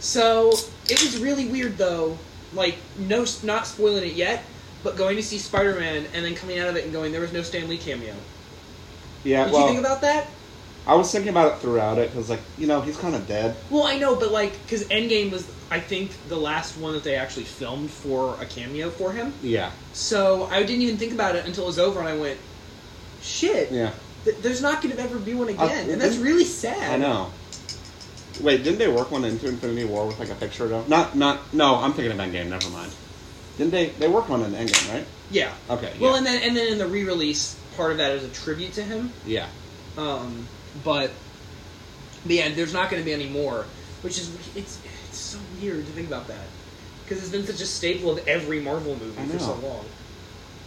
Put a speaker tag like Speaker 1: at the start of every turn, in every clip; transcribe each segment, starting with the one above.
Speaker 1: So it was really weird though, like no, not spoiling it yet, but going to see Spider Man and then coming out of it and going, there was no Stan Lee cameo.
Speaker 2: Yeah,
Speaker 1: Did
Speaker 2: well,
Speaker 1: you think about that?
Speaker 2: I was thinking about it throughout it because, like, you know, he's kind of dead.
Speaker 1: Well, I know, but like, because Endgame was, I think, the last one that they actually filmed for a cameo for him.
Speaker 2: Yeah,
Speaker 1: So I didn't even think about it until it was over, and I went, "Shit,
Speaker 2: yeah,
Speaker 1: th- there's not going to ever be one again,"
Speaker 2: I-
Speaker 1: and that's really sad.
Speaker 2: I know. Wait, didn't they work one into Infinity War with like a picture of him? Not, not, no, I'm thinking of Endgame. Never mind. Didn't they? They worked one in Endgame, right?
Speaker 1: Yeah.
Speaker 2: Okay.
Speaker 1: Well,
Speaker 2: yeah.
Speaker 1: and then and then in the re-release, part of that is a tribute to him.
Speaker 2: yeah,
Speaker 1: Um, but, but yeah, there's not going to be any more, which is it's it's so weird to think about that because it's been such a staple of every Marvel
Speaker 2: I
Speaker 1: movie for
Speaker 2: know.
Speaker 1: so long.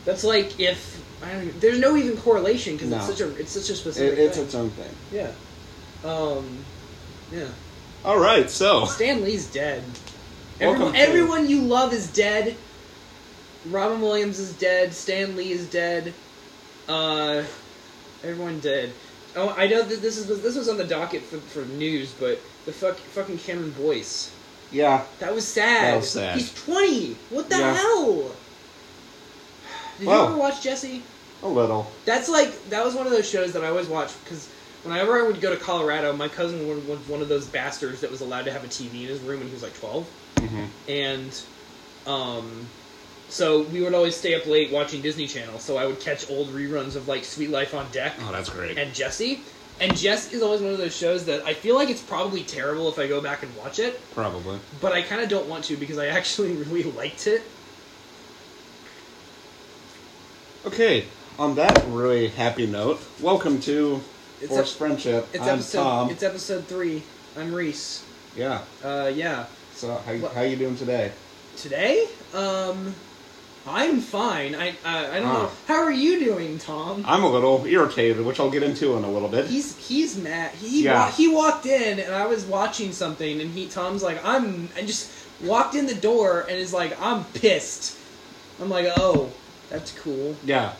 Speaker 1: That's like if I don't. Even, there's no even correlation because it's
Speaker 2: No.
Speaker 1: such a it's such a specific.
Speaker 2: it, it's
Speaker 1: thing.
Speaker 2: its own thing.
Speaker 1: yeah. Um, yeah.
Speaker 2: All right, so
Speaker 1: Stan Lee's dead.
Speaker 2: Welcome
Speaker 1: Everyone,
Speaker 2: to-
Speaker 1: everyone you love is dead. Robin Williams is dead. Stan Lee is dead. Uh, everyone dead. Oh, I know that this is this was on the docket for, for news, but the fuck, fucking Cameron Boyce.
Speaker 2: yeah,
Speaker 1: That was sad.
Speaker 2: That was sad.
Speaker 1: He's twenty. What the
Speaker 2: Yeah.
Speaker 1: hell? Did you
Speaker 2: Wow.
Speaker 1: ever watch Jesse?
Speaker 2: a little.
Speaker 1: That's like that was one of those shows that I always watched because whenever I would go to Colorado, my cousin was was one of those bastards that was allowed to have a TV in his room when he was like twelve,
Speaker 2: hmm
Speaker 1: and um, so we would always stay up late watching Disney Channel. So I would catch old reruns of like Sweet Life on Deck
Speaker 2: Oh, that's great.
Speaker 1: and Jesse. And Jess is always one of those shows that I feel like it's probably terrible if I go back and watch it,
Speaker 2: Probably.
Speaker 1: but I kind of don't want to because I actually really liked it.
Speaker 2: Okay. On that really happy note, welcome to
Speaker 1: It's
Speaker 2: Forced Friendship.
Speaker 1: It's
Speaker 2: I'm
Speaker 1: episode.
Speaker 2: Tom.
Speaker 1: It's episode three. I'm Reese.
Speaker 2: yeah.
Speaker 1: Uh, yeah.
Speaker 2: So how
Speaker 1: What-
Speaker 2: how you doing today?
Speaker 1: today um i'm fine i i, I don't know
Speaker 2: Oh.
Speaker 1: how are you doing tom
Speaker 2: I'm a little irritated, which I'll get into in a little bit.
Speaker 1: he's he's mad he
Speaker 2: Yeah.
Speaker 1: wa- he walked in and i was watching something and he tom's like i'm and just walked in the door and is like i'm pissed i'm like oh that's cool
Speaker 2: Yeah.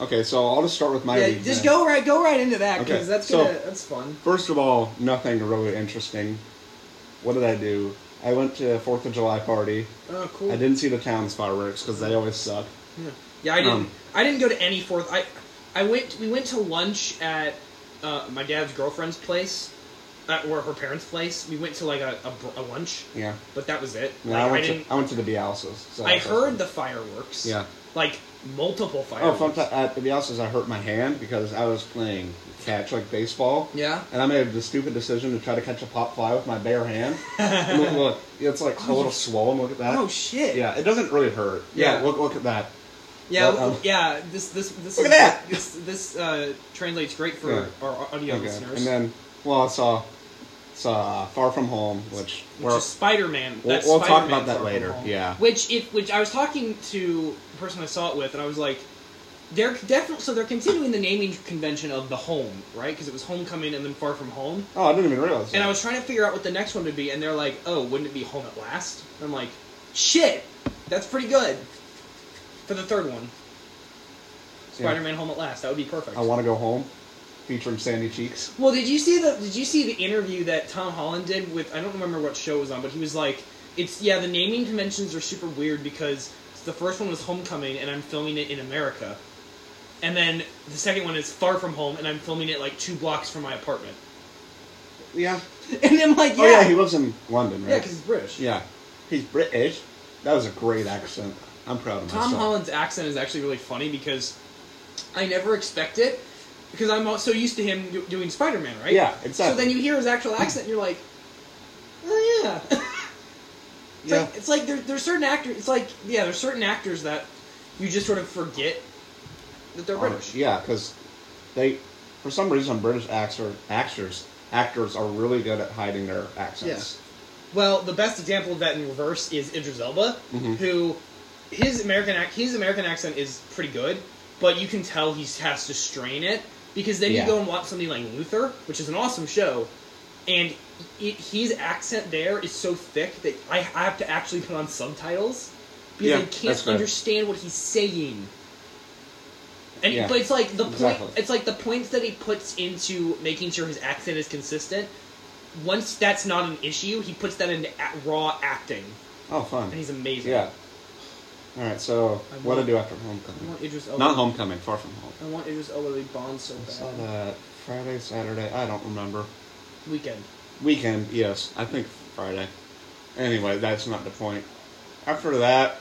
Speaker 2: Okay, so I'll just start with my.
Speaker 1: yeah
Speaker 2: week
Speaker 1: just
Speaker 2: then.
Speaker 1: go right go right into that because
Speaker 2: Okay,
Speaker 1: that's
Speaker 2: so-
Speaker 1: gonna that's fun
Speaker 2: First of all, nothing really interesting. What did I do? I went to Fourth of July party.
Speaker 1: oh cool
Speaker 2: I didn't see the town's fireworks because they always suck.
Speaker 1: Yeah. Yeah, I didn't.
Speaker 2: Um,
Speaker 1: I didn't go to any fourth. I I went. We went to lunch at uh, my dad's girlfriend's place, uh, or her parents' place. We went to like a, a, br- a lunch,
Speaker 2: Yeah.
Speaker 1: but that was it.
Speaker 2: No,
Speaker 1: Like,
Speaker 2: I went
Speaker 1: didn't.
Speaker 2: to I went to the Bialsas. So
Speaker 1: I
Speaker 2: that's
Speaker 1: heard the fireworks.
Speaker 2: Yeah.
Speaker 1: Like multiple
Speaker 2: Oh,
Speaker 1: fireworks.
Speaker 2: fun fact! At the Bialsas, I hurt my hand because I was playing catch like baseball.
Speaker 1: Yeah.
Speaker 2: And I made the stupid decision to try to catch a pop fly with my bare hand. And look, look, it's like a little swollen. Look at that.
Speaker 1: Oh shit.
Speaker 2: Yeah, it doesn't really hurt.
Speaker 1: Yeah.
Speaker 2: Look, look at that.
Speaker 1: Yeah.
Speaker 2: Well, um,
Speaker 1: yeah. This this this
Speaker 2: Look
Speaker 1: is,
Speaker 2: at that!
Speaker 1: This this uh, translates great for
Speaker 2: Yeah.
Speaker 1: our audio
Speaker 2: Okay.
Speaker 1: listeners.
Speaker 2: And then, well, I saw, saw uh, Far From Home, which,
Speaker 1: which is Spider Man.
Speaker 2: We'll- we'll talk about that later, yeah.
Speaker 1: Which if which I was talking to the person I saw it with, and I was like, they're definitely so they're continuing the naming convention of the home, right? Because it was Homecoming and then Far From Home.
Speaker 2: oh, I didn't even realize.
Speaker 1: And
Speaker 2: that.
Speaker 1: I was trying to figure out what the next one would be, and they're like, oh, wouldn't it be Home at Last? And I'm like, shit, that's pretty good for the third one.
Speaker 2: Yeah.
Speaker 1: Spider Man Home at Last. That would be perfect.
Speaker 2: I want to go home, featuring Sandy Cheeks.
Speaker 1: Well, did you see the did you see the interview that Tom Holland did with I don't remember what show it was on, but he was like, "It's yeah, the naming conventions are super weird because the first one was Homecoming and I'm filming it in America, and then the second one is Far From Home and I'm filming it like two blocks from my apartment."
Speaker 2: Yeah.
Speaker 1: And I'm like, "Yeah,
Speaker 2: Oh yeah, he lives in London, right?
Speaker 1: yeah, because he's British."
Speaker 2: Yeah. he's British. That was a great accent. I'm proud of myself.
Speaker 1: Tom Holland's accent is actually really funny because I never expect it because I'm all- so used to him do- doing Spider Man, right?
Speaker 2: Yeah,
Speaker 1: So
Speaker 2: exactly.
Speaker 1: then you hear his actual accent and you're like, "Oh yeah." It's
Speaker 2: Yeah.
Speaker 1: like it's like there, there's certain actors. It's like yeah, there's certain actors that you just sort of forget that they're
Speaker 2: Are-
Speaker 1: British.
Speaker 2: Yeah, because they, for some reason, British actor, actors actors are really good at hiding their accents.
Speaker 1: Well, the best example of that in reverse is Idris Elba,
Speaker 2: Mhm.
Speaker 1: who his American ac- his American accent is pretty good, but you can tell he has to strain it because then you
Speaker 2: Yeah.
Speaker 1: go and watch something like Luther, which is an awesome show, and it, his accent there is so thick that I, I have to actually put on subtitles because
Speaker 2: Yeah,
Speaker 1: I
Speaker 2: that's
Speaker 1: can't
Speaker 2: fair.
Speaker 1: understand what he's saying. And
Speaker 2: Yeah,
Speaker 1: but it's like the
Speaker 2: exactly.
Speaker 1: point. It's like the points that he puts into making sure his accent is consistent once that's not an issue, he puts that into a- raw acting,
Speaker 2: Oh,
Speaker 1: and
Speaker 2: fun.
Speaker 1: he's amazing.
Speaker 2: Yeah. All right. So
Speaker 1: I
Speaker 2: what to
Speaker 1: want-
Speaker 2: do after
Speaker 1: I
Speaker 2: Homecoming?
Speaker 1: want Idris Elba.
Speaker 2: Not Homecoming. Far from Home.
Speaker 1: I want Idris Elba to be Bond so
Speaker 2: I saw
Speaker 1: bad.
Speaker 2: that Friday, Saturday. I don't remember.
Speaker 1: Weekend.
Speaker 2: Weekend. Yes, I think Friday. Anyway, that's not the point. After that,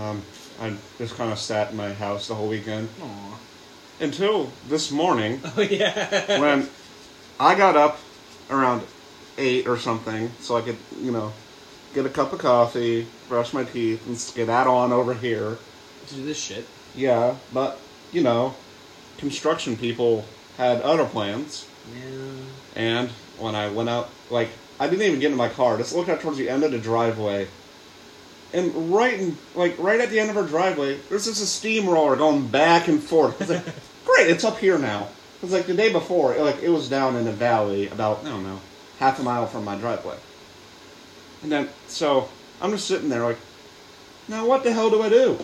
Speaker 2: um, I just kind of sat in my house the whole weekend
Speaker 1: Aww.
Speaker 2: until this morning.
Speaker 1: Oh yeah.
Speaker 2: when I got up around eight or something, so I could, you know, get a cup of coffee, brush my teeth, and skedaddle on over here.
Speaker 1: to do this shit.
Speaker 2: Yeah, but you know, construction people had other plans,
Speaker 1: Yeah.
Speaker 2: and when I went out, like I didn't even get in my car. Just looked out towards the end of the driveway, and right in, like right at the end of our driveway, there's just a steamroller going back and forth. It's like, great, it's up here now. It's like the day before, it, like it was down in a valley about I don't know half a mile from my driveway, and then so I'm just sitting there like, now what the hell do I do?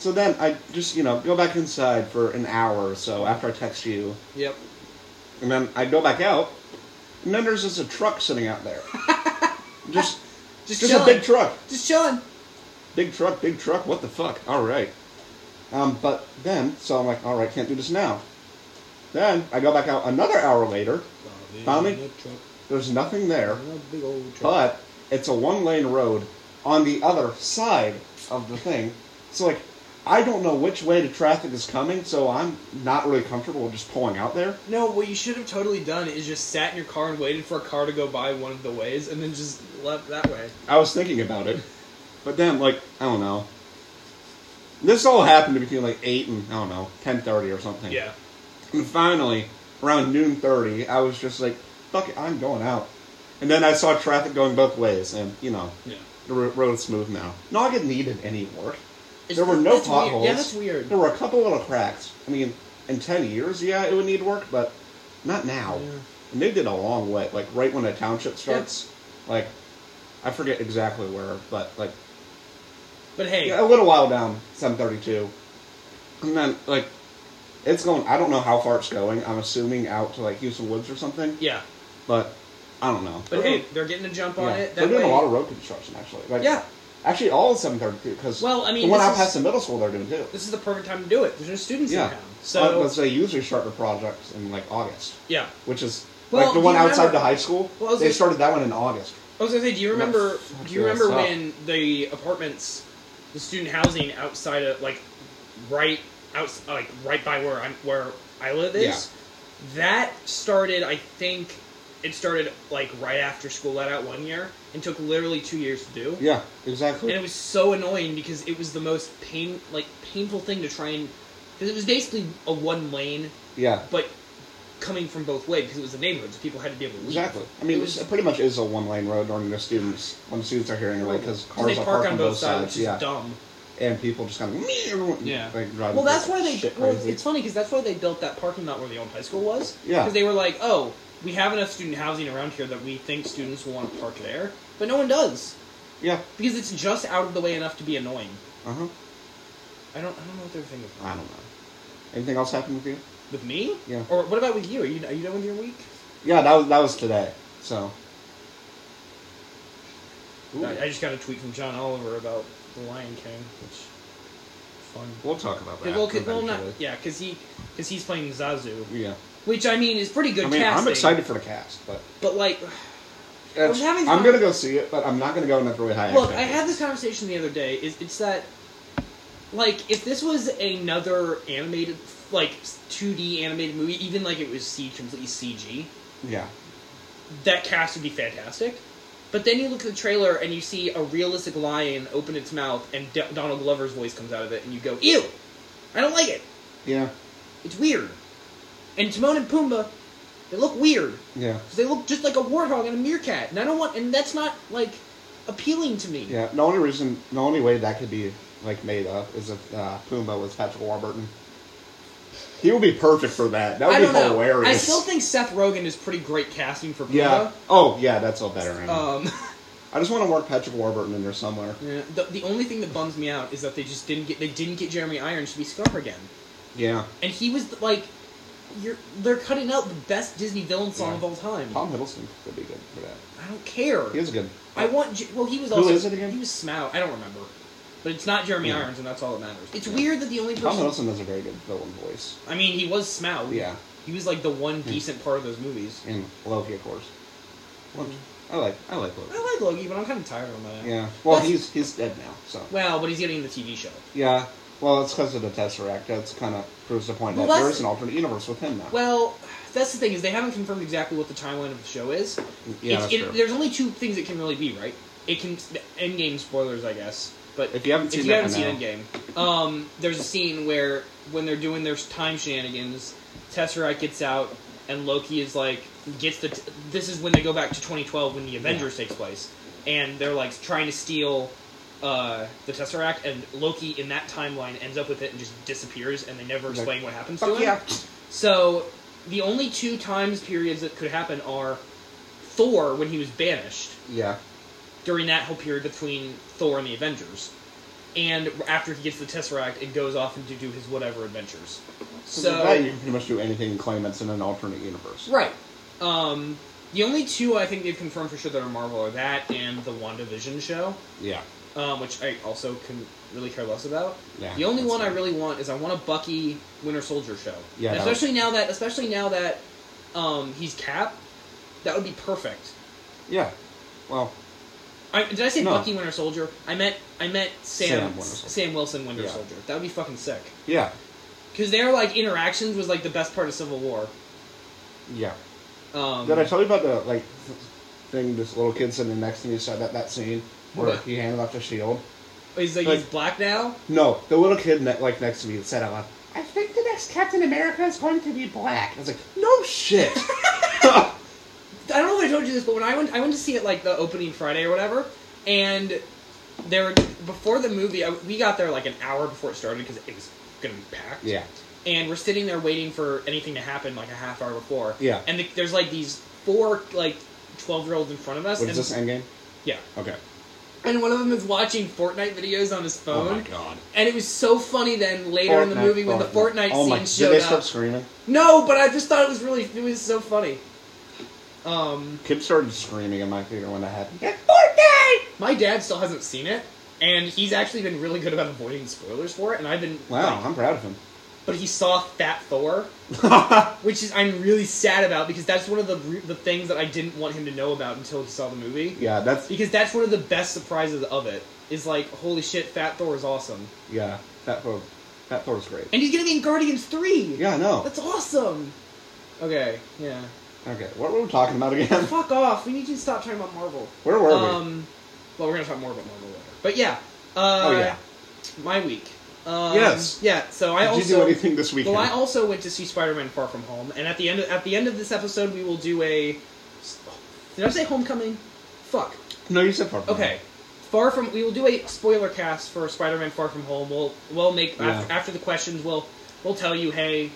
Speaker 2: So then I just you know go back inside for an hour or so after I text you.
Speaker 1: Yep.
Speaker 2: And then I go back out, and then there's just a truck sitting out there. just
Speaker 1: Just
Speaker 2: just,
Speaker 1: chilling.
Speaker 2: a big truck.
Speaker 1: Just chilling.
Speaker 2: Big truck, big truck, what the fuck? Alright. Um, but then, so I'm like, alright, can't do this now. Then I go back out another hour later, Tommy?
Speaker 1: Big truck.
Speaker 2: there's nothing there,
Speaker 1: Big old truck.
Speaker 2: but it's a one lane road on the other side of the thing. So like I don't know which way the traffic is coming, so I'm not really comfortable just pulling out there.
Speaker 1: No, what you should have totally done is just sat in your car and waited for a car to go by one of the ways, and then just left that way.
Speaker 2: I was thinking about it, but then like I don't know. This all happened between like eight and I don't know ten thirty or something.
Speaker 1: Yeah.
Speaker 2: And finally, around noon thirty, I was just like, "Fuck it, I'm going out." And then I saw traffic going both ways, and you know
Speaker 1: Yeah.
Speaker 2: the ro- road's smooth now. Not needed any work. there were no
Speaker 1: that's weird.
Speaker 2: potholes.
Speaker 1: Yeah, that's weird.
Speaker 2: There were a couple little cracks. I mean, in ten years, yeah, it would need work, but not now.
Speaker 1: Yeah.
Speaker 2: And they did a long way, like right when the township starts. Like, I forget exactly where, but like
Speaker 1: But hey,
Speaker 2: yeah, a little while down, 732. And then, like, it's going, I don't know how far it's going. I'm assuming out to, like, Houston Woods or something.
Speaker 1: yeah.
Speaker 2: But, I don't know.
Speaker 1: But hey, they're getting a jump on
Speaker 2: yeah,
Speaker 1: it.
Speaker 2: they're
Speaker 1: That
Speaker 2: doing
Speaker 1: way-
Speaker 2: a lot of road construction, actually. Like,
Speaker 1: Yeah.
Speaker 2: Actually, all of 732, because
Speaker 1: Well, I mean,
Speaker 2: the one
Speaker 1: this
Speaker 2: out
Speaker 1: is-
Speaker 2: past the middle school they're doing, too.
Speaker 1: This is the perfect time to do it. There's no students
Speaker 2: yeah.
Speaker 1: in town,
Speaker 2: So,
Speaker 1: so
Speaker 2: because they usually start their projects in, like, August,
Speaker 1: yeah.
Speaker 2: which is,
Speaker 1: Well,
Speaker 2: like,
Speaker 1: do
Speaker 2: the
Speaker 1: you
Speaker 2: one outside
Speaker 1: remember-
Speaker 2: the high school,
Speaker 1: Well, I was
Speaker 2: they
Speaker 1: gonna-
Speaker 2: started that one in August.
Speaker 1: I was gonna say, do you remember?
Speaker 2: fuck
Speaker 1: Do you
Speaker 2: yeah,
Speaker 1: remember
Speaker 2: stop.
Speaker 1: when the apartments, the student housing outside of like, right out like right by where I'm where I live is, that started. I think it started like right after school let out one year and took literally two years to do.
Speaker 2: Yeah,
Speaker 1: And
Speaker 2: exactly.
Speaker 1: it was so annoying because it was the most pain like painful thing to try and because it was basically a one lane
Speaker 2: yeah.
Speaker 1: but coming from both ways because it was the neighborhood, so people had to be able to leave.
Speaker 2: Exactly. I mean,
Speaker 1: it was
Speaker 2: it pretty much is a one-lane road during the students when the students are hearing away because
Speaker 1: because
Speaker 2: cars
Speaker 1: they
Speaker 2: are
Speaker 1: park on both sides,
Speaker 2: sides.
Speaker 1: which is
Speaker 2: yeah,
Speaker 1: dumb.
Speaker 2: and people just kind of
Speaker 1: Yeah.
Speaker 2: like driving.
Speaker 1: Well, that's why they.
Speaker 2: shit
Speaker 1: Well,
Speaker 2: crazy.
Speaker 1: it's funny because that's why they built that parking lot where the old high school was.
Speaker 2: Yeah.
Speaker 1: Because they were like, oh, we have enough student housing around here that we think students will want to park there, but no one does
Speaker 2: yeah.
Speaker 1: because it's just out of the way enough to be annoying.
Speaker 2: Uh huh.
Speaker 1: I don't. I don't know what they're thinking.
Speaker 2: I don't know. Anything else happened with you?
Speaker 1: With me?
Speaker 2: Yeah.
Speaker 1: Or what about with you? Are you are you done with your week?
Speaker 2: Yeah, that was that was today. So. Ooh.
Speaker 1: I, I just got a tweet from John Oliver about the Lion King, which is fun.
Speaker 2: we'll talk about that.
Speaker 1: Yeah, well, 'cause- well, not
Speaker 2: eventually.
Speaker 1: yeah, because he because he's playing Zazu,
Speaker 2: Yeah.
Speaker 1: which I mean is pretty good
Speaker 2: I mean,
Speaker 1: casting.
Speaker 2: I'm excited for the cast, but
Speaker 1: but like,
Speaker 2: it's-
Speaker 1: having
Speaker 2: I'm
Speaker 1: fun.
Speaker 2: gonna go see it, but I'm not gonna go in with really high.
Speaker 1: look, I
Speaker 2: expectations.
Speaker 1: had this conversation the other day. Is it's that like if this was another animated like 2D animated movie, even like it was C completely CG,
Speaker 2: Yeah.
Speaker 1: that cast would be fantastic. But then you look at the trailer and you see a realistic lion open its mouth and D- Donald Glover's voice comes out of it, and you go, "Ew, I don't like it.
Speaker 2: Yeah.
Speaker 1: It's weird." And Timon and Pumbaa, they look weird.
Speaker 2: Yeah.
Speaker 1: 'Cause they look just like a warthog and a meerkat, and I don't want, and that's not like appealing to me.
Speaker 2: Yeah, the only reason, the only way that could be like made up is if uh, Pumbaa was Patrick Warburton. He would be perfect for that. That would
Speaker 1: I
Speaker 2: be
Speaker 1: don't know.
Speaker 2: hilarious.
Speaker 1: I still think Seth Rogen is pretty great casting for Pumbaa.
Speaker 2: Yeah. Oh, yeah, that's all better. Anyway.
Speaker 1: Um,
Speaker 2: I just want to work Patrick Warburton in there somewhere.
Speaker 1: yeah, the, the only thing that bums me out is that they just didn't get they didn't get Jeremy Irons to be Scar again,
Speaker 2: Yeah.
Speaker 1: and he was like, you're they're cutting out the best Disney villain song
Speaker 2: Yeah.
Speaker 1: of all time.
Speaker 2: Tom Hiddleston would be good for that.
Speaker 1: I don't care.
Speaker 2: He is good.
Speaker 1: I want. J- Well, he was
Speaker 2: Who
Speaker 1: also.
Speaker 2: is it again?
Speaker 1: He was Smout. I don't remember. But it's not Jeremy
Speaker 2: Yeah.
Speaker 1: Irons, and that's all that matters. It's
Speaker 2: Yeah.
Speaker 1: weird that the only person.
Speaker 2: Tom Hiddleston does a very good villain voice.
Speaker 1: I mean, he was Smout.
Speaker 2: Yeah,
Speaker 1: He was like the one decent part of those movies.
Speaker 2: and Loki, of course. Loki. I like I like Loki.
Speaker 1: I like Loki, but I'm kind of tired of him by now.
Speaker 2: Yeah. Well,
Speaker 1: That's-
Speaker 2: he's he's dead now, so.
Speaker 1: Well, but he's getting the TV show.
Speaker 2: Yeah. Well, it's because of the Tesseract. That's kind of proves the point
Speaker 1: Well,
Speaker 2: that there
Speaker 1: that's-
Speaker 2: is an alternate universe with him now.
Speaker 1: Well, that's the thing is they haven't confirmed exactly what the timeline of the show is.
Speaker 2: yeah,
Speaker 1: It's-
Speaker 2: that's
Speaker 1: it-
Speaker 2: true.
Speaker 1: There's only two things it can really be, right? It can Endgame spoilers, I guess. But
Speaker 2: If you haven't
Speaker 1: if
Speaker 2: seen
Speaker 1: you
Speaker 2: that
Speaker 1: haven't
Speaker 2: by
Speaker 1: seen Endgame, um, there's a scene where when they're doing their time shenanigans, Tesseract gets out, and Loki is like gets the. T- this is when they go back to 2012 when the Avengers takes place, and they're like trying to steal. Uh, the Tesseract and Loki in that timeline ends up with it and just disappears, and they never
Speaker 2: Like,
Speaker 1: explain what happens to
Speaker 2: Fuck
Speaker 1: him.
Speaker 2: yeah.
Speaker 1: So the only two times periods that could happen are Thor when he was banished
Speaker 2: Yeah.
Speaker 1: during that whole period between Thor and the Avengers, and after he gets the Tesseract and goes off and to do his whatever adventures.
Speaker 2: So,
Speaker 1: So
Speaker 2: that you can pretty much do anything and claim it's in an alternate universe.
Speaker 1: right, um, the only two I think they've confirmed for sure that are Marvel are that and the WandaVision show,
Speaker 2: Yeah.
Speaker 1: um, which I also can really care less about.
Speaker 2: Yeah.
Speaker 1: The only
Speaker 2: that's
Speaker 1: one I
Speaker 2: right.
Speaker 1: really want is I want a Bucky Winter Soldier show.
Speaker 2: Yeah,
Speaker 1: And
Speaker 2: that
Speaker 1: especially now that especially now that um, he's Cap, that would be perfect.
Speaker 2: Yeah. Well,
Speaker 1: I, did I say
Speaker 2: No.
Speaker 1: Bucky Winter Soldier? I meant I meant
Speaker 2: Sam
Speaker 1: Sam
Speaker 2: Winter Soldier.
Speaker 1: Sam Wilson Winter
Speaker 2: Yeah.
Speaker 1: Soldier. That would be fucking sick.
Speaker 2: yeah.
Speaker 1: Because their like interactions was like the best part of Civil War.
Speaker 2: Yeah.
Speaker 1: Um,
Speaker 2: Did I tell you about the like thing this little kid sitting next to me said that that scene where
Speaker 1: What?
Speaker 2: he handed off the shield?
Speaker 1: he's like, he's
Speaker 2: like-
Speaker 1: black now.
Speaker 2: No, the little kid ne- like next to me said out loud, "I think the next Captain America is going to be black." I was like, "No shit."
Speaker 1: I don't know if I told you this, but when I went, I went to see it like the opening Friday or whatever, and there were before the movie. I, we got there like an hour before it started because it was gonna be packed.
Speaker 2: yeah.
Speaker 1: And we're sitting there waiting for anything to happen like a half hour before.
Speaker 2: Yeah.
Speaker 1: And the, there's like these four like twelve year olds in front of us.
Speaker 2: What
Speaker 1: and,
Speaker 2: is this Endgame?
Speaker 1: Yeah.
Speaker 2: Okay.
Speaker 1: And one of them is watching Fortnite videos on his phone.
Speaker 2: Oh my god.
Speaker 1: And it was so funny then later in the
Speaker 2: Fortnite,
Speaker 1: movie when the Fortnite
Speaker 2: oh my,
Speaker 1: scene showed
Speaker 2: Did they start
Speaker 1: up.
Speaker 2: screaming?
Speaker 1: No, but I just thought it was really it was so funny. Um,
Speaker 2: Kids started screaming in my theater when that happened.
Speaker 1: my dad still hasn't seen it, and he's actually been really good about avoiding spoilers for it. And I've been
Speaker 2: Wow,
Speaker 1: like-
Speaker 2: I'm proud of him.
Speaker 1: but he saw Fat Thor, which is I'm really sad about because that's one of the re- the things that I didn't want him to know about until he saw the movie.
Speaker 2: Yeah, that's
Speaker 1: Because that's one of the best surprises of it. Is like, holy shit, Fat Thor is awesome,
Speaker 2: yeah. That Thor, that Thor's great.
Speaker 1: and he's gonna be in Guardians Three.
Speaker 2: Yeah, no.
Speaker 1: That's awesome. Okay, yeah.
Speaker 2: Okay, what were we talking about again?
Speaker 1: Fuck off. We need you to stop talking about Marvel.
Speaker 2: Where were we?
Speaker 1: Um, well, we're gonna talk more about Marvel later. But yeah. Uh,
Speaker 2: Oh yeah.
Speaker 1: My week. Um,
Speaker 2: Yes.
Speaker 1: Yeah. So I
Speaker 2: Did
Speaker 1: also.
Speaker 2: you do anything this weekend?
Speaker 1: Well, I also went to see Spider-Man: Far From Home, and at the end of, at the end of this episode, we will do a. Did I say Homecoming? Fuck.
Speaker 2: no, you said far. From
Speaker 1: Okay. Far from we will do a spoiler cast for Spider-Man: Far From Home. We'll we'll make
Speaker 2: Yeah.
Speaker 1: after, after the questions. We'll we'll tell you, hey,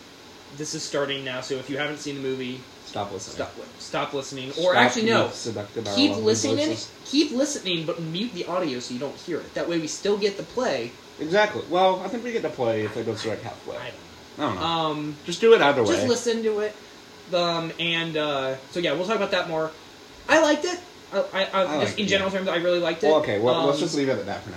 Speaker 1: this is starting now. So if you haven't seen the movie,
Speaker 2: Home. Stop listening.
Speaker 1: stop stop listening. Or
Speaker 2: Stop
Speaker 1: actually, no,
Speaker 2: being seductive by our
Speaker 1: keep
Speaker 2: lovely
Speaker 1: listening.
Speaker 2: voices.
Speaker 1: Keep listening, but mute the audio so you don't hear it. That way, we still get the play.
Speaker 2: Exactly. Well, I think we get to play if it goes like halfway.
Speaker 1: I
Speaker 2: I
Speaker 1: don't
Speaker 2: don't know.
Speaker 1: know. Um,
Speaker 2: just do it either way.
Speaker 1: just listen to it. Um, and uh, so yeah, we'll talk about that more. I liked it. I, I, I,
Speaker 2: I
Speaker 1: just
Speaker 2: liked
Speaker 1: in
Speaker 2: it,
Speaker 1: general terms, I really liked it.
Speaker 2: Well, okay. Well, let's
Speaker 1: Um,
Speaker 2: just leave it at that for now.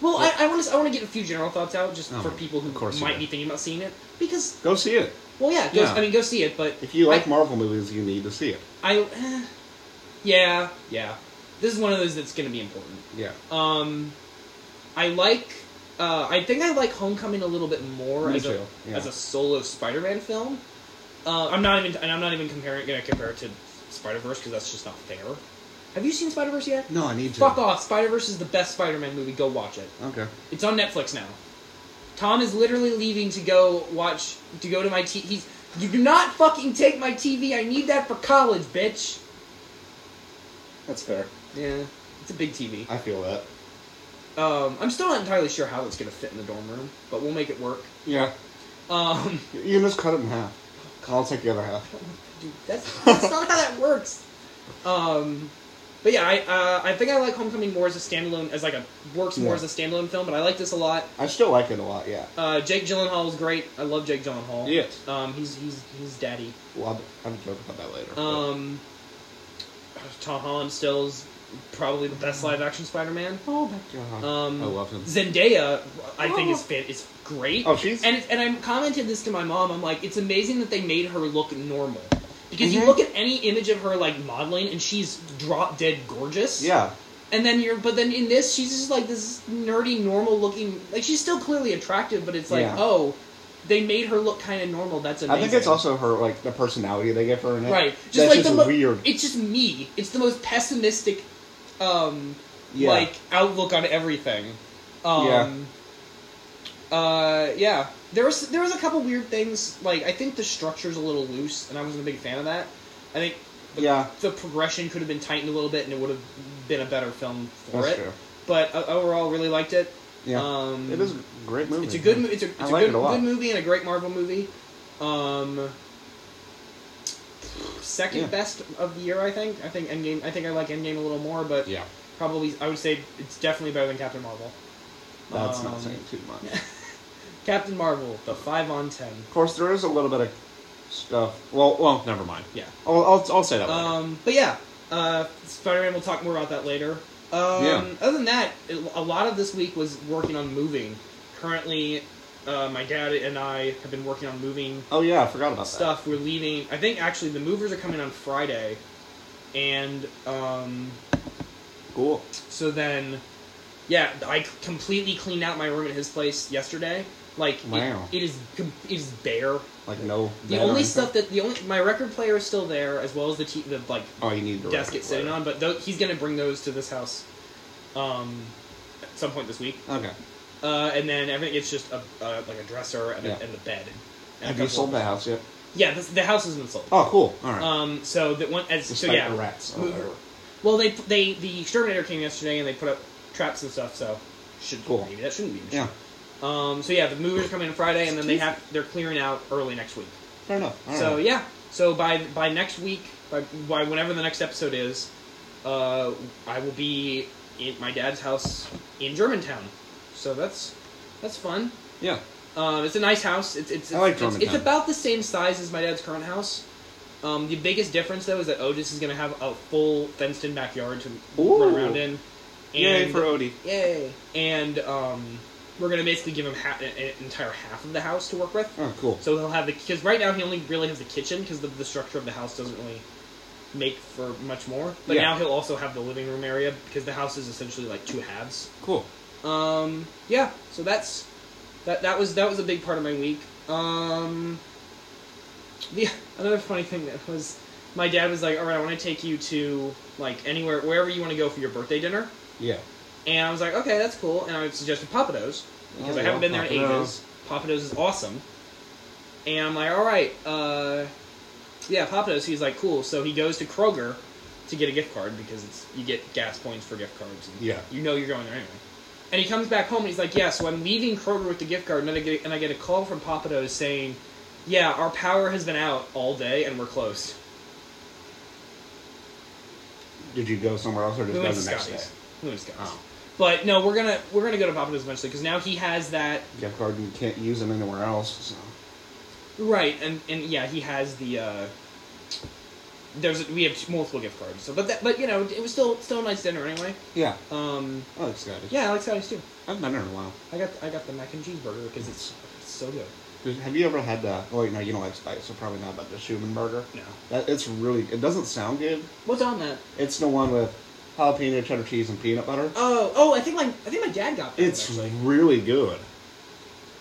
Speaker 1: Well, I, I want to I want to get a few general thoughts out just
Speaker 2: Oh,
Speaker 1: for people who
Speaker 2: of course you
Speaker 1: might
Speaker 2: do.
Speaker 1: be thinking about seeing it because
Speaker 2: Go see it.
Speaker 1: well yeah, go,
Speaker 2: Yeah.
Speaker 1: I mean go see it, but
Speaker 2: If you like
Speaker 1: I,
Speaker 2: Marvel movies, you need to see it.
Speaker 1: I eh, yeah yeah this is one of those that's going to be important.
Speaker 2: Yeah.
Speaker 1: Um, I like uh, I think I like Homecoming a little bit more
Speaker 2: Me
Speaker 1: as
Speaker 2: too,
Speaker 1: a
Speaker 2: yeah.
Speaker 1: as a solo Spider-Man film. Uh, I'm not even and I'm not even comparing going to compare it to Spider-Verse because that's just not fair. Have you seen Spider-Verse yet?
Speaker 2: No, I need to.
Speaker 1: Fuck off! Spider-Verse is the best Spider-Man movie. Go watch it.
Speaker 2: Okay.
Speaker 1: It's on Netflix now. Tom is literally leaving to go watch to go to my t. He's you do not fucking take my TV. I need that for college, bitch.
Speaker 2: That's fair.
Speaker 1: Yeah, it's a big TV.
Speaker 2: I feel that.
Speaker 1: Um, I'm still not entirely sure how it's gonna fit in the dorm room, but we'll make it work.
Speaker 2: Yeah.
Speaker 1: Um,
Speaker 2: You can just cut it in half. I'll take the other half.
Speaker 1: dude, that's, that's not how that works. Um, But yeah, I uh, I think I like Homecoming more as a standalone, as like a works more
Speaker 2: Yeah.
Speaker 1: as a standalone film. But I like this a lot.
Speaker 2: I still like it a lot. Yeah,
Speaker 1: Uh, Jake Gyllenhaal is great. I love Jake Gyllenhaal.
Speaker 2: Yes.
Speaker 1: Um, he's he's he's daddy.
Speaker 2: well, I'll, I'll joke about that later. but-
Speaker 1: Um, Tom Holland still is probably the best live action Spider Man.
Speaker 2: oh my god,
Speaker 1: Um,
Speaker 2: I love him.
Speaker 1: Zendaya, I think is
Speaker 2: Oh.
Speaker 1: fan, is great.
Speaker 2: Oh, she's-
Speaker 1: and and I commented this to my mom. I'm like, it's amazing that they made her look normal because you
Speaker 2: Mhm.
Speaker 1: look at any image of her like modeling and she's drop dead gorgeous.
Speaker 2: yeah,
Speaker 1: And then you're, but then in this, she's just like this nerdy, normal looking. Like she's still clearly attractive, but it's like,
Speaker 2: Yeah.
Speaker 1: oh, they made her look kind of normal. That's amazing.
Speaker 2: I think it's also her like the personality they give her in it.
Speaker 1: right. Just
Speaker 2: That's
Speaker 1: like
Speaker 2: just
Speaker 1: the mo-
Speaker 2: weird.
Speaker 1: It's just me. It's the most pessimistic, um,
Speaker 2: Yeah.
Speaker 1: like outlook on everything. Um, yeah. Uh, yeah. There was there was a couple weird things. Like I think the structure's a little loose, and I wasn't a big fan of that. I think
Speaker 2: yeah,
Speaker 1: the progression could have been tightened a little bit, and it would have been a better film for
Speaker 2: that's
Speaker 1: it
Speaker 2: true.
Speaker 1: but uh, overall, really liked it.
Speaker 2: Yeah,
Speaker 1: Um,
Speaker 2: it is a great movie.
Speaker 1: It's a good. mo- It's a, it's
Speaker 2: I
Speaker 1: a
Speaker 2: like
Speaker 1: good,
Speaker 2: it a lot.
Speaker 1: good movie and a great Marvel movie. Um, second
Speaker 2: Yeah.
Speaker 1: best of the year, I think. I think Endgame. I think I like Endgame a little more, but
Speaker 2: Yeah,
Speaker 1: probably I would say it's definitely better than Captain Marvel.
Speaker 2: that's
Speaker 1: Um,
Speaker 2: not saying too much.
Speaker 1: Captain Marvel, the five on ten.
Speaker 2: Of course, there is a little bit of stuff. Well, well, never mind.
Speaker 1: Yeah.
Speaker 2: I'll I'll, I'll say that. later.
Speaker 1: Um, but yeah, uh, Spider-Man. We'll talk more about that later. Um,
Speaker 2: Yeah.
Speaker 1: Other than that, it, a lot of this week was working on moving. Currently, uh, my dad and I have been working on moving
Speaker 2: oh yeah, I forgot about
Speaker 1: stuff. We're leaving. I think actually the movers are coming on Friday, and um,
Speaker 2: that. Cool.
Speaker 1: so then, yeah, I c- completely cleaned out my room at his place yesterday. Like it-
Speaker 2: Wow.
Speaker 1: it is com- it is bare.
Speaker 2: Like no.
Speaker 1: The
Speaker 2: bed or
Speaker 1: only
Speaker 2: anything?
Speaker 1: stuff that the only my record player is still there, as well as the t- the like
Speaker 2: Oh, you need the
Speaker 1: desk
Speaker 2: record
Speaker 1: it's sitting
Speaker 2: player.
Speaker 1: on. But tho- he's gonna bring those to this house, um, at some point this week.
Speaker 2: Okay.
Speaker 1: Uh, and then everything it's just a uh, like a dresser and,
Speaker 2: Yeah.
Speaker 1: a, and the bed. And a
Speaker 2: Have you
Speaker 1: couple-
Speaker 2: sold the house yet?
Speaker 1: Yeah, this, the house has been sold.
Speaker 2: Oh, cool. All right.
Speaker 1: Um, so that one as
Speaker 2: Just
Speaker 1: so
Speaker 2: like
Speaker 1: yeah.
Speaker 2: the rats. or
Speaker 1: Move-
Speaker 2: whatever.
Speaker 1: Well, they they the exterminator came yesterday and they put up traps and stuff. So should
Speaker 2: Cool.
Speaker 1: maybe that shouldn't be. An issue.
Speaker 2: Yeah.
Speaker 1: Um. So yeah, the movers come in Friday and then they
Speaker 2: Excuse
Speaker 1: have they're clearing out early next week.
Speaker 2: Fair enough. All right.
Speaker 1: so yeah. So by by next week, by by whenever the next episode is, uh, I will be in my dad's house in Germantown. So that's that's fun.
Speaker 2: yeah.
Speaker 1: Um, it's a nice house. It's it's
Speaker 2: I like
Speaker 1: it's, it's
Speaker 2: Germantown.
Speaker 1: about the same size as my dad's current house. Um, the biggest difference though is that Otis is going to have a full fenced-in backyard to run
Speaker 2: Ooh.
Speaker 1: around in. And,
Speaker 2: Yay for Odie.
Speaker 1: yay! And um, we're going to basically give him ha- an an entire half of the house to work with.
Speaker 2: Oh, cool.
Speaker 1: So he'll have the because right now he only really has the kitchen because the, the structure of the house doesn't really make for much more. But
Speaker 2: Yeah.
Speaker 1: now he'll also have the living room area because the house is essentially like two halves.
Speaker 2: Cool.
Speaker 1: Um, yeah. So that's that. That was that was a big part of my week. Um, yeah. Another funny thing that was, my dad was like, "All right, I want to take you to like anywhere, wherever you want to go for your birthday dinner."
Speaker 2: Yeah.
Speaker 1: And I was like, "Okay, that's cool." And I suggested Papados because
Speaker 2: Oh,
Speaker 1: I haven't
Speaker 2: yeah,
Speaker 1: been there in
Speaker 2: Papados.
Speaker 1: ages. Papados is awesome. And I'm like, "All right, uh, yeah, Papados." He's like, "Cool." So he goes to Kroger to get a gift card because it's you get gas points for gift cards. And
Speaker 2: Yeah.
Speaker 1: you know you're going there anyway. And he comes back home and he's like, "Yeah, so I'm leaving Kroger with the gift card, and then I get, and I get a call from Papados saying, yeah, our power has been out all day and we're closed.'"
Speaker 2: Did you go somewhere else or just
Speaker 1: We
Speaker 2: go
Speaker 1: went to
Speaker 2: the next day?
Speaker 1: Scotty's. We went to Scotty's.
Speaker 2: Oh.
Speaker 1: But no, we're gonna we're gonna go to Papados eventually because now he has that
Speaker 2: Gift card you can't use them anywhere else. So.
Speaker 1: right, and and yeah, he has the. uh There's we have multiple gift cards, so but that but you know it was still still a nice dinner anyway.
Speaker 2: Yeah.
Speaker 1: Um,
Speaker 2: I like Scotty's.
Speaker 1: yeah, I like Scotty's too.
Speaker 2: I've been there in a while.
Speaker 1: I got I got the mac and cheeseburger because it's, it's so good.
Speaker 2: Did- Have you ever had the? Oh wait, no, you don't like spice, so probably not. But the Schumann burger.
Speaker 1: No,
Speaker 2: That it's really. It doesn't sound good.
Speaker 1: what's on that?
Speaker 2: It's the one with jalapeno, cheddar cheese, and peanut butter.
Speaker 1: Oh oh, I think my I think my dad got that. one,
Speaker 2: It's
Speaker 1: actually.
Speaker 2: really good.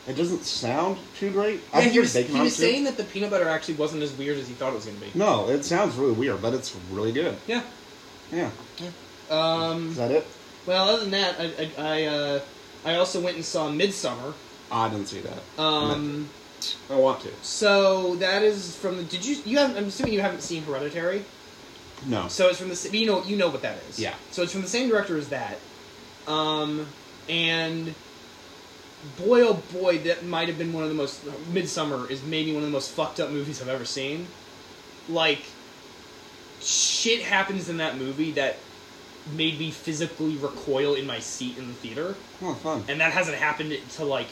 Speaker 2: It doesn't sound too great.
Speaker 1: Yeah,
Speaker 2: think
Speaker 1: he was,
Speaker 2: bacon
Speaker 1: he
Speaker 2: on
Speaker 1: was
Speaker 2: it too.
Speaker 1: saying that the peanut butter actually wasn't as weird as he thought it was gonna be.
Speaker 2: No, it sounds really weird, but it's really good.
Speaker 1: Yeah.
Speaker 2: Yeah.
Speaker 1: Um.
Speaker 2: Is that it?
Speaker 1: Well, other than that, I I, I, uh, I also went and saw Midsummer.
Speaker 2: I didn't see that.
Speaker 1: Um,
Speaker 2: I want to.
Speaker 1: so that is from the. Did you? You haven't. I'm assuming you haven't seen Hereditary.
Speaker 2: No.
Speaker 1: So it's from the. sa- You know. You know what that is.
Speaker 2: Yeah.
Speaker 1: So it's from the same director as that. Um, and boy, oh boy, that might have been one of the most. Midsummer is maybe one of the most fucked up movies I've ever seen. Like, shit happens in that movie that made me physically recoil in my seat in the theater,
Speaker 2: Oh, fun.
Speaker 1: and that hasn't happened to like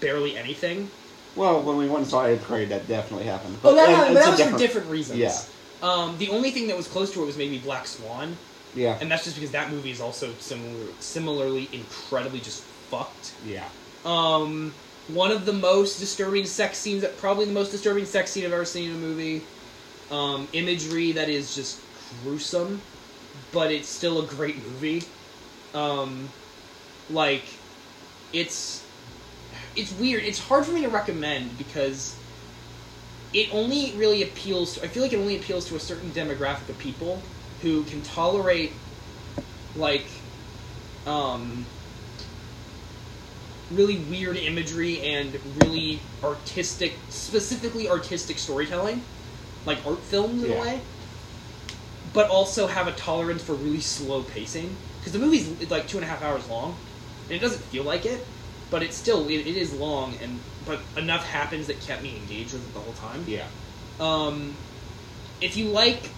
Speaker 1: barely anything.
Speaker 2: Well, when we went and saw eighth grade, that definitely happened.
Speaker 1: Well, Oh, that,
Speaker 2: and
Speaker 1: happened, but
Speaker 2: it's
Speaker 1: that was
Speaker 2: a
Speaker 1: for different reasons.
Speaker 2: Yeah.
Speaker 1: Um, the only thing that was close to it was maybe Black Swan,
Speaker 2: Yeah.
Speaker 1: and that's just because that movie is also similar, similarly incredibly just fucked.
Speaker 2: yeah.
Speaker 1: Um, one of the most disturbing sex scenes, probably the most disturbing sex scene I've ever seen in a movie. Um, imagery that is just gruesome, but it's still a great movie. Um, like, it's it's weird. It's hard for me to recommend because it only really appeals. To, I feel like it only appeals to a certain demographic of people who can tolerate like um, really weird imagery and really artistic, specifically artistic storytelling, like art films in
Speaker 2: Yeah.
Speaker 1: a way. But also have a tolerance for really slow pacing because the movie's it's like two and a half hours long, and it doesn't feel like it, but it's still it, it is long and but enough happens that kept me engaged with it the whole time
Speaker 2: Yeah.
Speaker 1: um, if you like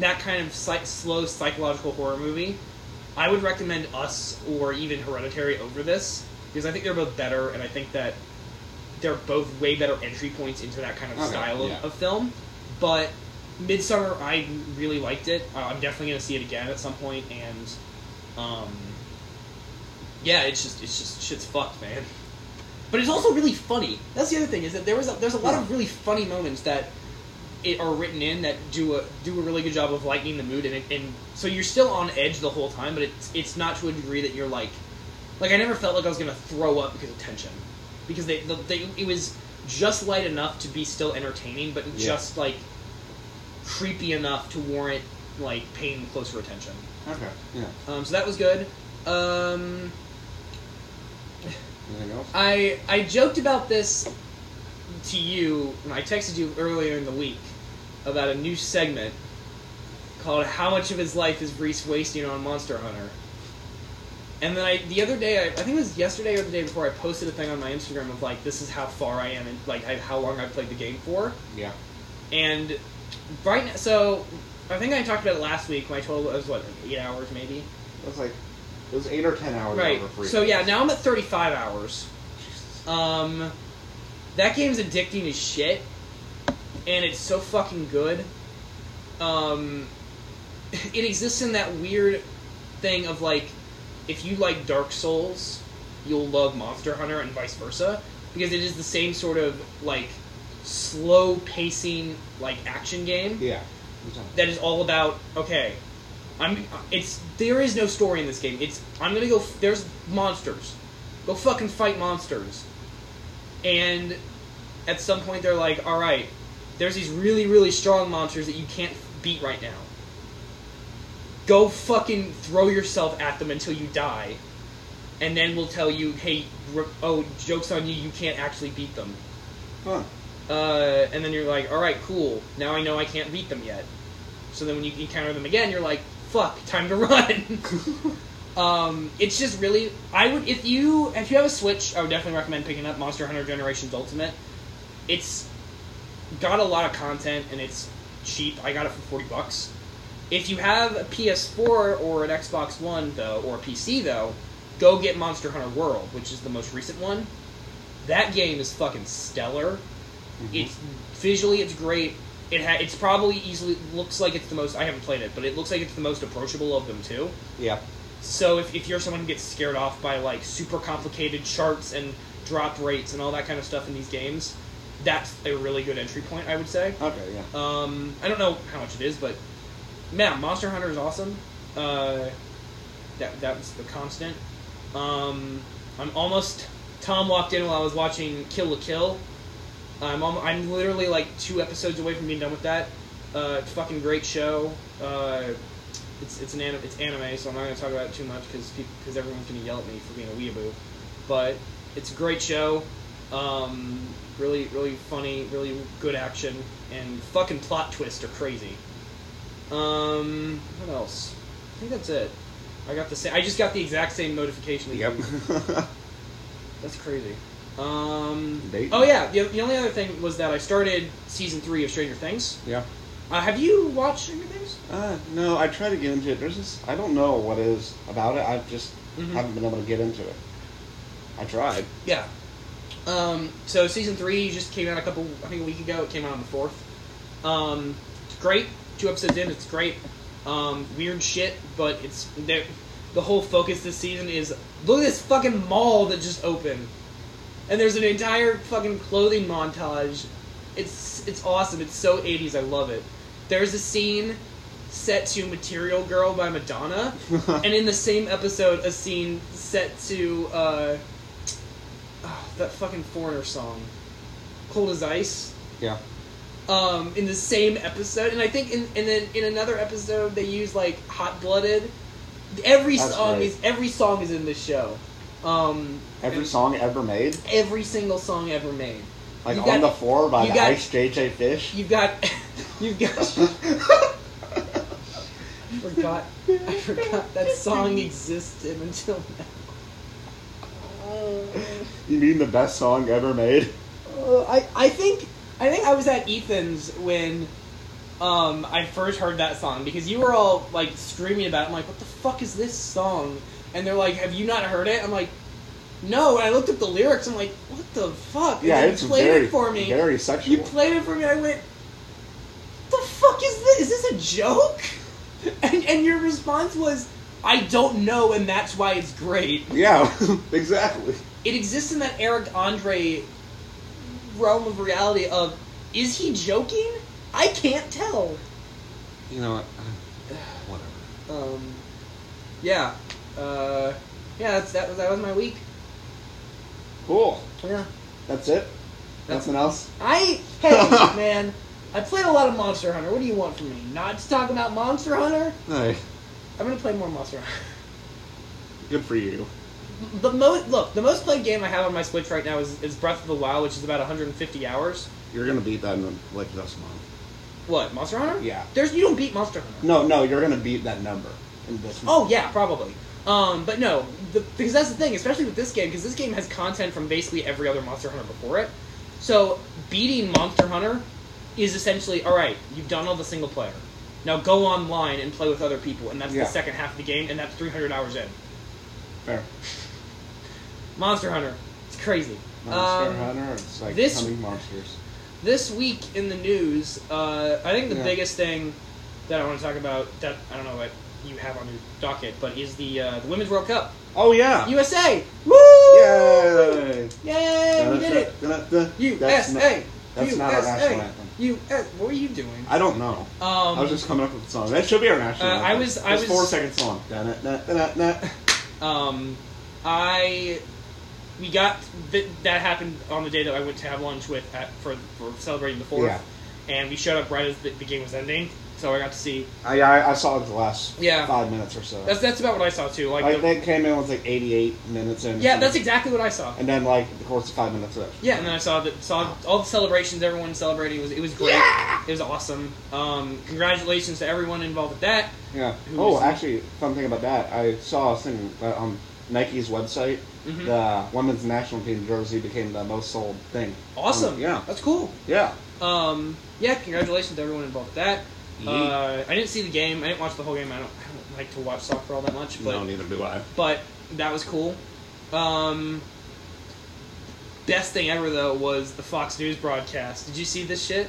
Speaker 1: that kind of psych- slow psychological horror movie, I would recommend Us or even Hereditary over this because I think they're both better, and I think that they're both way better entry points into that kind of
Speaker 2: Okay,
Speaker 1: style of,
Speaker 2: yeah.
Speaker 1: of film. But Midsummer, I really liked it. Uh, I'm definitely going to see it again at some point, and um, yeah, it's just it's just shit's fucked, man. But it's also really funny. That's the other thing is that there was a, there's a lot of really funny moments that it are written in that do a do a really good job of lightening the mood, and, it, and so you're still on edge the whole time, but it's it's not to a degree that you're like, like I never felt like I was gonna throw up because of tension, because they, the, they it was just light enough to be still entertaining, but
Speaker 2: Yeah.
Speaker 1: just like creepy enough to warrant like paying closer attention.
Speaker 2: Okay. Yeah.
Speaker 1: Um, so that was good. Um,
Speaker 2: Anything else?
Speaker 1: I I joked about this to you when I texted you earlier in the week about a new segment called "How much of his life is Reese wasting on Monster Hunter?" And then I the other day I, I think it was yesterday or the day before I posted a thing on my Instagram of like this is how far I am and like I, how long I've played the game for.
Speaker 2: Yeah.
Speaker 1: And right now, so I think I talked about it last week. My total was what like eight hours maybe.
Speaker 2: It was like it was eight or ten hours
Speaker 1: Right.
Speaker 2: over for
Speaker 1: So
Speaker 2: you.
Speaker 1: yeah, now I'm at 35 hours. Um, that game's addicting as shit, and it's so fucking good. Um, it exists in that weird thing of like, if you like Dark Souls, you'll love Monster Hunter and vice versa, because it is the same sort of like slow pacing like action game
Speaker 2: Yeah.
Speaker 1: that is all about okay i'm it's there is no story in this game it's i'm gonna go there's monsters go fucking fight monsters and at some point they're like all right there's these really really strong monsters that you can't beat right now go fucking throw yourself at them until you die and then we'll tell you hey r- oh jokes on you you can't actually beat them
Speaker 2: Fun.
Speaker 1: uh, and then you're like, all right, cool. Now I know I can't beat them yet. So then when you encounter them again, you're like, fuck, time to run. um, it's just really, I would if you if you have a Switch, I would definitely recommend picking up Monster Hunter Generations Ultimate. It's got a lot of content and it's cheap. I got it for forty bucks. If you have a PS4 or an Xbox One though, or a PC though, go get Monster Hunter World, which is the most recent one. That game is fucking stellar. It's visually it's great. It ha- it's probably easily looks like it's the most I haven't played it, but it looks like it's the most approachable of them too.
Speaker 2: Yeah.
Speaker 1: So if, if you're someone who gets scared off by like super complicated charts and drop rates and all that kind of stuff in these games, that's a really good entry point I would say.
Speaker 2: Okay. Yeah.
Speaker 1: Um, I don't know how much it is, but man, Monster Hunter is awesome. Uh, that that was the constant. Um, I'm almost. Tom walked in while I was watching Kill the Kill. I'm almo- I'm literally like two episodes away from being done with that. Uh, it's a fucking great show. Uh, it's it's an anim- it's anime, so I'm not going to talk about it too much because because everyone's going to yell at me for being a weeaboo. But it's a great show. Um, really really funny, really good action, and fucking plot twists are crazy. Um, what else? I think that's it. I got the same. I just got the exact same notification. that you
Speaker 2: Yep.
Speaker 1: that's crazy. Um,
Speaker 2: Date?
Speaker 1: oh yeah, the, the only other thing was that I started season three of Stranger Things.
Speaker 2: yeah.
Speaker 1: Uh, have you watched any of these?
Speaker 2: Uh, no, I try to get into it. There's this. I don't know what is about it. I just
Speaker 1: Mhm.
Speaker 2: haven't been able to get into it. I tried.
Speaker 1: Yeah. Um, so season three just came out a couple, I think a week ago. It came out on the fourth. Um, it's great. Two episodes in, it's great. Um, weird shit, but it's there. The whole focus this season is look at this fucking mall that just opened, and there's an entire fucking clothing montage. It's it's awesome. It's so 80s. I love it. There's a scene set to Material Girl by Madonna, and in the same episode, a scene set to. Uh, Ah, that fucking foreigner song, "Cold as Ice."
Speaker 2: Yeah.
Speaker 1: Um, in the same episode, and I think in and then in another episode they use like "Hot Blooded." Every
Speaker 2: That's
Speaker 1: song
Speaker 2: right.
Speaker 1: is every song is in this show. Um,
Speaker 2: Every
Speaker 1: and
Speaker 2: song ever made,
Speaker 1: every single song ever made.
Speaker 2: like
Speaker 1: You
Speaker 2: on
Speaker 1: got-
Speaker 2: the floor by
Speaker 1: you
Speaker 2: the
Speaker 1: got-
Speaker 2: Ice JJ Fish.
Speaker 1: You've got, you've got. I forgot, I forgot that song existed until now.
Speaker 2: You mean the best song ever made?
Speaker 1: Uh, I, I think I think I was at Ethan's when um, I first heard that song because you were all like screaming about it. I'm like, what the fuck is this song? And they're like, have you not heard it? I'm like, no. And I looked up the lyrics. I'm like, what the fuck? And
Speaker 2: Yeah,
Speaker 1: then
Speaker 2: it's
Speaker 1: you played
Speaker 2: very,
Speaker 1: it for me.
Speaker 2: very sexual.
Speaker 1: You played it for me. I went, the fuck is this? Is this a joke? And and your response was, I don't know, and that's why it's great
Speaker 2: yeah, exactly.
Speaker 1: it exists in that Eric Andre realm of reality of is he joking? I can't tell.
Speaker 2: You know what? Whatever.
Speaker 1: Um, yeah, uh, yeah. That's, that was that was my week.
Speaker 2: Cool.
Speaker 1: Yeah.
Speaker 2: That's it.
Speaker 1: That's-
Speaker 2: Nothing else.
Speaker 1: I hey man, I played a lot of Monster Hunter. What do you want from me? Not to talk about Monster Hunter.
Speaker 2: Hey,
Speaker 1: I'm gonna play more Monster Hunter.
Speaker 2: good for you.
Speaker 1: The most look, the most played game I have on my Switch right now is, is Breath of the Wild, which is about 150 hours.
Speaker 2: You're gonna beat that in like this month.
Speaker 1: What Monster Hunter?
Speaker 2: Yeah.
Speaker 1: There's you don't beat Monster Hunter.
Speaker 2: No, no, you're gonna beat that number in this month.
Speaker 1: Oh yeah, probably. Um, but no, the, because that's the thing, especially with this game, because this game has content from basically every other Monster Hunter before it. So beating Monster Hunter is essentially all right. You've done all the single player. Now go online and play with other people, and that's
Speaker 2: Yeah.
Speaker 1: the second half of the game, and that's 300 hours in.
Speaker 2: Fair.
Speaker 1: Monster Hunter, it's crazy.
Speaker 2: Monster
Speaker 1: Um,
Speaker 2: Hunter. It's like
Speaker 1: this-
Speaker 2: hunting monsters.
Speaker 1: This week in the news, uh, I think the
Speaker 2: Yeah.
Speaker 1: biggest thing that I want to talk about that I don't know what you have on your docket, but is the uh, the Women's World Cup.
Speaker 2: Oh yeah.
Speaker 1: USA! Woo!
Speaker 2: Yay!
Speaker 1: Yay! We did it!
Speaker 2: Da-da-da-da-da. That's not,
Speaker 1: USA!
Speaker 2: that's not our national anthem.
Speaker 1: US. What were you doing?
Speaker 2: I don't know.
Speaker 1: Um,
Speaker 2: I was just coming up with the song. That should be our national.
Speaker 1: Uh,
Speaker 2: anthem.
Speaker 1: I was- I
Speaker 2: It's
Speaker 1: was-
Speaker 2: four second song. Da-na-na-na-na-na.
Speaker 1: um, I we got th- that happened on the day that I went to have lunch with at, for for celebrating the fourth,
Speaker 2: Yeah.
Speaker 1: and we showed up right as the, the game was ending, so I got to see.
Speaker 2: I, I I saw the last
Speaker 1: Yeah.
Speaker 2: five minutes or so.
Speaker 1: That's that's about what I saw too. Like,
Speaker 2: like
Speaker 1: the-
Speaker 2: that came in with like 88 minutes in.
Speaker 1: yeah, that's exactly what I saw.
Speaker 2: And then like the course of five minutes left.
Speaker 1: Yeah, and then I saw that saw all the celebrations. Everyone celebrating it was it was great. It was awesome. Um, congratulations to everyone involved with that.
Speaker 2: Yeah.
Speaker 1: Who
Speaker 2: Oh,
Speaker 1: is-
Speaker 2: actually, fun thing about that, I saw a thing uh, on Nike's website.
Speaker 1: Mhm.
Speaker 2: The women's national team jersey became the most sold thing.
Speaker 1: Awesome.
Speaker 2: Um, yeah.
Speaker 1: that's cool.
Speaker 2: Yeah.
Speaker 1: Um, yeah, congratulations to everyone involved with that.
Speaker 2: Yeet.
Speaker 1: Uh, I didn't see the game. I didn't watch the whole game. I don't, I don't like to watch soccer all that much, but
Speaker 2: neither do I.
Speaker 1: but that was cool. Um, best thing ever though was the Fox News broadcast. Did you see this shit?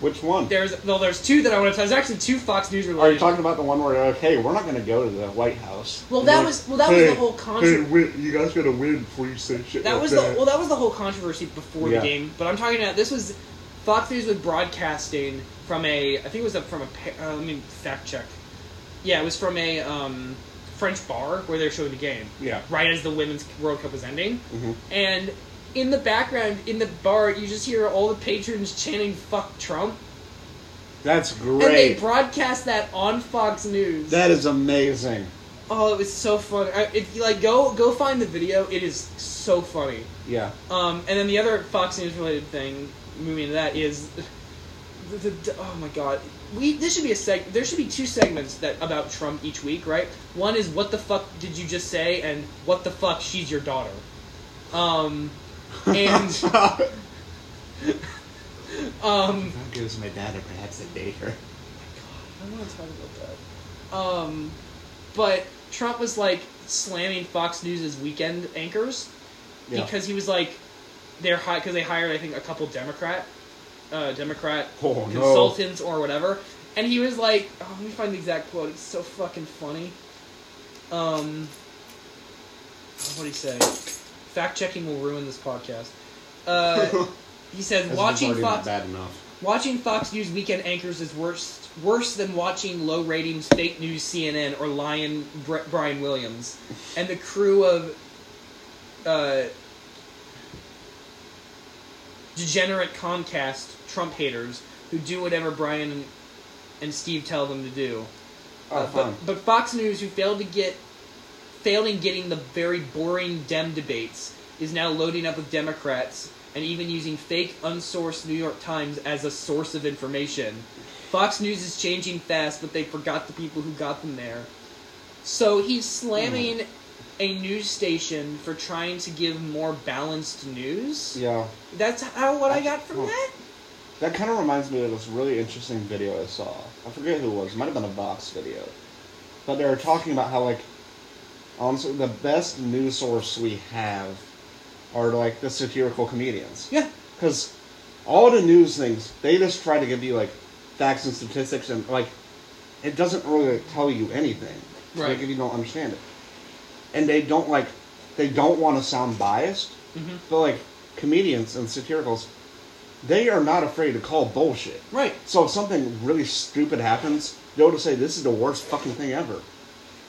Speaker 2: Which one?
Speaker 1: There's no, there's two that I want to. There's actually two Fox News related.
Speaker 2: Are you talking about the one where they're like, hey, we're not going to go to the White House?
Speaker 1: Well,
Speaker 2: And
Speaker 1: that
Speaker 2: they're
Speaker 1: was- well, that was the whole contra-
Speaker 2: win, you guys got to win before you say shit.
Speaker 1: That
Speaker 2: like
Speaker 1: was the well. That was the whole controversy before
Speaker 2: Yeah.
Speaker 1: the game. But I'm talking about this was Fox News was broadcasting from a I think it was a, from a pa- uh, let me fact check. Yeah, it was from a um, French bar where they were showing the game
Speaker 2: Yeah.
Speaker 1: right as the women's World Cup was ending,
Speaker 2: Mhm.
Speaker 1: and in the background in the bar you just hear all the patrons chanting "fuck Trump,"
Speaker 2: That's
Speaker 1: and they
Speaker 2: great.
Speaker 1: broadcast that on Fox News.
Speaker 2: That is amazing.
Speaker 1: oh, it was so fun. I, if you like go go find the video, it is so funny.
Speaker 2: Yeah.
Speaker 1: Um, and then the other Fox News related thing, moving into that, is the, the, the- oh my god, we this should be a seg. There should be two segments that about Trump each week, right? One is what the fuck did you just say, and what the fuck she's your daughter. Um, and
Speaker 2: that
Speaker 1: um,
Speaker 2: gives my dad a perhaps a date here.
Speaker 1: I don't want to talk about that. Um, but Trump was like slamming Fox News's weekend anchors
Speaker 2: Yeah.
Speaker 1: because he was like they're high because they hired I think a couple Democrat uh, Democrat
Speaker 2: Oh, no.
Speaker 1: consultants or whatever, and he was like, oh, let me find the exact quote. It's so fucking funny. Um, what did he say? Fact checking will ruin this podcast. Uh, he says
Speaker 2: This is
Speaker 1: watching
Speaker 2: already not
Speaker 1: Fox
Speaker 2: bad enough.
Speaker 1: Watching Fox News weekend anchors is worse worse than watching low ratings fake news CNN or lion Br- Brian Williams, and the crew of uh, degenerate Comcast Trump haters who do whatever Brian and, and Steve tell them to do.
Speaker 2: Oh,
Speaker 1: Uh,
Speaker 2: fine.
Speaker 1: but, but Fox News, who failed to get failed in getting the very boring Dem debates, is now loading up with Democrats and even using fake, unsourced New York Times as a source of information. Fox News is changing fast, but they forgot the people who got them there. So he's slamming
Speaker 2: Hmm.
Speaker 1: a news station for trying to give more balanced news.
Speaker 2: yeah.
Speaker 1: That's how what I got from
Speaker 2: Oh.
Speaker 1: that.
Speaker 2: That kind of reminds me of this really interesting video I saw. I forget who it was. It might have been a Vox video. But they were talking about how, like, honestly, the best news source we have are, like, the satirical comedians.
Speaker 1: Yeah,
Speaker 2: Because all the news things, they just try to give you, like, facts and statistics and, like, it doesn't really tell you anything.
Speaker 1: Right.
Speaker 2: Like, if you don't understand it. And they don't, like, they don't want to sound biased.
Speaker 1: Mhm.
Speaker 2: But, like, comedians and satiricals, they are not afraid to call bullshit.
Speaker 1: right.
Speaker 2: So if something really stupid happens, they'll just say, this is the worst fucking thing ever. And,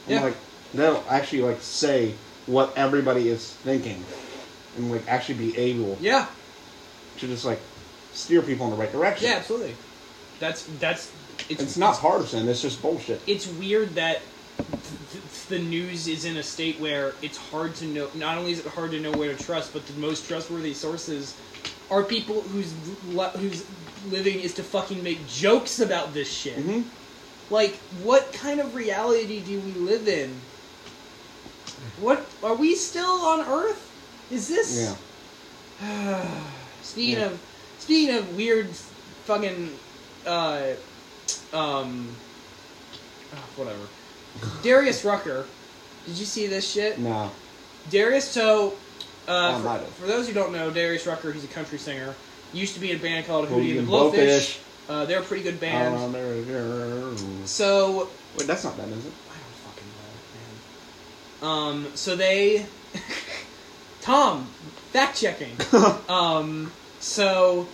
Speaker 1: Yeah.
Speaker 2: like, they'll actually, like, say what everybody is thinking. And, like, actually be able
Speaker 1: Yeah.
Speaker 2: to just like steer people in the right direction.
Speaker 1: Yeah, absolutely. That's that's it's,
Speaker 2: It's not partisan, it's just bullshit.
Speaker 1: It's weird that th- th- the news is in a state where it's hard to know. Not only is it hard to know where to trust, but the most trustworthy sources are people whose li- whose living is to fucking make jokes about this shit.
Speaker 2: hmm
Speaker 1: Like, what kind of reality do we live in? What are we still on Earth? Is this?
Speaker 2: Yeah.
Speaker 1: speaking
Speaker 2: Yeah.
Speaker 1: of speaking of weird fucking uh um ah, whatever Darius Rucker did you see this shit
Speaker 2: No.
Speaker 1: Darius so
Speaker 2: Oh, I
Speaker 1: uh,
Speaker 2: might
Speaker 1: for,
Speaker 2: have.
Speaker 1: for those who don't know Darius Rucker he's a country singer used to be in a band called
Speaker 2: Hootie
Speaker 1: Hootie and
Speaker 2: and
Speaker 1: the Blowfish
Speaker 2: Blowfish.
Speaker 1: uh, they're a pretty good band
Speaker 2: Um, there- there-
Speaker 1: so
Speaker 2: Wait, that's not that, is it?
Speaker 1: I don't fucking know man um so they Tom fact checking um, so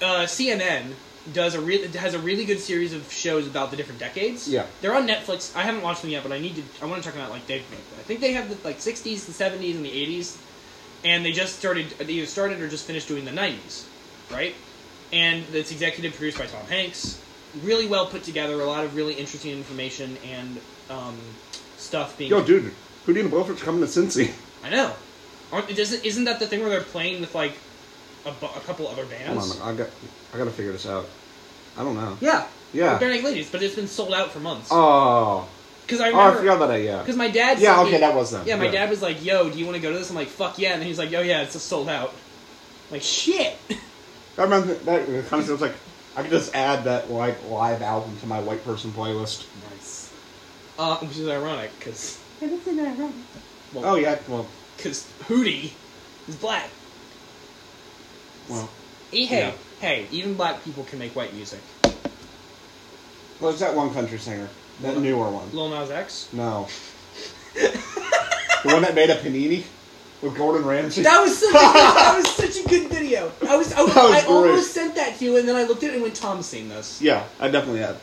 Speaker 1: uh, CNN does a re- has a really good series of shows about the different decades.
Speaker 2: Yeah.
Speaker 1: they're on Netflix. I haven't watched them yet, but I need to. I want to check them out. Like they've, I think they have the like '60s, the '70s, and the '80s, and they just started. They either started or just finished doing the '90s, right? And it's executive produced by Tom Hanks. Really well put together. A lot of really interesting information and um, stuff being.
Speaker 2: Yo, dude, Hootie and the Blowfish coming to Cincy.
Speaker 1: I know. Aren't, isn't, isn't that the thing where they're playing with like a, bu- a couple other
Speaker 2: Hold
Speaker 1: bands?
Speaker 2: on, I got, I gotta figure this out. I don't know.
Speaker 1: Yeah.
Speaker 2: Yeah.
Speaker 1: Bare Naked Ladies, but it's been sold out for months.
Speaker 2: Oh.
Speaker 1: Because I
Speaker 2: Oh, I
Speaker 1: remember.
Speaker 2: forgot about that, yeah.
Speaker 1: Because my dad.
Speaker 2: Yeah,
Speaker 1: sent
Speaker 2: okay,
Speaker 1: me-
Speaker 2: that was them.
Speaker 1: Yeah, my
Speaker 2: Yeah.
Speaker 1: dad was like, "Yo, do you want to go to this?" I'm like, "Fuck yeah!" And he's like, "Oh yeah, it's just sold out." I'm like shit.
Speaker 2: That reminds me, that kind of sounds like, I could just add that, like, live album to my white person playlist.
Speaker 1: nice. Uh, which is ironic because well,
Speaker 2: Oh, yeah, well,
Speaker 1: because Hootie is black.
Speaker 2: well.
Speaker 1: E- hey,
Speaker 2: Yeah.
Speaker 1: hey, even black people can make white music.
Speaker 2: Well, there's that one country singer. That newer one.
Speaker 1: Lil Nas X.
Speaker 2: No. the one that made a panini with Gordon Ramsay.
Speaker 1: That was such a good, that was such a good video. I was I, was,
Speaker 2: That was
Speaker 1: I almost
Speaker 2: great.
Speaker 1: sent that to you, and then I looked at it and went, "Tom's seen this."
Speaker 2: yeah, I definitely had.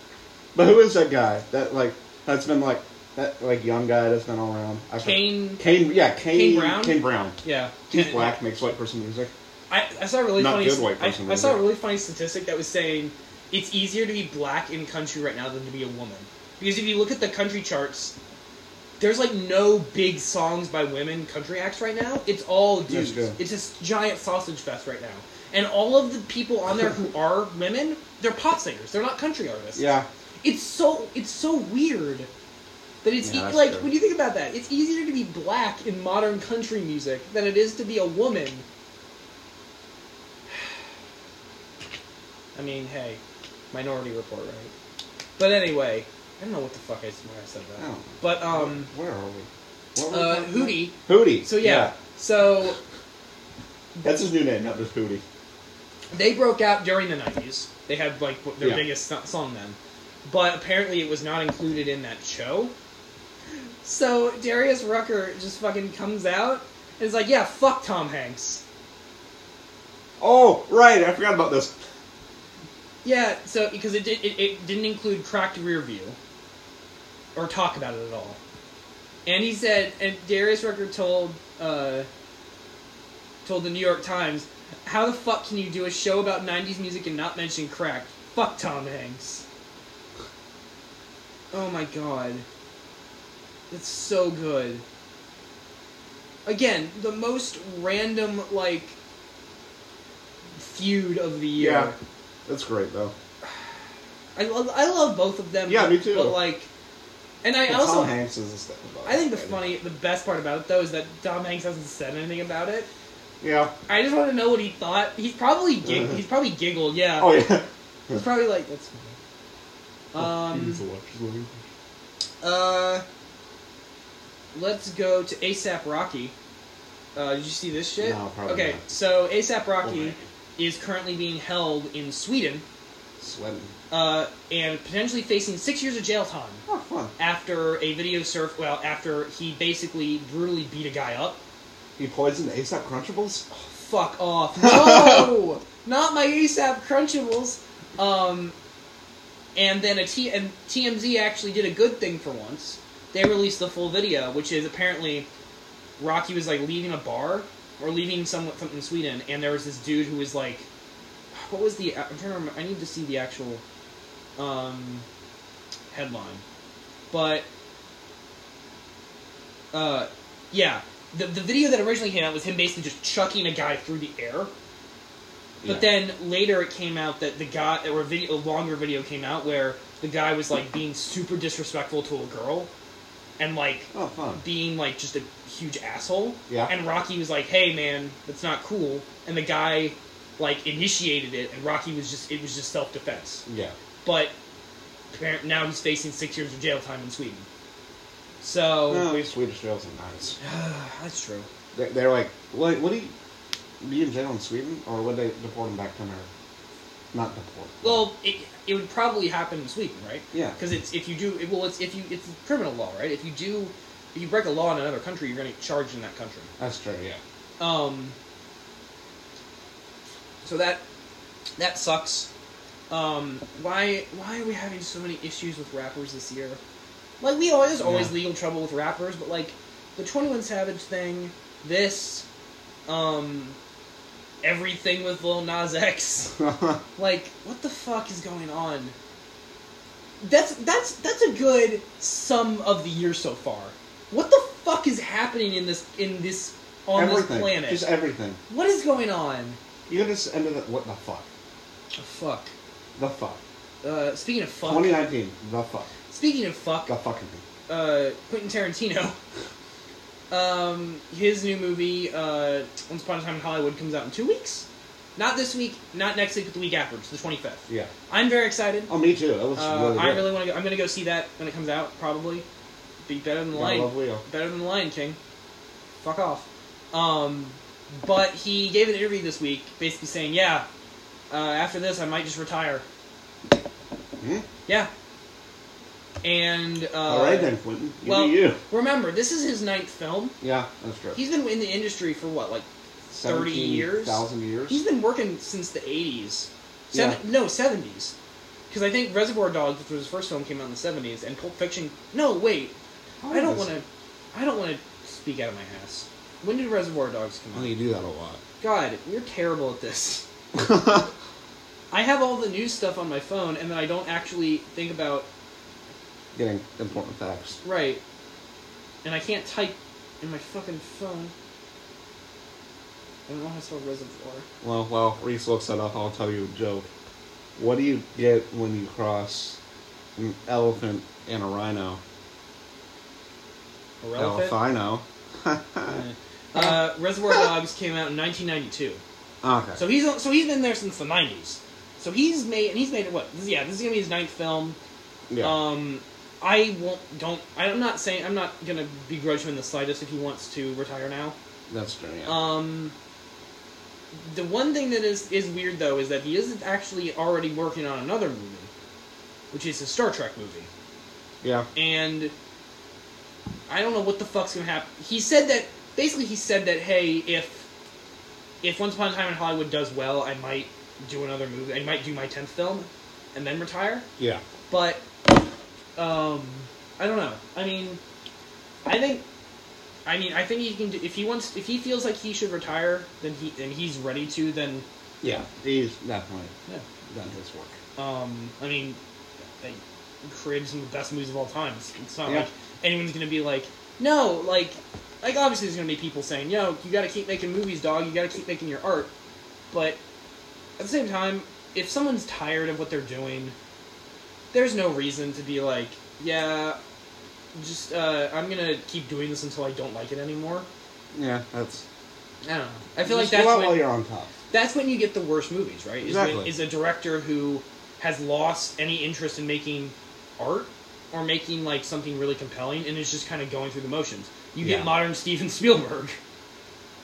Speaker 2: But who is that guy? That like that's been like that like young guy that's been all around. I forget-
Speaker 1: Kane.
Speaker 2: Kane. Yeah, Kane.
Speaker 1: Kane Brown?
Speaker 2: Kane Brown.
Speaker 1: Yeah.
Speaker 2: He's black, makes white person music.
Speaker 1: I, I saw a really
Speaker 2: Not
Speaker 1: funny.
Speaker 2: good white
Speaker 1: I,
Speaker 2: person
Speaker 1: I saw a
Speaker 2: either.
Speaker 1: really funny statistic that was saying it's easier to be black in country right now than to be a woman because if you look at the country charts, there's like no big songs by women country acts right now. It's all dudes.
Speaker 2: true.
Speaker 1: It's this giant sausage fest right now, and all of the people on there who are women, they're pop singers. They're not country artists.
Speaker 2: Yeah.
Speaker 1: It's so it's so weird that it's
Speaker 2: Yeah,
Speaker 1: e-
Speaker 2: that's
Speaker 1: like
Speaker 2: true.
Speaker 1: when you think about that, it's easier to be black in modern country music than it is to be a woman. I mean, hey, Minority Report, right? But anyway, I don't know what the fuck I, why I said that.
Speaker 2: Oh.
Speaker 1: But um,
Speaker 2: Where are we? What were we
Speaker 1: uh,
Speaker 2: talking about?
Speaker 1: Hootie.
Speaker 2: Hootie.
Speaker 1: So yeah, so
Speaker 2: That's his new name, not just Hootie.
Speaker 1: they broke out during the '90s. They had like what- their
Speaker 2: Yeah.
Speaker 1: biggest so- song then, but apparently it was not included in that show. So Darius Rucker just fucking comes out and is like, "Yeah, fuck Tom Hanks."
Speaker 2: Oh, right. I forgot about this.
Speaker 1: Yeah, so because it did, it, it didn't include cracked rear view, or talk about it at all. And he said, and Darius Rucker told uh, told the New York Times, "How the fuck can you do a show about '90s music and not mention crack? Fuck Tom Hanks." Oh my god, it's so good. Again, the most random like feud of the year.
Speaker 2: Yeah. That's great, though.
Speaker 1: I love I love both of them.
Speaker 2: Yeah,
Speaker 1: but,
Speaker 2: me too.
Speaker 1: But like, and I
Speaker 2: But
Speaker 1: also
Speaker 2: Tom Hanks is a step above.
Speaker 1: I think the
Speaker 2: right?
Speaker 1: funny the best part about it though is that Tom Hanks hasn't said anything about it.
Speaker 2: Yeah.
Speaker 1: I just want to know what he thought. He's probably gig- he's probably giggled. Yeah,
Speaker 2: Uh-huh. Oh yeah.
Speaker 1: he's probably like that's funny. Um,
Speaker 2: Jesus, she's looking.
Speaker 1: uh, let's go to ASAP Rocky. Uh, did you see this shit?
Speaker 2: No, probably
Speaker 1: okay,
Speaker 2: not.
Speaker 1: so ASAP
Speaker 2: Oh,
Speaker 1: Rocky
Speaker 2: man.
Speaker 1: is currently being held in Sweden
Speaker 2: Sweating.
Speaker 1: uh, and potentially facing six years of jail time.
Speaker 2: Oh, fun.
Speaker 1: after a video surf. Well, after he basically brutally beat a guy up.
Speaker 2: He poisoned the ASAP Crunchables.
Speaker 1: Fuck off! No, not my ASAP Crunchables. Um, and then a T and TMZ actually did a good thing for once. They released the full video, which is apparently Rocky was like leaving a bar or leaving some something in Sweden, and there was this dude who was like, what was the? I'm trying to remember. I need to see the actual um, headline, but uh, yeah, the the video that originally came out was him basically just chucking a guy through the air. But
Speaker 2: Yeah.
Speaker 1: then later it came out that the guy, or a video, a longer video came out where the guy was like being super disrespectful to a girl, and like
Speaker 2: Oh, fun.
Speaker 1: being like just a huge asshole.
Speaker 2: Yeah.
Speaker 1: And Rocky was like, "Hey, man, that's not cool." And the guy, like, initiated it, and Rocky was just it was just self defense.
Speaker 2: Yeah.
Speaker 1: But apparent- now he's facing six years of jail time in Sweden. So
Speaker 2: No, these Swedish jails are nice.
Speaker 1: that's true.
Speaker 2: They're, they're like, what? What do you be in jail in Sweden, or would they deport him back to America? Not deport.
Speaker 1: Well, it it would probably happen in Sweden, right?
Speaker 2: Yeah.
Speaker 1: Because it's if you do it, well, it's if you it's criminal law, right? If you do if you break a law in another country, you're going to get charged in that country.
Speaker 2: That's true. Yeah.
Speaker 1: Um, so that that sucks. Um, why why are we having so many issues with rappers this year? Like we always there's always
Speaker 2: Yeah.
Speaker 1: legal trouble with rappers, but like the Twenty One Savage thing, this, um, everything with Lil Nas X. Like, what the fuck is going on? That's that's that's a good sum of the year so far. What the fuck is happening in this in this on
Speaker 2: everything.
Speaker 1: this planet?
Speaker 2: Just everything.
Speaker 1: What is going on?
Speaker 2: You just ended up. What the fuck?
Speaker 1: Oh, fuck.
Speaker 2: The fuck.
Speaker 1: Uh, speaking of fuck.
Speaker 2: 2019. The fuck.
Speaker 1: Speaking of fuck,
Speaker 2: The fucking thing.
Speaker 1: uh, Quentin Tarantino. Um, his new movie, uh, Once Upon a Time in Hollywood, comes out in two weeks. Not this week, not next week, but the week after, it's the twenty fifth.
Speaker 2: Yeah.
Speaker 1: I'm very excited.
Speaker 2: Oh, me too. That was
Speaker 1: Uh,
Speaker 2: really
Speaker 1: I
Speaker 2: good.
Speaker 1: really want to. go I'm going to go see that when it comes out. Probably be better than the
Speaker 2: Gotta love
Speaker 1: Lion.
Speaker 2: Leo.
Speaker 1: Better than the Lion King. Fuck off. Um, but he gave an interview this week, basically saying, "Yeah, uh, after this, I might just retire."
Speaker 2: Hmm?
Speaker 1: Yeah. And uh,
Speaker 2: All right then, Quentin. You
Speaker 1: well,
Speaker 2: do you.
Speaker 1: remember this is his ninth film.
Speaker 2: Yeah, that's true.
Speaker 1: He's been in the industry for what, like thirty years?
Speaker 2: thousand years.
Speaker 1: He's been working since the eighties.
Speaker 2: Yeah.
Speaker 1: No, seventies. Because I think Reservoir Dogs, which was his first film, came out in the seventies, and Pulp Fiction. No, wait.
Speaker 2: How
Speaker 1: I
Speaker 2: old
Speaker 1: don't
Speaker 2: is
Speaker 1: want
Speaker 2: he?
Speaker 1: to. I don't want to speak out of my ass. When did Reservoir Dogs
Speaker 2: Oh,
Speaker 1: come out?
Speaker 2: you do that a lot.
Speaker 1: God, you're terrible at this. I have all the news stuff on my phone, and then I don't actually think about
Speaker 2: Getting important facts.
Speaker 1: right. And I can't type in my fucking phone. I don't know how to spell reservoir.
Speaker 2: Well, while Reese looks that up, I'll tell you a joke. What do you get when you cross an elephant and a rhino?
Speaker 1: Irrelevant.
Speaker 2: Elephino.
Speaker 1: Uh, Reservoir Dogs came out in 1992.
Speaker 2: Ah, Okay.
Speaker 1: So he's so he's been there since the 90s. So he's made and he's made what? This, yeah, this is gonna be his ninth film.
Speaker 2: Yeah.
Speaker 1: Um, I won't. Don't. I'm not saying. I'm not gonna begrudge him in the slightest if he wants to retire now.
Speaker 2: That's true. Yeah.
Speaker 1: Um, the one thing that is is weird though is that he isn't actually already working on another movie, which is a Star Trek movie,
Speaker 2: yeah.
Speaker 1: and I don't know what the fuck's gonna happen. He said that basically he said that hey if if Once Upon a Time in Hollywood does well, I might do another movie. I might do my tenth film, and then retire
Speaker 2: Yeah.
Speaker 1: but um, I don't know. I mean, I think, I mean, I think he can. Do, if he wants, if he feels like he should retire, then he and he's ready to. Then,
Speaker 2: Yeah. He's definitely
Speaker 1: yeah.
Speaker 2: done his work.
Speaker 1: Um, I mean, I created some of the best movies of all time. It's, it's not
Speaker 2: Yeah.
Speaker 1: like anyone's gonna be like, no, like, like obviously there's gonna be people saying, yo, you gotta keep making movies, dog. You gotta keep making your art. But at the same time, if someone's tired of what they're doing, there's no reason to be like, yeah, just uh, I'm gonna keep doing this until I don't like it anymore.
Speaker 2: Yeah. That's.
Speaker 1: I don't know. I feel like
Speaker 2: Just go
Speaker 1: that's
Speaker 2: out
Speaker 1: when-
Speaker 2: while you're on top.
Speaker 1: that's when you get the worst movies, right? Is when-
Speaker 2: Exactly.
Speaker 1: Is, a director who has lost any interest in making art or making like something really compelling and is just kind of going through the motions. You
Speaker 2: Yeah.
Speaker 1: get modern Steven Spielberg,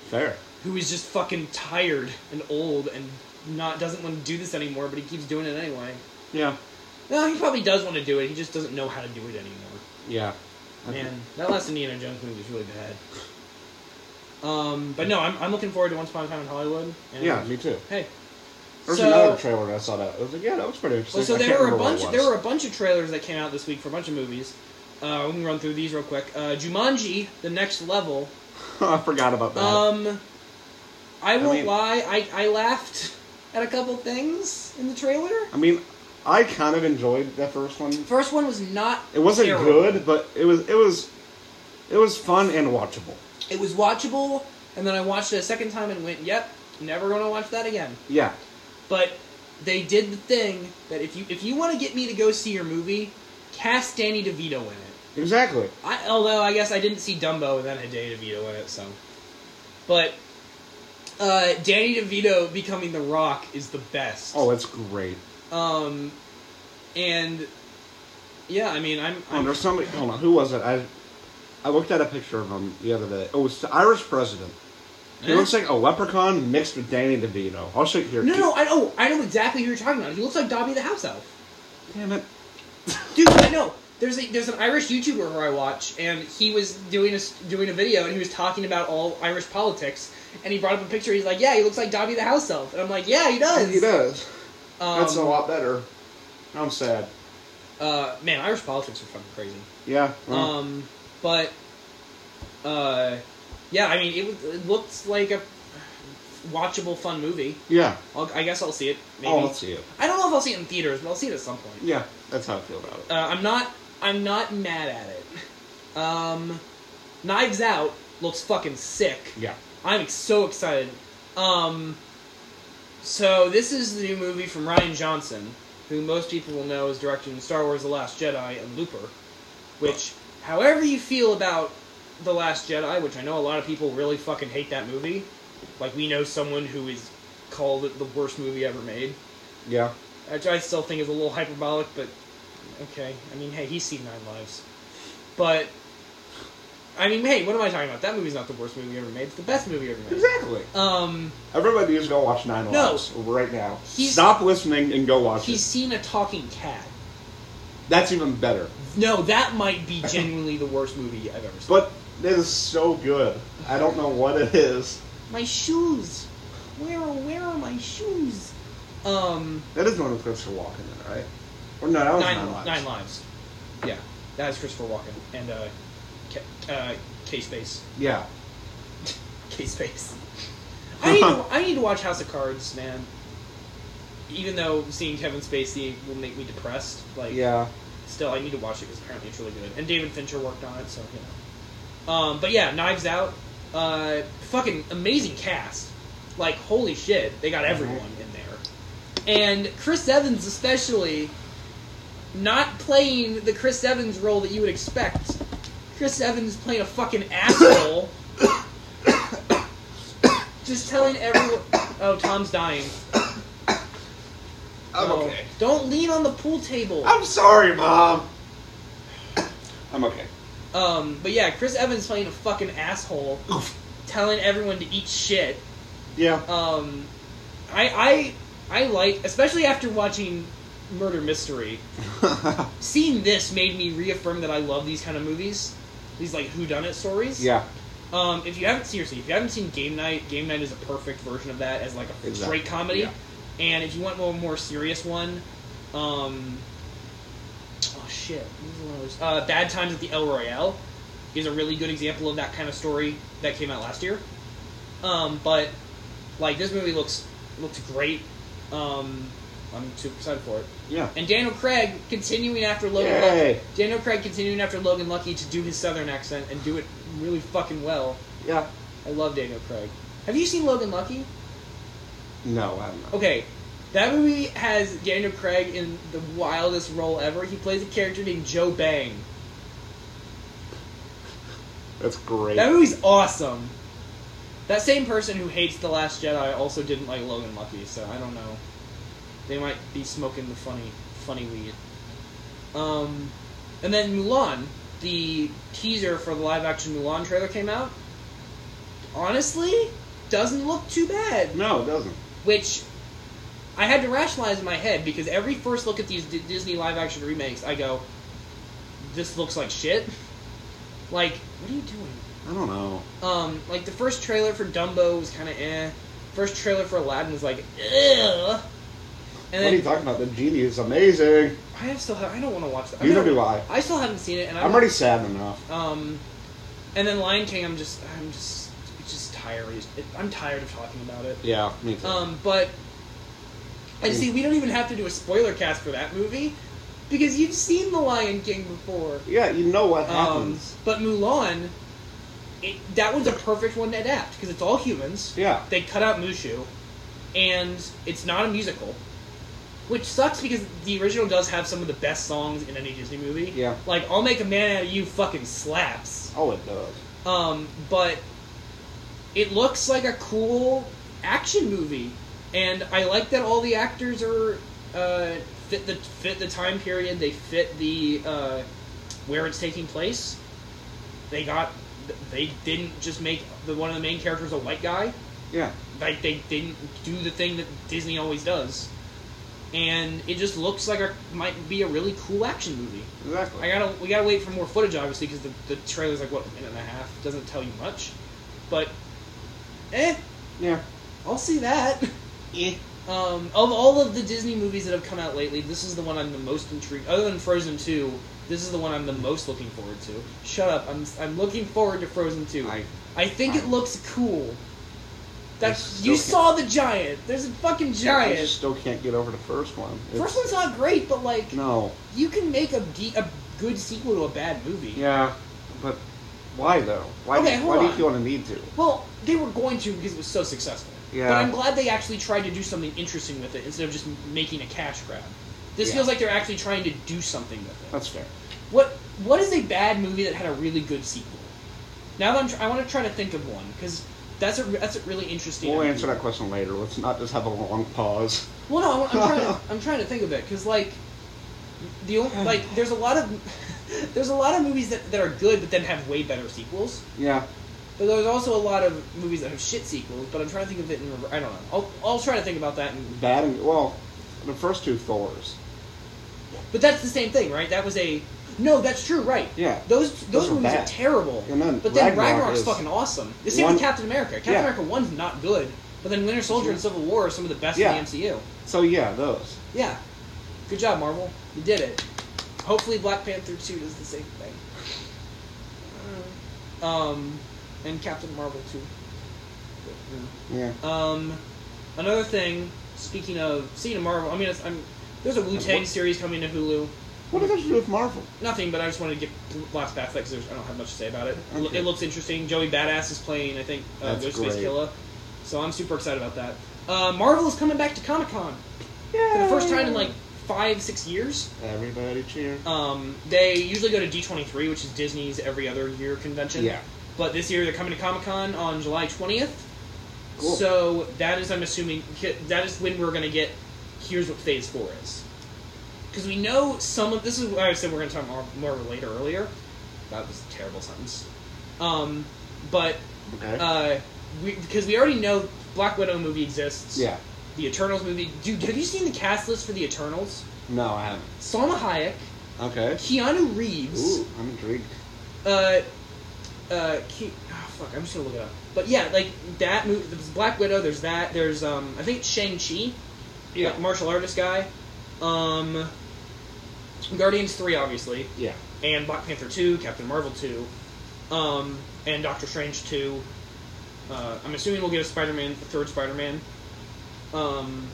Speaker 2: Fair.
Speaker 1: who is just fucking tired and old and not doesn't want to do this anymore, but he keeps doing it anyway.
Speaker 2: Yeah.
Speaker 1: No, he probably does want to do it. He just doesn't know how to do it anymore.
Speaker 2: Yeah.
Speaker 1: Man, that last Indiana Jones movie was really bad. Um, but no, I'm, I'm looking forward to Once Upon a Time in Hollywood. And
Speaker 2: Yeah. Me too.
Speaker 1: Hey.
Speaker 2: There's
Speaker 1: So-
Speaker 2: another trailer that I saw that. I was like, yeah, that was pretty interesting.
Speaker 1: Well, so
Speaker 2: I
Speaker 1: there
Speaker 2: can't
Speaker 1: were a
Speaker 2: remember what it
Speaker 1: bunch.
Speaker 2: was.
Speaker 1: There were a bunch of trailers that came out this week for a bunch of movies. Uh, we can run through these real quick. Uh, Jumanji: The Next Level.
Speaker 2: I forgot about that.
Speaker 1: Um, I won't
Speaker 2: Uh-huh. mean-
Speaker 1: lie. I I laughed at a couple things in the trailer.
Speaker 2: I mean, I kind of enjoyed that first one.
Speaker 1: First one was not.
Speaker 2: It wasn't
Speaker 1: terrible.
Speaker 2: good, but it was it was it was fun and watchable.
Speaker 1: It was watchable, and then I watched it a second time and went, "Yep, never going to watch that again."
Speaker 2: Yeah.
Speaker 1: But they did the thing that if you if you want to get me to go see your movie, cast Danny DeVito in it.
Speaker 2: Exactly.
Speaker 1: I, although I guess I didn't see Dumbo and then had Danny DeVito in it, so. But uh, Danny DeVito becoming The Rock is the best.
Speaker 2: Oh, it's great.
Speaker 1: Um, and yeah, I mean, I'm.
Speaker 2: Oh,
Speaker 1: I'm
Speaker 2: there's somebody. Hold on. Who was it? I I looked at a picture of him the other day. Oh, it's the Irish president. He
Speaker 1: Eh?
Speaker 2: looks like a leprechaun mixed with Danny DeVito. I'll show you here.
Speaker 1: no, no, I know, I know exactly who you're talking about. He looks like Dobby the house elf,
Speaker 2: Damn it.
Speaker 1: dude. I know. There's a, there's an Irish YouTuber who I watch, and he was doing a s- doing a video, and he was talking about all Irish politics, and he brought up a picture. He's like, "Yeah, he looks like Dobby the house elf," and I'm like, "Yeah, he does."
Speaker 2: He does.
Speaker 1: Um,
Speaker 2: That's a lot better. I'm sad.
Speaker 1: uh, man, Irish politics are fucking crazy.
Speaker 2: Yeah. well,
Speaker 1: Um, but uh, yeah, I mean, it, was- it looked like a watchable, fun movie.
Speaker 2: yeah.
Speaker 1: I'll, I guess I'll see it. Maybe.
Speaker 2: Oh, let's see it.
Speaker 1: I don't know if I'll see it in theaters, but I'll see it at some point.
Speaker 2: Yeah. That's how I feel about it.
Speaker 1: Uh, I'm not. I'm not mad at it. Um, Knives Out looks fucking sick.
Speaker 2: yeah.
Speaker 1: I'm so excited. Um, so this is the new movie from Ryan Johnson, who most people will know is directing Star Wars: The Last Jedi and Looper, which, however you feel about The Last Jedi, which I know a lot of people really fucking hate that movie. Like we know someone who is called it the worst movie ever made,
Speaker 2: Yeah.
Speaker 1: which I still think is a little hyperbolic, but okay. I mean, hey, he's seen Nine Lives, but. I mean, hey, what am I talking about? That movie's not the worst movie ever made. It's the best movie ever made.
Speaker 2: Exactly.
Speaker 1: Um,
Speaker 2: Everybody needs to go watch Nine
Speaker 1: No.
Speaker 2: Lives right now.
Speaker 1: He's-
Speaker 2: Stop listening and go watch
Speaker 1: he's seen a talking cat.
Speaker 2: it. That's even better.
Speaker 1: No, that might be genuinely the worst movie I've ever seen.
Speaker 2: But it is so good. I don't know what it is.
Speaker 1: my shoes, where are where are my shoes? Um,
Speaker 2: That is one of Christopher Walken, in it, right? Or no, that was
Speaker 1: nine,
Speaker 2: Nine, Lives.
Speaker 1: nine lives. Yeah, that is Christopher Walken and uh, K, uh, K Space,
Speaker 2: Yeah.
Speaker 1: K Space. I need to, I need to watch House of Cards, man. Even though seeing Kevin Spacey will make me depressed, like
Speaker 2: Yeah.
Speaker 1: still I need to watch it because apparently it's really good. And David Fincher worked on it, so you know. Um, but yeah, Knives Out, uh, fucking amazing cast. Like holy shit, they
Speaker 2: Mhm.
Speaker 1: got everyone in there, and Chris Evans especially, not playing the Chris Evans role that you would expect. Chris Evans playing a fucking asshole. Just telling everyone. Oh, Tom's dying.
Speaker 2: I'm
Speaker 1: No.
Speaker 2: okay.
Speaker 1: Don't lean on the pool table.
Speaker 2: I'm sorry, Mom. I'm okay.
Speaker 1: Um, but yeah, Chris Evans playing a fucking asshole, telling everyone to eat shit.
Speaker 2: Yeah.
Speaker 1: Um, I I I like, especially after watching Murder Mystery. Seeing this made me reaffirm that I love these kind of movies, these like whodunit stories.
Speaker 2: yeah.
Speaker 1: Um, if you haven't seriously, if you haven't seen Game Night, Game Night is a perfect version of that as like a
Speaker 2: Exactly,
Speaker 1: straight comedy.
Speaker 2: yeah.
Speaker 1: And if you want one more serious one, um, oh shit, what was the one I was- uh, Bad Times at the El Royale is a really good example of that kind of story that came out last year. Um, but like this movie looks looks great. Um, I'm super excited for it.
Speaker 2: Yeah.
Speaker 1: And Daniel Craig continuing after Logan
Speaker 2: Yay.
Speaker 1: Lucky. Daniel Craig continuing after Logan Lucky to do his southern accent and do it really fucking well.
Speaker 2: Yeah.
Speaker 1: I love Daniel Craig. Have you seen Logan Lucky?
Speaker 2: No, I don't know.
Speaker 1: Okay. That movie has Daniel Craig in the wildest role ever. He plays a character named Joe Bang.
Speaker 2: That's great.
Speaker 1: That movie's awesome. That same person who hates The Last Jedi also didn't like Logan Lucky, so I don't know. They might be smoking the funny, funny weed. Um, and then Mulan, the teaser for the live-action Mulan trailer came out. Honestly, doesn't look too bad
Speaker 2: no, it doesn't.
Speaker 1: which I had to rationalize in my head because every first look at these D- Disney live action remakes, I go, "This looks like shit." Like, what are you doing?
Speaker 2: I don't know.
Speaker 1: Um, like the first trailer for Dumbo was kind of eh. First trailer for Aladdin was like, ugh. And
Speaker 2: what are you
Speaker 1: then
Speaker 2: talking about? The genie is amazing.
Speaker 1: I have still have, I don't want to watch that.
Speaker 2: Neither
Speaker 1: I mean,
Speaker 2: do I.
Speaker 1: I still haven't seen it, and I'm,
Speaker 2: I'm already sad enough.
Speaker 1: Um, and then Lion King, I'm just, I'm just, it's just tired. It, I'm tired of talking about it.
Speaker 2: Yeah, me too.
Speaker 1: Um, but and
Speaker 2: Mm.
Speaker 1: see, we don't even have to do a spoiler cast for that movie because you've seen The Lion King before.
Speaker 2: yeah, you know what
Speaker 1: Um,
Speaker 2: happens.
Speaker 1: but Mulan, it, that one's a perfect one to adapt because it's all humans.
Speaker 2: yeah.
Speaker 1: They cut out Mushu, and it's not a musical, which sucks because the original does have some of the best songs in any Disney movie.
Speaker 2: Yeah.
Speaker 1: like "I'll Make a Man Out of You" fucking slaps.
Speaker 2: Oh, it does.
Speaker 1: Um, but it looks like a cool action movie, and I like that all the actors are uh, fit the fit the time period. They fit the uh, where it's taking place. They got they didn't just make the one of the main characters a white guy.
Speaker 2: Yeah.
Speaker 1: Like they didn't do the thing that Disney always does, and it just looks like a might be a really cool action movie. I
Speaker 2: Exactly.
Speaker 1: gotta we gotta wait for more footage, obviously, because the, the trailer's like what a minute and a half doesn't tell you much, but eh,
Speaker 2: yeah.
Speaker 1: I'll see that.
Speaker 2: Yeah.
Speaker 1: Um, of all of the Disney movies that have come out lately, this is the one I'm the most intrigued. Other than Frozen Two, this is the one I'm the most looking forward to. Shut up, I'm I'm looking forward to Frozen Two.
Speaker 2: I-
Speaker 1: I think it
Speaker 2: I-
Speaker 1: looks cool.
Speaker 2: I
Speaker 1: That
Speaker 2: still
Speaker 1: you
Speaker 2: can't-
Speaker 1: saw the giant. There's a fucking
Speaker 2: I
Speaker 1: giant.
Speaker 2: still can't get over the first one. It's-
Speaker 1: First one's not great, but like
Speaker 2: No.
Speaker 1: you can make a de- a good sequel to a bad movie.
Speaker 2: Yeah, but why though? Why,
Speaker 1: Okay,
Speaker 2: do,
Speaker 1: hold
Speaker 2: why do you
Speaker 1: on.
Speaker 2: feel a need to?
Speaker 1: Well, they were going to because it was so successful.
Speaker 2: Yeah.
Speaker 1: But I'm glad they actually tried to do something interesting with it instead of just making a cash grab. This
Speaker 2: Yeah.
Speaker 1: feels like they're actually trying to do something with it.
Speaker 2: That's fair.
Speaker 1: What What is a bad movie that had a really good sequel? Now that I'm, tr- I want to try to think of one because that's a re- that's a really interesting.
Speaker 2: We'll
Speaker 1: idea.
Speaker 2: answer that question later. Let's not just have a long pause.
Speaker 1: Well, no, I'm, I'm trying. To, I'm trying to think of it because like the only, like there's a lot of there's a lot of movies that, that are good but then have way better sequels.
Speaker 2: Yeah,
Speaker 1: But there's also a lot of movies that have shit sequels, but I'm trying to think of it in rever- I don't know. I'll, I'll try to think about that. And,
Speaker 2: bad and well, the first two Thors.
Speaker 1: but that's the same thing, right? That was a no. That's true, right?
Speaker 2: Yeah.
Speaker 1: Those those,
Speaker 2: Those were
Speaker 1: movies are
Speaker 2: bad.
Speaker 1: terrible.
Speaker 2: And then
Speaker 1: but then
Speaker 2: Ragnarok
Speaker 1: Ragnarok's
Speaker 2: is-
Speaker 1: fucking awesome. The same
Speaker 2: One-
Speaker 1: with Captain America. Captain
Speaker 2: Yeah.
Speaker 1: America one's not good, but then Winter Soldier and Civil War are some of the best
Speaker 2: Yeah.
Speaker 1: in the MCU.
Speaker 2: So yeah, those.
Speaker 1: Yeah. Good job, Marvel. You did it. Hopefully, Black Panther two does the same thing. Um, and Captain Marvel too.
Speaker 2: Yeah,
Speaker 1: Um, another thing. Speaking of speaking of Marvel, I mean, it's, I'm, there's a Wu Tang
Speaker 2: What-
Speaker 1: series coming to Hulu.
Speaker 2: what does that have to do with Marvel?
Speaker 1: Nothing, but I just wanted to get last past that because I don't have much to say about it. It lo-
Speaker 2: Okay.
Speaker 1: It looks interesting. Joey Badass is playing, I think, uh,
Speaker 2: That's
Speaker 1: Ghostface
Speaker 2: great.
Speaker 1: Killah, so I'm super excited about that. Uh, Marvel is coming back to Comic Con for the first time in like five, six years.
Speaker 2: everybody cheer.
Speaker 1: Um, they usually go to D23, which is Disney's every other year convention.
Speaker 2: Yeah.
Speaker 1: But this year they're coming to Comic Con on July 20th.
Speaker 2: Cool.
Speaker 1: So that is, I'm assuming, that is when we're going to get here's what Phase Four is. Because we know some of this is. I said we're going to talk more, more later earlier. That was a terrible sentence. Um, but
Speaker 2: Okay.
Speaker 1: uh, we because we already know Black Widow movie exists.
Speaker 2: yeah.
Speaker 1: The Eternals movie. Dude, have you seen the cast list for the Eternals?
Speaker 2: No, I haven't.
Speaker 1: Salma Hayek,
Speaker 2: Okay.
Speaker 1: Keanu Reeves.
Speaker 2: Ooh, I'm intrigued.
Speaker 1: uh, uh, Ke- oh, fuck, I'm just gonna look it up. But yeah, like that movie, there's Black Widow. There's that. There's um, I think Shang Chi,
Speaker 2: Yeah.
Speaker 1: like, martial artist guy. Um, Guardians three, obviously,
Speaker 2: Yeah.
Speaker 1: and Black Panther two, Captain Marvel two, um, and Doctor Strange two. Uh, I'm assuming we'll get a Spider-Man, a third Spider-Man. Um,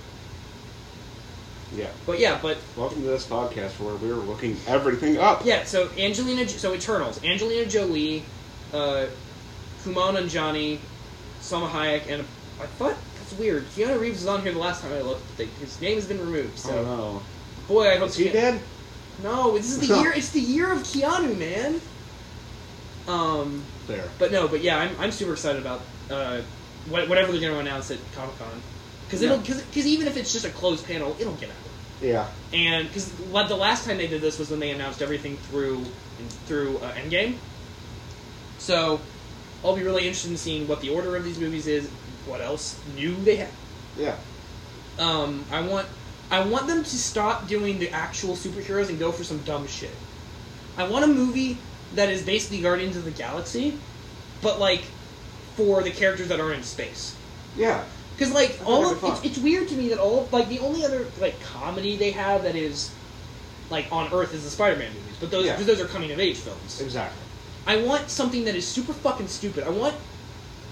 Speaker 2: Yeah.
Speaker 1: but yeah, but
Speaker 2: Welcome to this podcast where we're looking everything up.
Speaker 1: Yeah, so Angelina, so Eternals, Angelina Jolie, uh, Kumail Nanjiani, Salma Hayek, and I thought that's weird. Keanu Reeves was on here the last time I looked, but they, his name has been removed. So,
Speaker 2: Oh no.
Speaker 1: boy, I hope
Speaker 2: Is he
Speaker 1: Keanu-
Speaker 2: dead?
Speaker 1: No, this is the year. It's the year of Keanu, man. Um,
Speaker 2: There.
Speaker 1: but no, but yeah, I'm, I'm super excited about uh, what, whatever they're going to announce at Comic Con, because it'll
Speaker 2: Yeah.
Speaker 1: because even if it's just a closed panel, it'll get out.
Speaker 2: Yeah.
Speaker 1: And because the last time they did this was when they announced everything through through uh, Endgame. So I'll be really interested in seeing what the order of these movies is, what else new they have.
Speaker 2: Yeah.
Speaker 1: Um, I want I want them to stop doing the actual superheroes and go for some dumb shit. I want a movie that is basically Guardians of the Galaxy, but like for the characters that are in space.
Speaker 2: Yeah.
Speaker 1: Because like
Speaker 2: thought
Speaker 1: all
Speaker 2: that'd
Speaker 1: of
Speaker 2: be fun.
Speaker 1: it's, it's weird to me that all like the only other like comedy they have that is like on Earth is the Spider-Man movies, but those
Speaker 2: Yeah.
Speaker 1: 'cause those are coming of age films.
Speaker 2: Exactly.
Speaker 1: I want something that is super fucking stupid. I want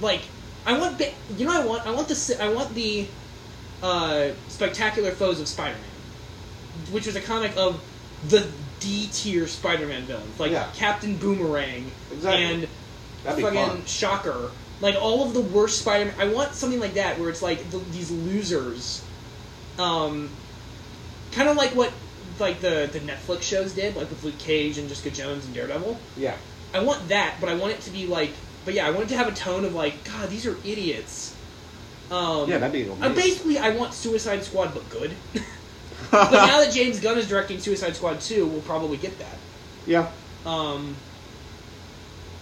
Speaker 1: like I want ba- you know what I want I want the si- I want the uh, spectacular foes of Spider-Man, which was a comic of the D tier Spider-Man villains like
Speaker 2: Yeah.
Speaker 1: Captain Boomerang
Speaker 2: Exactly.
Speaker 1: and
Speaker 2: That'd be
Speaker 1: fucking
Speaker 2: fun.
Speaker 1: Shocker. Like all of the worst Spider-Man. I want something like that where it's like the, these losers, um, kind of like what like the the Netflix shows did, like with Luke Cage and Jessica Jones and Daredevil.
Speaker 2: Yeah.
Speaker 1: I want that, but I want it to be like, but yeah, I want it to have a tone of like, God, these are idiots. Um,
Speaker 2: Yeah, that'd be
Speaker 1: I basically I want Suicide Squad, but good. but now that James Gunn is directing Suicide Squad 2, we'll probably get that.
Speaker 2: Yeah.
Speaker 1: Um,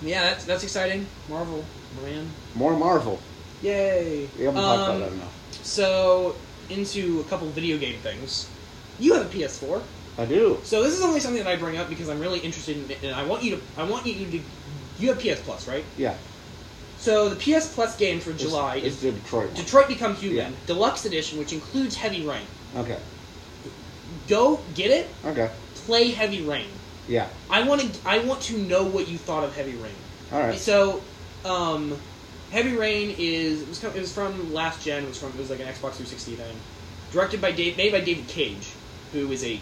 Speaker 1: yeah, that's that's exciting. Marvel, man,
Speaker 2: More Marvel.
Speaker 1: yay!
Speaker 2: We haven't talked about
Speaker 1: Um,
Speaker 2: that enough.
Speaker 1: So into a couple video game things. You have a PS4,
Speaker 2: I do.
Speaker 1: so this is only something that I bring up because I'm really interested in it, and I want you to. I want you to. You have PS Plus, right?
Speaker 2: Yeah.
Speaker 1: So the PS Plus game for July
Speaker 2: It's,
Speaker 1: is
Speaker 2: it's the Detroit one.
Speaker 1: Detroit Become Human
Speaker 2: Yeah.
Speaker 1: Deluxe Edition, which includes Heavy Rain.
Speaker 2: Okay.
Speaker 1: Go get it.
Speaker 2: Okay.
Speaker 1: Play Heavy Rain.
Speaker 2: Yeah.
Speaker 1: I want to. I want to know what you thought of Heavy Rain.
Speaker 2: All right.
Speaker 1: So, um, Heavy Rain is it was, co- it was from last gen. It was from it was like an Xbox 360 thing, directed by Dave, made by David Cage, who is a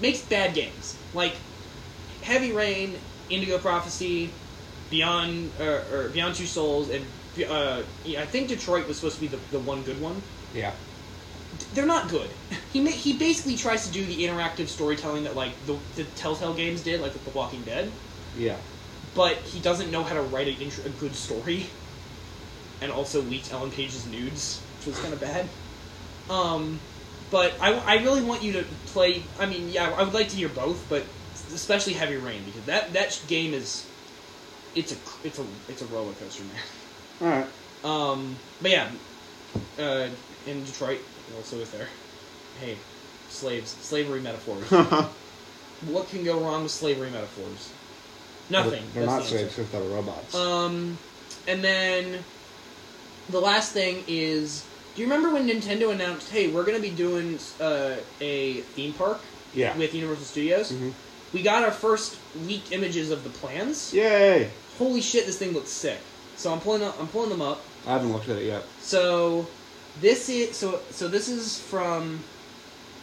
Speaker 1: makes bad games like Heavy Rain, Indigo Prophecy, Beyond or, or Beyond Two Souls, and uh, yeah, I think Detroit was supposed to be the, the one good one.
Speaker 2: Yeah.
Speaker 1: They're not good. He ma- he basically tries to do the interactive storytelling that like the, the Telltale games did, like with The Walking Dead
Speaker 2: Yeah.
Speaker 1: but he doesn't know how to write an intro, a good story, and also leaked Ellen Page's nudes, which was kind of bad. Um, but I, I really want you to play. I mean, yeah, I would like to hear both, but especially Heavy Rain because that that game is it's a it's a it's a roller coaster, man.
Speaker 2: All right.
Speaker 1: Um, but yeah, uh, in Detroit, also is there. Hey, slaves, slavery metaphors. what can go wrong with slavery metaphors? Nothing.
Speaker 2: They're,
Speaker 1: That's the answer.
Speaker 2: not slaves because they're robots.
Speaker 1: Um, and then the last thing is, do you remember when Nintendo announced, "Hey, we're going to be doing uh, a theme park
Speaker 2: yeah.
Speaker 1: with Universal Studios"?
Speaker 2: Mhm.
Speaker 1: We got our first leaked images of the plans.
Speaker 2: Yay!
Speaker 1: Holy shit, this thing looks sick! So I'm pulling up, I'm pulling them up.
Speaker 2: I haven't looked at it yet.
Speaker 1: So this is so so this is from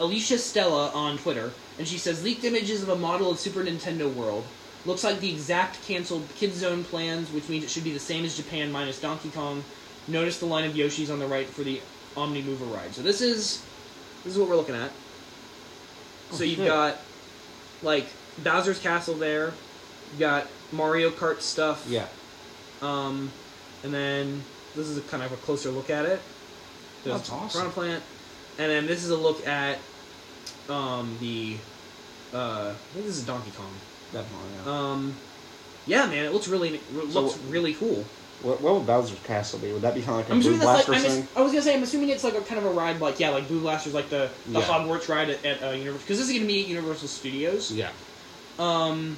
Speaker 1: Alicia Stella on Twitter, and she says leaked images of a model of Super Nintendo World. Looks like the exact canceled Kid Zone plans, which means it should be the same as Japan minus Donkey Kong. Notice the line of Yoshi's on the right for the Omni Mover ride. So this is this is what we're looking at. So
Speaker 2: Oh,
Speaker 1: you've
Speaker 2: shit.
Speaker 1: got like Bowser's Castle there. You got Mario Kart stuff.
Speaker 2: Yeah.
Speaker 1: Um, and then this is a kind of a closer look at it. There's
Speaker 2: That's awesome.
Speaker 1: Piranha Plant. And then this is a look at um, the. Uh, I think this is Donkey Kong.
Speaker 2: Definitely. Yeah.
Speaker 1: Um, yeah, man, it looks really looks
Speaker 2: So-
Speaker 1: really cool.
Speaker 2: what, what would Bowser's Castle be? Would that be kind of like a
Speaker 1: I'm
Speaker 2: Blue
Speaker 1: assuming that's
Speaker 2: Blaster
Speaker 1: like I'm
Speaker 2: thing?
Speaker 1: ass- I was gonna say I'm assuming it's like a kind of a ride like yeah like Blue Blaster's like the, the
Speaker 2: Yeah.
Speaker 1: Hogwarts ride at, at uh, Universal because this is gonna be at Universal Studios.
Speaker 2: Yeah.
Speaker 1: Um.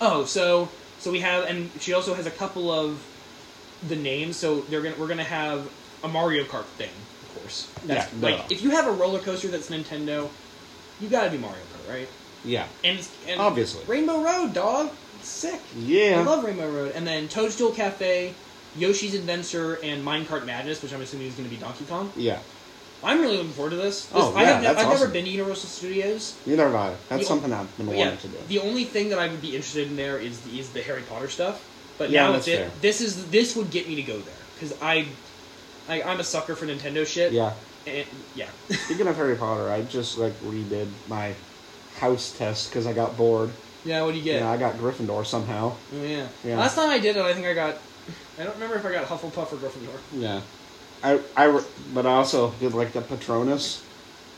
Speaker 1: Oh, so so we have, and she also has a couple of the names. So they're gonna we're gonna have a Mario Kart thing, of course. That's,
Speaker 2: Yeah,
Speaker 1: like
Speaker 2: duh.
Speaker 1: if you have a roller coaster that's Nintendo, you gotta do Mario Kart, right?
Speaker 2: Yeah.
Speaker 1: And, it's- and
Speaker 2: Obviously.
Speaker 1: Rainbow Road, dog, It's sick.
Speaker 2: Yeah.
Speaker 1: I love Rainbow Road, and then Toadstool Cafe, Yoshi's Adventure, and Minecart Madness, which I'm assuming is gonna be Donkey Kong.
Speaker 2: yeah.
Speaker 1: I'm really looking forward to this. this
Speaker 2: Oh,
Speaker 1: I have
Speaker 2: yeah, that's
Speaker 1: I've never
Speaker 2: awesome.
Speaker 1: been to Universal Studios.
Speaker 2: Neither have I. That's
Speaker 1: The-
Speaker 2: something I've been
Speaker 1: But
Speaker 2: wanting
Speaker 1: yeah,
Speaker 2: to do.
Speaker 1: the only thing that I would be interested in there is the, is the Harry Potter stuff. But
Speaker 2: Yeah,
Speaker 1: now
Speaker 2: that's
Speaker 1: thi-
Speaker 2: fair.
Speaker 1: this is this would get me to go there because I, I I'm a sucker for Nintendo shit.
Speaker 2: yeah.
Speaker 1: and, yeah.
Speaker 2: Speaking of Harry Potter, I just like redid my house test because I got bored.
Speaker 1: yeah. What do you
Speaker 2: Yeah.
Speaker 1: get?
Speaker 2: I got Gryffindor somehow.
Speaker 1: Oh, yeah.
Speaker 2: Yeah.
Speaker 1: Last time I did it, I think I got. I don't remember if I got Hufflepuff or Gryffindor.
Speaker 2: Yeah. I I re- but I also did like the Patronus.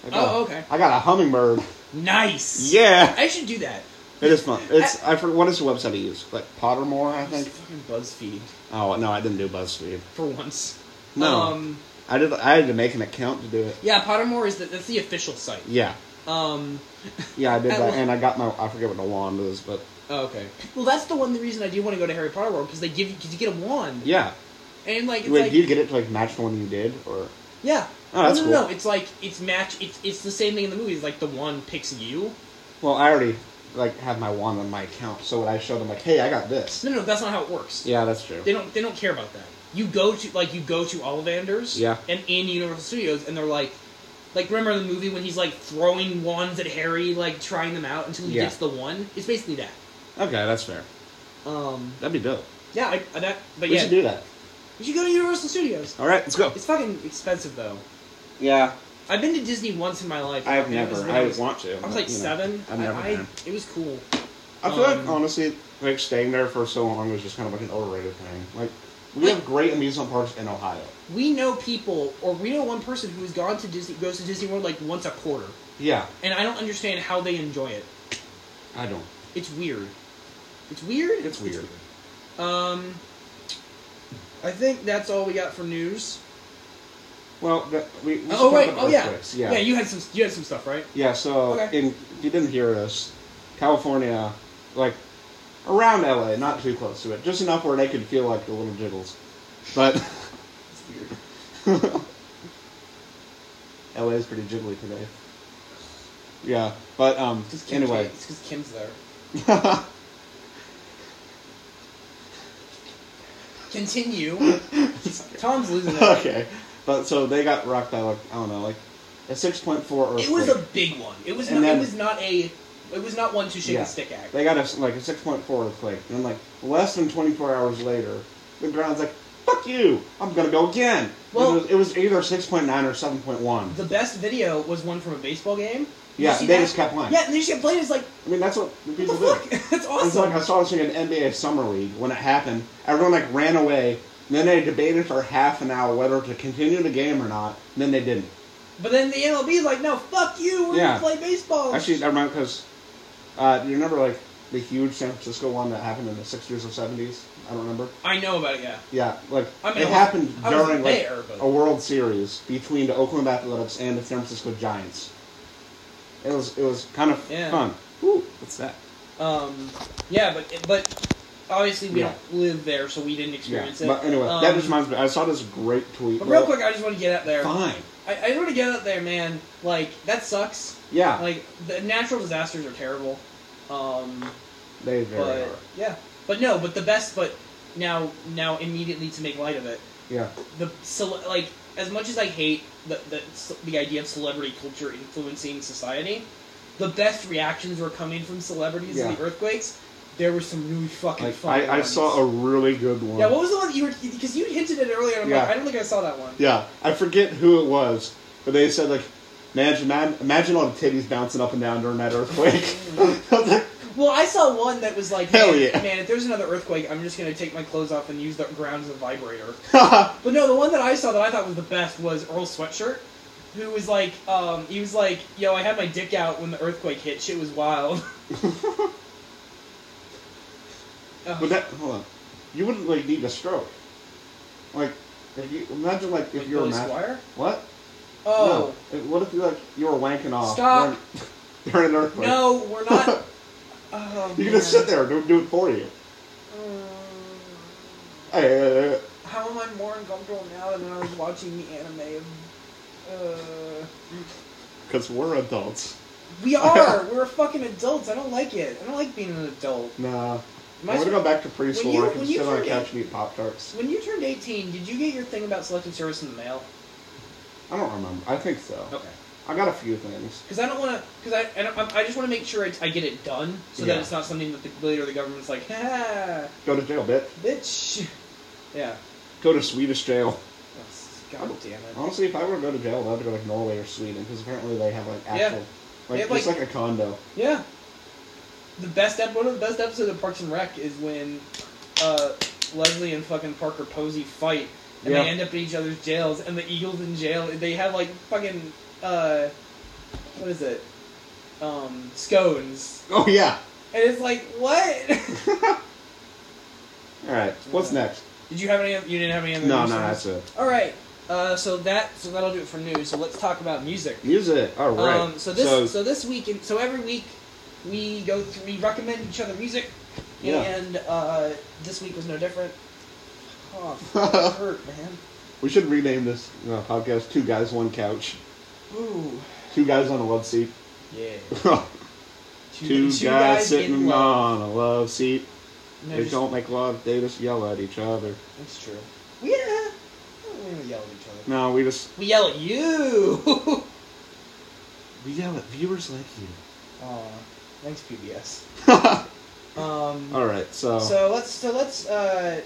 Speaker 2: I got
Speaker 1: Oh,
Speaker 2: a-
Speaker 1: okay.
Speaker 2: I got a hummingbird.
Speaker 1: Nice.
Speaker 2: Yeah.
Speaker 1: I should do that.
Speaker 2: It is fun. It's I for what is the website I use? Like Pottermore, I
Speaker 1: Just
Speaker 2: think.
Speaker 1: fucking Buzzfeed
Speaker 2: Oh no, I didn't do BuzzFeed.
Speaker 1: for once.
Speaker 2: No.
Speaker 1: Um,
Speaker 2: I did. I had to make an account to do it.
Speaker 1: yeah, Pottermore is the, that's the official site.
Speaker 2: Yeah,
Speaker 1: Um.
Speaker 2: yeah, I did
Speaker 1: At
Speaker 2: that,
Speaker 1: least-
Speaker 2: and I got my. I forget what the wand is, but
Speaker 1: oh, okay. Well, that's the one reason I do want to go to Harry Potter World because they give you because you get a wand.
Speaker 2: yeah.
Speaker 1: And like it's
Speaker 2: Wait,
Speaker 1: like
Speaker 2: do you get it to like match the one you did, or
Speaker 1: Yeah.
Speaker 2: Oh, that's
Speaker 1: no, no, no,
Speaker 2: cool.
Speaker 1: It's like it's match. It's it's the same thing in the movies. Like the one picks you.
Speaker 2: well, I already like have my wand on my account, so when I show them like, hey, I got this.
Speaker 1: No, no, that's not how it works.
Speaker 2: Yeah, that's true.
Speaker 1: They don't they don't care about that. You go to like you go to Ollivanders.
Speaker 2: Yeah.
Speaker 1: And in Universal Studios, and they're like, like remember the movie when he's like throwing wands at Harry, like trying them out until he
Speaker 2: Yeah.
Speaker 1: gets the one. It's basically that.
Speaker 2: Okay, that's fair.
Speaker 1: Um.
Speaker 2: That'd be dope.
Speaker 1: Yeah. I, I- that. But
Speaker 2: We
Speaker 1: yeah.
Speaker 2: should do that.
Speaker 1: you should go to Universal Studios.
Speaker 2: All right, let's go.
Speaker 1: It's fucking expensive though.
Speaker 2: Yeah,
Speaker 1: I've been to Disney once in my life.
Speaker 2: I have
Speaker 1: and it was
Speaker 2: never.
Speaker 1: when
Speaker 2: I would want to.
Speaker 1: I was
Speaker 2: but,
Speaker 1: like
Speaker 2: you know,
Speaker 1: seven.
Speaker 2: I've never.
Speaker 1: I, I,
Speaker 2: been.
Speaker 1: it was cool.
Speaker 2: I feel like
Speaker 1: um,
Speaker 2: honestly, like staying there for so long was just kind of like an overrated thing. Like we
Speaker 1: Like-
Speaker 2: have great amusement parks in Ohio.
Speaker 1: we know people or we know one person who's gone to Disney goes to Disney World like once a quarter.
Speaker 2: Yeah,
Speaker 1: And I don't understand how they enjoy it.
Speaker 2: I don't.
Speaker 1: It's weird. It's weird?
Speaker 2: It's weird.
Speaker 1: Um I think that's all we got for news.
Speaker 2: Well, the, we, we
Speaker 1: Oh
Speaker 2: should
Speaker 1: wait,
Speaker 2: talk about
Speaker 1: oh yeah.
Speaker 2: earthquakes.
Speaker 1: yeah. you had some you had some stuff, right?
Speaker 2: Yeah, so
Speaker 1: Okay.
Speaker 2: in, if you didn't hear us, California, like around LA, not too close to it, just enough where they could feel like the little jiggles. But
Speaker 1: It's weird.
Speaker 2: LA is pretty jiggly today. Yeah, but um,
Speaker 1: It's 'cause Kim's
Speaker 2: anyway,
Speaker 1: there- it's cuz Kim's there. Continue. Tom's losing it.
Speaker 2: okay, but so they got rocked by like I don't know, like a six point four earthquake.
Speaker 1: It was a big one. It was
Speaker 2: And
Speaker 1: not
Speaker 2: then-
Speaker 1: it was not a it was not one to shake
Speaker 2: Yeah.
Speaker 1: a stick at.
Speaker 2: They got us like a six point four earthquake, and like less than twenty four hours later, the ground's like, "Fuck you! I'm gonna go again."
Speaker 1: Well-
Speaker 2: it was, it was either six point nine or seven point one.
Speaker 1: The best video was one from a baseball game. Did
Speaker 2: Yeah,
Speaker 1: you see
Speaker 2: they
Speaker 1: that?
Speaker 2: just kept playing.
Speaker 1: Yeah, and they just kept playing. It's like,
Speaker 2: I mean, that's what the people
Speaker 1: what
Speaker 2: do.
Speaker 1: the fuck? That's
Speaker 2: It's
Speaker 1: awesome.
Speaker 2: like I saw this thing in NBA Summer League when it happened. Everyone like ran away. And then they debated for half an hour whether to continue the game or not. And then they didn't.
Speaker 1: but then the MLB is like, no, fuck you. We're
Speaker 2: Yeah.
Speaker 1: gonna play baseball.
Speaker 2: Actually, never mind because uh, you remember like the huge San Francisco one that happened in the sixties or seventies. I don't remember.
Speaker 1: I know about it. Yeah.
Speaker 2: Yeah, like
Speaker 1: I mean, I
Speaker 2: it
Speaker 1: wasn't-
Speaker 2: happened
Speaker 1: I wasn't
Speaker 2: during like
Speaker 1: there, but-
Speaker 2: a World Series between the Oakland Athletics and the San Francisco Giants. It was it was kind of
Speaker 1: Yeah.
Speaker 2: fun. Ooh, what's that?
Speaker 1: Um, yeah, but but obviously we
Speaker 2: Yeah.
Speaker 1: don't live there, so we didn't
Speaker 2: Yeah,
Speaker 1: experience it.
Speaker 2: but anyway,
Speaker 1: Um,
Speaker 2: that just reminds me. I saw this great tweet.
Speaker 1: But real
Speaker 2: where-
Speaker 1: quick, I just want to get out there.
Speaker 2: fine.
Speaker 1: I, I just want to get out there, man. Like that sucks.
Speaker 2: Yeah,
Speaker 1: Like the natural disasters are terrible. Um,
Speaker 2: they very
Speaker 1: but
Speaker 2: are.
Speaker 1: yeah, but no, but the best. But now now immediately to make light of it.
Speaker 2: Yeah,
Speaker 1: the cele- like as much as I hate the, the the idea of celebrity culture influencing society, the best reactions were coming from celebrities in
Speaker 2: Yeah.
Speaker 1: the earthquakes. There were some really fucking
Speaker 2: like
Speaker 1: fun.
Speaker 2: I, I
Speaker 1: ones.
Speaker 2: saw a really good one.
Speaker 1: yeah. What was the one that you were because you hinted at it earlier? And I'm like,
Speaker 2: Yeah.
Speaker 1: I don't think I saw that one.
Speaker 2: Yeah, I forget who it was, but they said like, imagine, imagine all the titties bouncing up and down during that earthquake. I was like,
Speaker 1: Well, I saw one that was like,
Speaker 2: Hell
Speaker 1: man,
Speaker 2: yeah.
Speaker 1: man, if there's another earthquake, I'm just gonna take my clothes off and use the ground as a vibrator. But no, the one that I saw that I thought was the best was Earl Sweatshirt, who was like, um, he was like, yo, I had my dick out when the earthquake hit. Shit was wild. Uh, Ugh.
Speaker 2: But that hold on, you wouldn't like need a stroke. Like, if you imagine like if
Speaker 1: Like
Speaker 2: you're a
Speaker 1: Billy
Speaker 2: ma-
Speaker 1: Squire?
Speaker 2: what?
Speaker 1: Oh
Speaker 2: No. If- What if you like you were wanking off?
Speaker 1: Stop.
Speaker 2: During, during an
Speaker 1: no,
Speaker 2: earthquake.
Speaker 1: we're not. oh,
Speaker 2: You can
Speaker 1: man.
Speaker 2: just sit there and do, do it for you.
Speaker 1: Um,
Speaker 2: Hey,
Speaker 1: how am I more uncomfortable now than when I was watching the anime? Of, uh,
Speaker 2: because we're adults.
Speaker 1: we are. we're fucking adults. I don't like it. I don't like being an adult.
Speaker 2: Nah.
Speaker 1: Am I
Speaker 2: I'm gonna
Speaker 1: sp-
Speaker 2: go back to preschool
Speaker 1: you-
Speaker 2: where I can
Speaker 1: when you
Speaker 2: sit on a
Speaker 1: turn
Speaker 2: couch and eat Pop Tarts.
Speaker 1: When you turned 18, did you get your thing about selective service in the mail?
Speaker 2: I don't remember. I think so.
Speaker 1: Okay.
Speaker 2: I got a few things.
Speaker 1: Because I don't want to. Because I, I, don't- I just want to make sure I, I get it done, so
Speaker 2: Yeah.
Speaker 1: that it's not something that the later the government's like, ha,
Speaker 2: Go to jail, bitch.
Speaker 1: bitch. Yeah.
Speaker 2: Go to Swedish jail.
Speaker 1: That's- God damn it.
Speaker 2: Honestly, if I were to go to jail, I'd have to go like Norway or Sweden because apparently they have like
Speaker 1: Yeah.
Speaker 2: actual,
Speaker 1: They
Speaker 2: like
Speaker 1: have,
Speaker 2: just
Speaker 1: like-
Speaker 2: like a condo.
Speaker 1: Yeah. The best ep- one of the best episodes of Parks and Rec is when uh, Leslie and fucking Parker Posey fight, and
Speaker 2: Yeah.
Speaker 1: they end up in each other's jails, and the Eagles in jail. They have like fucking uh, what is it? Um, scones,
Speaker 2: Oh yeah.
Speaker 1: and it's like what?
Speaker 2: All right. What's
Speaker 1: Yeah.
Speaker 2: next?
Speaker 1: Did you have any? You didn't have any other.
Speaker 2: No, no,
Speaker 1: news
Speaker 2: that's it.
Speaker 1: All right. Uh, so that so that'll do it for news. So let's talk about music.
Speaker 2: Music. All right.
Speaker 1: Um, so this so, this week and so every week we go through, we recommend each other music,
Speaker 2: Yeah.
Speaker 1: and uh, this week was no different. Oh, that hurt, man.
Speaker 2: we should rename this uh, podcast Two Guys One Couch.
Speaker 1: Ooh.
Speaker 2: Two guys on a love seat.
Speaker 1: Yeah.
Speaker 2: two, guys, sitting
Speaker 1: in love.
Speaker 2: on a love seat.
Speaker 1: No,
Speaker 2: they
Speaker 1: just-
Speaker 2: don't make love, they just yell at each other.
Speaker 1: That's true. Yeah. We don't yell at each other.
Speaker 2: No, we just
Speaker 1: We yell at you.
Speaker 2: we yell at viewers like
Speaker 1: Aw, thanks PBS.
Speaker 2: you.
Speaker 1: Um.
Speaker 2: Alright, so,
Speaker 1: So let's so let's uh,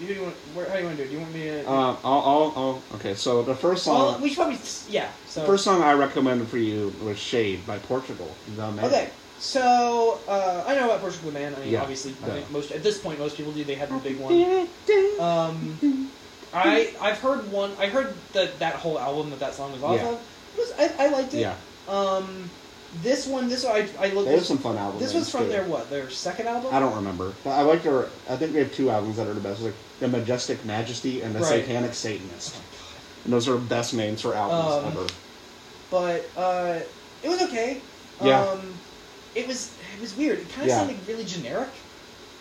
Speaker 1: do you want, where, how do you want to do? it? Do you want me to?
Speaker 2: uh, I'll, I'll, I'll, okay, so the first
Speaker 1: well,
Speaker 2: song
Speaker 1: we should probably yeah. So
Speaker 2: the first song I recommended for you was Shade by Portugal. The man.
Speaker 1: okay, so uh, I know about Portugal the Man. I mean,
Speaker 2: Yeah,
Speaker 1: obviously, I
Speaker 2: yeah.
Speaker 1: think most at this point, most people do. They have the big one. Um, I I've heard one. I heard that that whole album that that song was off
Speaker 2: Yeah.
Speaker 1: of. It was, I, I liked it.
Speaker 2: Yeah.
Speaker 1: Um, this one, this I I looked.
Speaker 2: They have some fun albums.
Speaker 1: this was from
Speaker 2: too.
Speaker 1: their what? Their second album.
Speaker 2: I don't remember. But I like their I think they have two albums that are the best. Like The Majestic Majesty and The
Speaker 1: Right.
Speaker 2: Satanic Satanist. And those are the best names for albums
Speaker 1: Um,
Speaker 2: ever.
Speaker 1: but uh, it was okay.
Speaker 2: Yeah.
Speaker 1: Um, it was it was weird. It kind of
Speaker 2: Yeah.
Speaker 1: sounded really generic.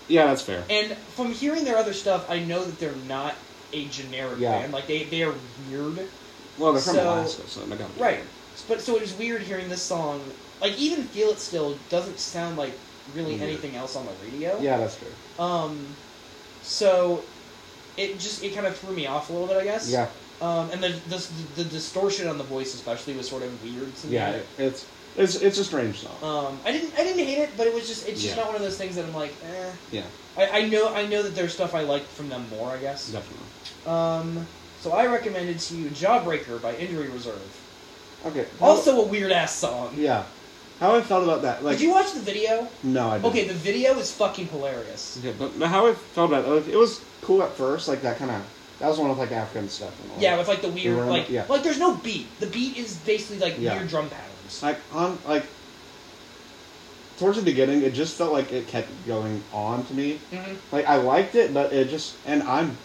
Speaker 2: Yeah, that's fair.
Speaker 1: And from hearing their other stuff, I know that they're not a generic
Speaker 2: Yeah.
Speaker 1: band. Like they they are weird,
Speaker 2: Well, they're from
Speaker 1: So-
Speaker 2: Alaska, so they got
Speaker 1: right? But so it was weird hearing this song. Like even "Feel It Still" doesn't sound like really
Speaker 2: Weird.
Speaker 1: anything else on the radio.
Speaker 2: Mm-hmm. Yeah, that's true.
Speaker 1: Um, so it just it kind of threw me off a little bit, I guess.
Speaker 2: Yeah,
Speaker 1: Um, and the the, the distortion on the voice especially was sort of weird to me.
Speaker 2: yeah. it- It's it's it's a strange song.
Speaker 1: Um, I didn't I didn't hate it, but it was just it's just
Speaker 2: Yeah.
Speaker 1: not one of those things that I'm like, eh.
Speaker 2: yeah,
Speaker 1: I, I know I know that there's stuff I like from them more, I guess.
Speaker 2: definitely.
Speaker 1: Um, so I recommended to you Jawbreaker by Injury Reserve.
Speaker 2: Okay. how-
Speaker 1: Also a weird ass song.
Speaker 2: yeah. How I felt about that? Like,
Speaker 1: Did you watch the video?
Speaker 2: no, I didn't.
Speaker 1: Okay, the video is fucking hilarious.
Speaker 2: Okay, but how I felt about it, like, it was cool at first. Like that kind of that was one of like African stuff. And all
Speaker 1: Yeah,
Speaker 2: that.
Speaker 1: with like the
Speaker 2: You
Speaker 1: weird
Speaker 2: remember-
Speaker 1: like
Speaker 2: yeah.
Speaker 1: like there's no beat. The beat is basically like
Speaker 2: Yeah.
Speaker 1: weird drum patterns.
Speaker 2: like on like towards the beginning, it just felt like it kept going on to me.
Speaker 1: hmm
Speaker 2: Like I liked it, but it just and I'm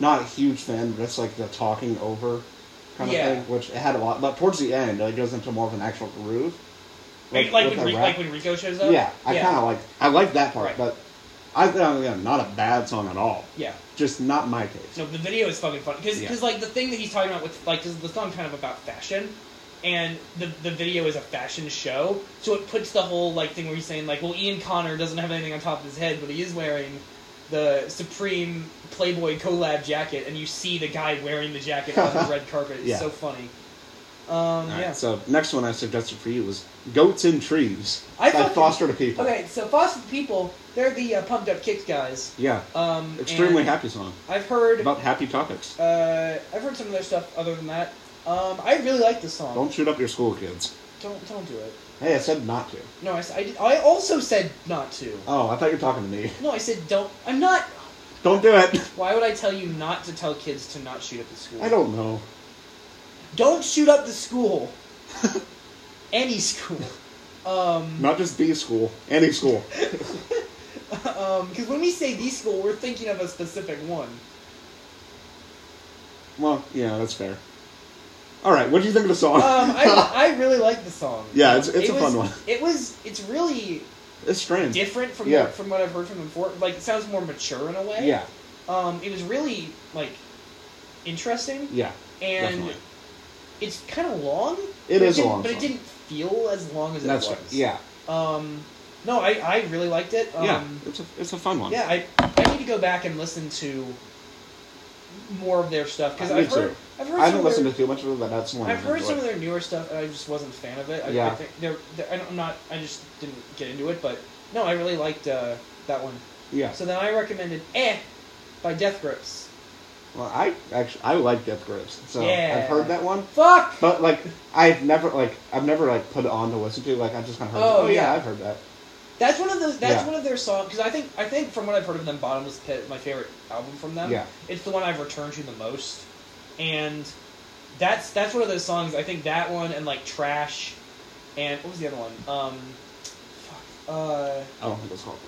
Speaker 2: not a huge fan, but it's like the talking over kind of
Speaker 1: Yeah.
Speaker 2: thing, which it had a lot. But towards the end, it goes into more of an actual groove.
Speaker 1: Like,
Speaker 2: with
Speaker 1: like, when
Speaker 2: the
Speaker 1: Ri-
Speaker 2: rap.
Speaker 1: like when Rico shows up.
Speaker 2: yeah, I kind of like I like that part,
Speaker 1: Right.
Speaker 2: but I uh, yeah, not a bad song at all.
Speaker 1: yeah.
Speaker 2: Just not my taste.
Speaker 1: No, the video is fucking funny because
Speaker 2: Yeah.
Speaker 1: like the thing that he's talking about with like 'cause the song kind of about fashion, and the the video is a fashion show, so it puts the whole like thing where he's saying like, well, Ian Connor doesn't have anything on top of his head, but he is wearing the Supreme Playboy collab jacket, and you see the guy wearing the jacket on the red carpet. It's
Speaker 2: Yeah.
Speaker 1: so funny. Um,
Speaker 2: All right,
Speaker 1: yeah.
Speaker 2: So next one I suggested for you was "Goats in Trees"
Speaker 1: I
Speaker 2: by
Speaker 1: fucking-
Speaker 2: Foster the People.
Speaker 1: Okay, so Foster the People, they're the uh, Pumped Up Kicks guys.
Speaker 2: Yeah,
Speaker 1: Um,
Speaker 2: extremely
Speaker 1: and
Speaker 2: happy song
Speaker 1: I've heard.
Speaker 2: about happy topics.
Speaker 1: uh, I've heard some of their stuff other than that. Um, I really like this song.
Speaker 2: Don't shoot up your school kids.
Speaker 1: Don't don't do it.
Speaker 2: Hey, I said not to.
Speaker 1: No, I, s- I did- I also said not to.
Speaker 2: Oh, I thought you were talking to me.
Speaker 1: No, I said don't. I'm not.
Speaker 2: Don't do it.
Speaker 1: Why would I tell you not to tell kids to not shoot up the school?
Speaker 2: I don't know.
Speaker 1: Don't shoot up the school. Any school. Um.
Speaker 2: Not just B school, any school.
Speaker 1: Um. Because when we say the school, we're thinking of a specific one.
Speaker 2: Well, yeah, that's fair. All right, what do you think of the song?
Speaker 1: Um. I, I really like the song.
Speaker 2: yeah, it's, it's
Speaker 1: It
Speaker 2: a
Speaker 1: was,
Speaker 2: fun one.
Speaker 1: It was. It's really
Speaker 2: It's strange.
Speaker 1: different from
Speaker 2: Yeah.
Speaker 1: from what I've heard from him before. Like it sounds more mature in a way.
Speaker 2: Yeah,
Speaker 1: Um. It was really like interesting.
Speaker 2: yeah,
Speaker 1: and
Speaker 2: definitely.
Speaker 1: it's kind of long.
Speaker 2: It
Speaker 1: but
Speaker 2: is a
Speaker 1: didn't-
Speaker 2: long
Speaker 1: but
Speaker 2: song.
Speaker 1: it didn't feel as long as
Speaker 2: That's
Speaker 1: it
Speaker 2: right.
Speaker 1: was.
Speaker 2: Yeah,
Speaker 1: Um, no, I, I really liked it. Um,
Speaker 2: yeah. It's a it's a fun one.
Speaker 1: yeah, I I need to go back and listen to more of their stuff because
Speaker 2: Me
Speaker 1: I've heard
Speaker 2: too.
Speaker 1: I've heard some
Speaker 2: I haven't
Speaker 1: of
Speaker 2: listened
Speaker 1: their,
Speaker 2: to too much of it, but that's one.
Speaker 1: I've heard some of
Speaker 2: enjoyed.
Speaker 1: their newer stuff and I just wasn't a fan of it. I,
Speaker 2: Yeah.
Speaker 1: I think they're, they're, I don't- I'm not. I just didn't get into it. But no, I really liked uh, that one.
Speaker 2: Yeah.
Speaker 1: So then I recommended "Eh" by Death Grips.
Speaker 2: Well, I actually I like Death Grips, so
Speaker 1: Yeah.
Speaker 2: I've heard that one.
Speaker 1: Fuck.
Speaker 2: But like, I've never like I've never like put it on to listen to. Like I just kind of heard.
Speaker 1: Oh,
Speaker 2: it. oh yeah,
Speaker 1: yeah.
Speaker 2: I've heard that.
Speaker 1: That's one of those. That's
Speaker 2: Yeah.
Speaker 1: one of their songs because I think I think from what I've heard of them, Bottomless Pit, my favorite album from them.
Speaker 2: Yeah.
Speaker 1: it's the one I've returned to the most, and that's that's one of those songs. I think that one and like Trash, and what was the other one? Um, fuck. Uh,
Speaker 2: I don't think it's called.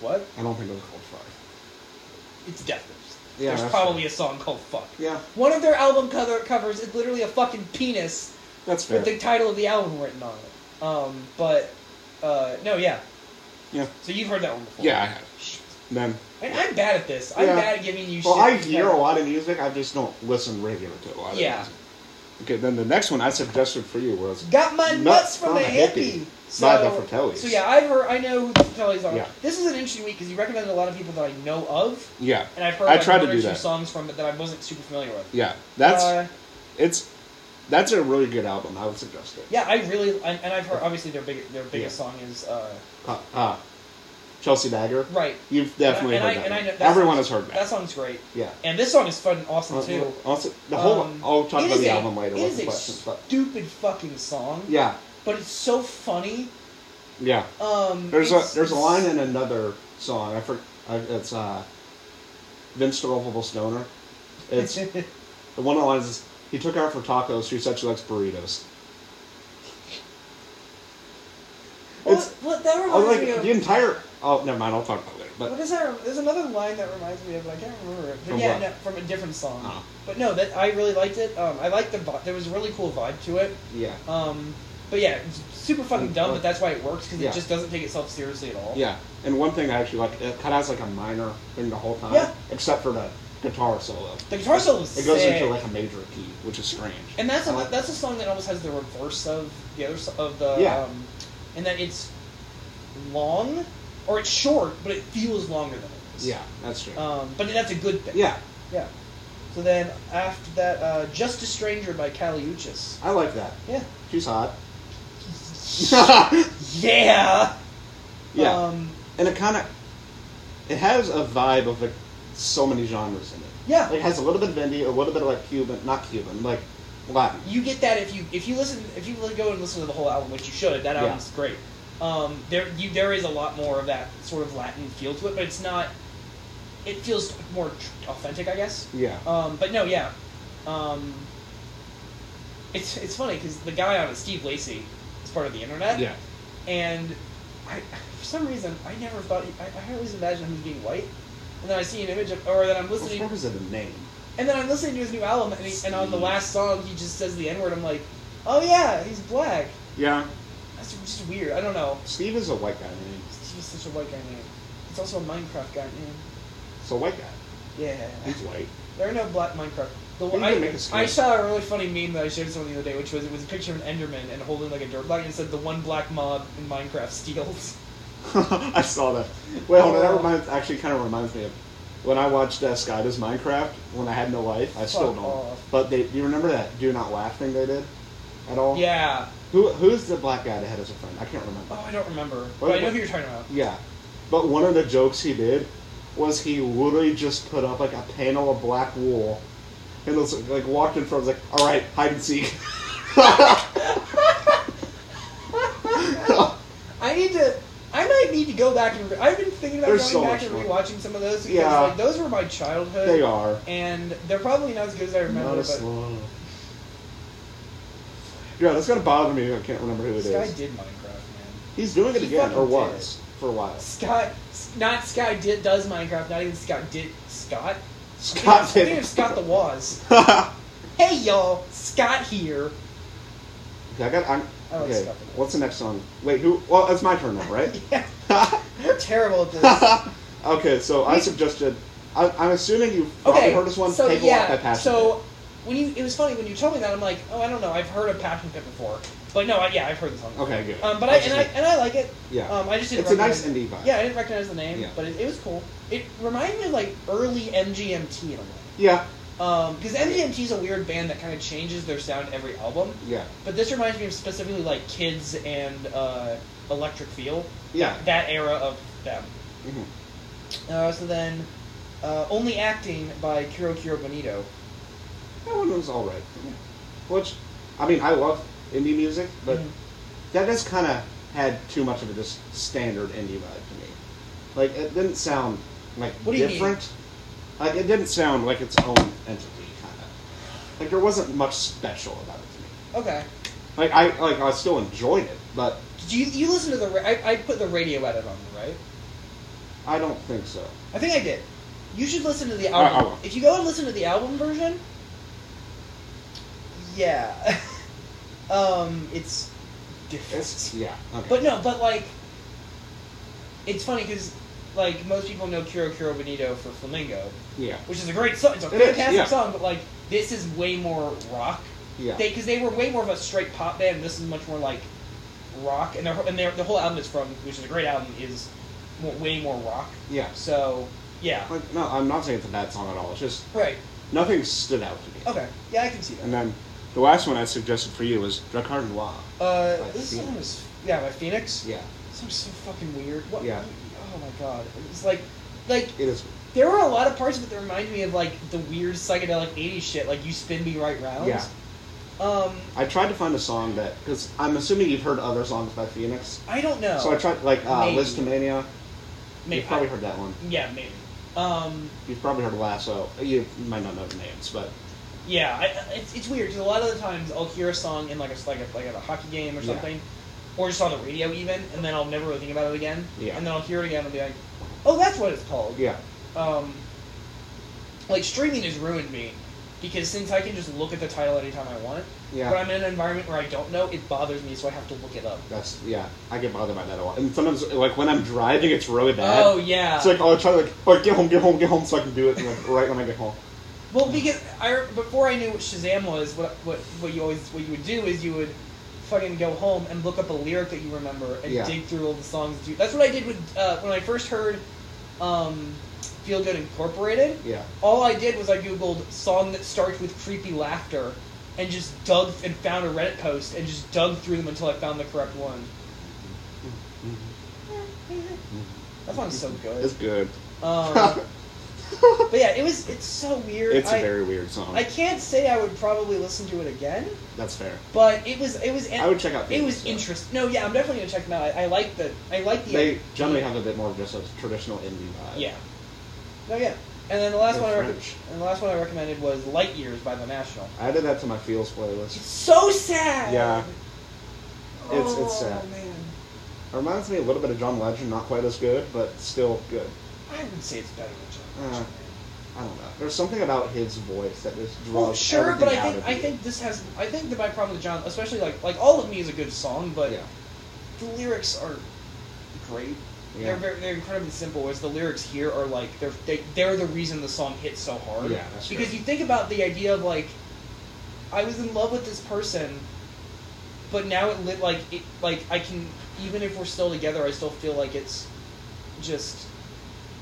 Speaker 1: what?
Speaker 2: I don't think it was called Five.
Speaker 1: It's Death Grips.
Speaker 2: Yeah,
Speaker 1: There's
Speaker 2: that's
Speaker 1: probably a song called "Fuck."
Speaker 2: Yeah,
Speaker 1: One of their album cover covers is literally a fucking penis
Speaker 2: that's fair.
Speaker 1: with the title of the album written on it. Um, but uh, no, yeah.
Speaker 2: Yeah.
Speaker 1: So you've heard that one before.
Speaker 2: Yeah, I have. Then,
Speaker 1: And I'm bad at this. I'm
Speaker 2: Yeah.
Speaker 1: bad at giving you
Speaker 2: well,
Speaker 1: shit.
Speaker 2: I hear a lot of music. I just don't listen regular to a lot of
Speaker 1: Yeah.
Speaker 2: music. Okay, then the next one I suggested for you was
Speaker 1: Got my
Speaker 2: Nuts
Speaker 1: nuts, from,
Speaker 2: from
Speaker 1: a
Speaker 2: a
Speaker 1: hippie.
Speaker 2: hippie
Speaker 1: So,
Speaker 2: by the Fratellis.
Speaker 1: So yeah, I've heard. I know who the Fratellis are.
Speaker 2: Yeah.
Speaker 1: This is an interesting week because you recommended a lot of people that I know of,
Speaker 2: yeah,
Speaker 1: and I've heard
Speaker 2: I
Speaker 1: like,
Speaker 2: tried
Speaker 1: one
Speaker 2: to
Speaker 1: or
Speaker 2: do
Speaker 1: two
Speaker 2: that.
Speaker 1: songs from it that I wasn't super familiar with.
Speaker 2: yeah. That's
Speaker 1: Uh,
Speaker 2: it's that's a really good album. I would suggest it.
Speaker 1: yeah, I really and, and I've heard. Obviously, their big their biggest
Speaker 2: Yeah.
Speaker 1: song is uh,
Speaker 2: Uh, uh, Chelsea Dagger.
Speaker 1: right.
Speaker 2: You've definitely
Speaker 1: and I-
Speaker 2: heard that.
Speaker 1: and I
Speaker 2: one.
Speaker 1: know- that
Speaker 2: Everyone has
Speaker 1: sounds-
Speaker 2: heard that.
Speaker 1: That song's great,
Speaker 2: yeah.
Speaker 1: and this song is fun and awesome too.
Speaker 2: Also, the whole.
Speaker 1: Um,
Speaker 2: I'll talk
Speaker 1: it
Speaker 2: about
Speaker 1: is
Speaker 2: the
Speaker 1: a-
Speaker 2: album later.
Speaker 1: It
Speaker 2: with
Speaker 1: is
Speaker 2: the
Speaker 1: a
Speaker 2: questions, but
Speaker 1: stupid fucking song,
Speaker 2: yeah,
Speaker 1: but it's so funny.
Speaker 2: yeah.
Speaker 1: Um,
Speaker 2: There's a
Speaker 1: it's-
Speaker 2: there's a
Speaker 1: it's-
Speaker 2: line in another song. I for I, it's uh, Vince the Lovable Stoner. It's the one of the lines is he took her out for tacos. She said she likes burritos.
Speaker 1: Well,
Speaker 2: It's-
Speaker 1: well, that reminds
Speaker 2: Oh, like
Speaker 1: me of,
Speaker 2: the entire. Oh, never mind. I'll talk about it later.
Speaker 1: What
Speaker 2: But
Speaker 1: is that? There's another line that reminds me of, but I can't remember it. But
Speaker 2: From
Speaker 1: yeah,
Speaker 2: what?
Speaker 1: no, from a different song.
Speaker 2: Oh.
Speaker 1: But no, that I really liked it. Um, I liked the vibe. There was a really cool vibe to it.
Speaker 2: yeah,
Speaker 1: Um, but yeah, it's super fucking
Speaker 2: And,
Speaker 1: dumb,
Speaker 2: uh,
Speaker 1: but that's why it works because
Speaker 2: yeah.
Speaker 1: it just doesn't take itself seriously at all.
Speaker 2: yeah. And one thing I actually like, it kind of has like a minor thing the whole time,
Speaker 1: Yeah.
Speaker 2: except for the guitar solo.
Speaker 1: The guitar solo is
Speaker 2: It goes
Speaker 1: sick.
Speaker 2: into like a major key, which is strange.
Speaker 1: and that's
Speaker 2: I
Speaker 1: a
Speaker 2: like-
Speaker 1: that's a song that almost has the reverse of the other s- of the
Speaker 2: Yeah.
Speaker 1: um, and that it's long or it's short, but it feels longer than it is.
Speaker 2: Yeah, that's true.
Speaker 1: Um, but that's a good thing.
Speaker 2: yeah,
Speaker 1: Yeah. So then after that, uh, Just a Stranger by Caliuchis.
Speaker 2: I like that.
Speaker 1: Yeah.
Speaker 2: She's hot.
Speaker 1: Yeah.
Speaker 2: yeah,
Speaker 1: Um,
Speaker 2: and it kind of it has a vibe of like so many genres in it.
Speaker 1: yeah.
Speaker 2: Like, It has a little bit of indie, a little bit of like Cuban, not Cuban, like Latin.
Speaker 1: you get that if you if you listen if you go and listen to the whole album, which you should. That
Speaker 2: Yeah.
Speaker 1: album's great. Um, there you there is a lot more of that sort of Latin feel to it, but it's not. It feels more tr- authentic, I guess.
Speaker 2: Yeah,
Speaker 1: Um, but no, yeah. Um, it's it's funny because the guy on it, Steve Lacey, is part of the internet.
Speaker 2: yeah,
Speaker 1: and I, for some reason, I never thought he, I, I always imagined him as being white, and then I see an image of, or then I'm
Speaker 2: Which
Speaker 1: listening,
Speaker 2: is it a name?
Speaker 1: and then I'm listening to his new album, and, he, and on the last song, he just says the N word. I'm like, oh yeah, he's black.
Speaker 2: Yeah,
Speaker 1: That's just weird. I don't know.
Speaker 2: Steve is a white guy name.
Speaker 1: He's just such a white guy name. It's also a Minecraft guy name.
Speaker 2: It's a white guy.
Speaker 1: Yeah.
Speaker 2: He's white.
Speaker 1: There are no black Minecraft. The,
Speaker 2: You can make a
Speaker 1: I,
Speaker 2: skin.
Speaker 1: I saw a really funny meme that I shared with someone the other day, which was it was a picture of an Enderman and holding like a dirt block, and it said the one black mob in Minecraft steals.
Speaker 2: I saw that. Wait, hold on. That reminds actually kind of reminds me of when I watched uh, Sky Does Minecraft when I had no life. I still
Speaker 1: Fuck
Speaker 2: don't.
Speaker 1: off.
Speaker 2: But they, do you remember that "Do Not Laugh" thing they did at all?
Speaker 1: Yeah.
Speaker 2: Who Who's the black guy that had as a friend? I can't remember.
Speaker 1: Oh, I don't remember.
Speaker 2: What-
Speaker 1: but I know
Speaker 2: what-
Speaker 1: who you're talking about.
Speaker 2: Yeah, but one of the jokes he did was he literally just put up like a panel of black wool and was like walked in front. Was like, all right, hide and seek.
Speaker 1: go back and re- I've been thinking about going
Speaker 2: There's so
Speaker 1: back
Speaker 2: much
Speaker 1: and
Speaker 2: more.
Speaker 1: rewatching some of those because
Speaker 2: Yeah.
Speaker 1: like those were my childhood.
Speaker 2: They are.
Speaker 1: And they're probably not as good as I remember.
Speaker 2: Not
Speaker 1: But
Speaker 2: as long. Yeah, that's gonna bother me. if I can't remember who it is.
Speaker 1: Sky did Minecraft, man.
Speaker 2: He's doing it
Speaker 1: He
Speaker 2: again, or
Speaker 1: fucking did
Speaker 2: was for a while.
Speaker 1: Scott, not Sky did does Minecraft. Not even Scott did Scott.
Speaker 2: Scott
Speaker 1: I'm
Speaker 2: did.
Speaker 1: thinking of Scott the Waz.
Speaker 2: I
Speaker 1: Hey y'all, Scott here.
Speaker 2: got. I'm,
Speaker 1: I like
Speaker 2: okay.
Speaker 1: Scott.
Speaker 2: What's the next song? Wait, who? Well, it's my turn now, right?
Speaker 1: Yeah, we're terrible at this.
Speaker 2: okay, so I suggested. I, I'm assuming you've probably
Speaker 1: okay,
Speaker 2: heard this one.
Speaker 1: So
Speaker 2: Take a
Speaker 1: yeah,
Speaker 2: walk by Passion.
Speaker 1: so when you it was funny when you told me that I'm like, oh, I don't know, I've heard of Passion Pit before, but no, I, yeah, I've heard the song.
Speaker 2: Okay, good.
Speaker 1: Um, but I
Speaker 2: That's
Speaker 1: and, I
Speaker 2: just me.
Speaker 1: and I like it.
Speaker 2: Yeah.
Speaker 1: Um, I just didn't.
Speaker 2: It's a nice
Speaker 1: recognize it.
Speaker 2: indie vibe.
Speaker 1: Yeah, I didn't recognize the name,
Speaker 2: Yeah.
Speaker 1: but it, it was cool. It reminded me of like early MGMT in a way.
Speaker 2: Yeah.
Speaker 1: Um, because MGMT is a weird band that kind of changes their sound every album.
Speaker 2: Yeah.
Speaker 1: But this reminds me of specifically like Kids and uh, Electric Feel,
Speaker 2: Yeah.
Speaker 1: that era of them.
Speaker 2: Mhm.
Speaker 1: Uh, so then, uh, Only Acting by Kiro Kiro Bonito.
Speaker 2: That one was all right. Which, I mean, I love indie music, but
Speaker 1: Mhm.
Speaker 2: that just kind of had too much of a just standard indie vibe to me. Like it didn't sound like
Speaker 1: What do you mean?
Speaker 2: different. Like it didn't sound like its own entity, kind of. Like there wasn't much special about it to me.
Speaker 1: Okay.
Speaker 2: Like I like I still enjoyed it, but
Speaker 1: Did you you listen to the? Ra- I, I put the radio edit on, right?
Speaker 2: I don't think so.
Speaker 1: I think I did. You should listen to the
Speaker 2: All right,
Speaker 1: album.
Speaker 2: I will.
Speaker 1: if you go and listen to the album version, yeah, um, it's different.
Speaker 2: It's yeah. Okay.
Speaker 1: But no, but like, it's funny because like most people know Kiro Kiro Bonito for Flamingo,
Speaker 2: yeah.
Speaker 1: which is a great song. It's a
Speaker 2: It is,
Speaker 1: fantastic
Speaker 2: yeah.
Speaker 1: song, but like this is way more rock.
Speaker 2: Yeah.
Speaker 1: They because they were way more of a straight pop band. and This is much more like rock, and their and their the whole album is from, which is a great album, is more, way more rock.
Speaker 2: yeah.
Speaker 1: So yeah,
Speaker 2: Like no, I'm not saying it's a bad song at all. It's just
Speaker 1: right.
Speaker 2: nothing stood out to me.
Speaker 1: Okay, yeah, I can see
Speaker 2: And
Speaker 1: that.
Speaker 2: then the last one I suggested for you was Drakkar Noir.
Speaker 1: Uh,
Speaker 2: Like
Speaker 1: this
Speaker 2: Phoenix.
Speaker 1: song is yeah by Phoenix.
Speaker 2: Yeah,
Speaker 1: This song's so fucking weird. What?
Speaker 2: Yeah.
Speaker 1: Oh my god, it's like like
Speaker 2: it is.
Speaker 1: There were a lot of parts of it that reminded me of like the weird psychedelic '80s shit, like "You Spin Me Right Round."
Speaker 2: Yeah.
Speaker 1: Um,
Speaker 2: I tried to find a song that because I'm assuming you've heard other songs by Phoenix.
Speaker 1: I don't know.
Speaker 2: So I tried like uh,
Speaker 1: Oh. Maybe.
Speaker 2: Listomania.
Speaker 1: Maybe.
Speaker 2: You've probably heard that one.
Speaker 1: Yeah, maybe. Um,
Speaker 2: You've probably heard Lasso. You might not know the names, but
Speaker 1: yeah, I, I- it's, it's weird because a lot of the times I'll hear a song in like a like a, like at a hockey game or
Speaker 2: Yeah.
Speaker 1: something, or just on the radio even, and then I'll never really think about it again.
Speaker 2: Yeah.
Speaker 1: And then I'll hear it again and be like, "Oh, that's what it's called."
Speaker 2: yeah,
Speaker 1: um, like streaming has ruined me because since I can just look at the title anytime I want,
Speaker 2: Yeah.
Speaker 1: but I'm in an environment where I don't know, it bothers me, so I have to look it up.
Speaker 2: that's yeah. I get bothered by that a lot. And sometimes like when I'm driving, it's really bad.
Speaker 1: Oh yeah.
Speaker 2: It's like I'll try to like oh get home, get home, get home, so I can do it like, right when I get home.
Speaker 1: well, because I before I knew what Shazam was, what what what you always what you would do is you would fucking go home and look up a lyric that you remember and
Speaker 2: Yeah.
Speaker 1: dig through all the songs. That you, that's what I did with uh, when I first heard um, Feel Good Incorporated.
Speaker 2: Yeah,
Speaker 1: All I did was I googled song that starts with creepy laughter, and just dug and found a Reddit post and just dug through them until I found the correct one. Mm-hmm. That song's so
Speaker 2: it's
Speaker 1: good.
Speaker 2: good.
Speaker 1: Um, but yeah, it was. It's so weird.
Speaker 2: it's a
Speaker 1: I,
Speaker 2: very weird song.
Speaker 1: I can't say I would probably listen to it again,
Speaker 2: that's fair.
Speaker 1: but it was. It was.
Speaker 2: I would check out.
Speaker 1: It
Speaker 2: Phoenix,
Speaker 1: was
Speaker 2: though.
Speaker 1: interest. No, yeah, I'm definitely gonna check them out. I, I like the. I like the.
Speaker 2: They generally have a bit more of just a traditional indie vibe.
Speaker 1: Yeah. No, yeah. And then the last
Speaker 2: They're
Speaker 1: one I rec-
Speaker 2: French.
Speaker 1: and the last one I recommended was Light Years by The National.
Speaker 2: I added that to my feels playlist.
Speaker 1: It's so sad.
Speaker 2: Yeah. It's-
Speaker 1: oh,
Speaker 2: it's sad.
Speaker 1: Man.
Speaker 2: It reminds me a little bit of John Legend, not quite as good, but still good.
Speaker 1: I would say it's better than John.
Speaker 2: Uh,
Speaker 1: Legend.
Speaker 2: I don't know. There's something about his voice that just draws.
Speaker 1: well, sure, but I
Speaker 2: everything
Speaker 1: think
Speaker 2: out
Speaker 1: I
Speaker 2: of you.
Speaker 1: think this has I think that my problem with John, especially like like all of me is a good song, but
Speaker 2: yeah,
Speaker 1: the lyrics are great.
Speaker 2: Yeah.
Speaker 1: They're very, they're incredibly simple. Whereas the lyrics here are like they're they, they're the reason the song hits so hard.
Speaker 2: Yeah, that's
Speaker 1: because
Speaker 2: true.
Speaker 1: you think about the idea of like I was in love with this person, but now it lit like it like I can even if we're still together, I still feel like it's just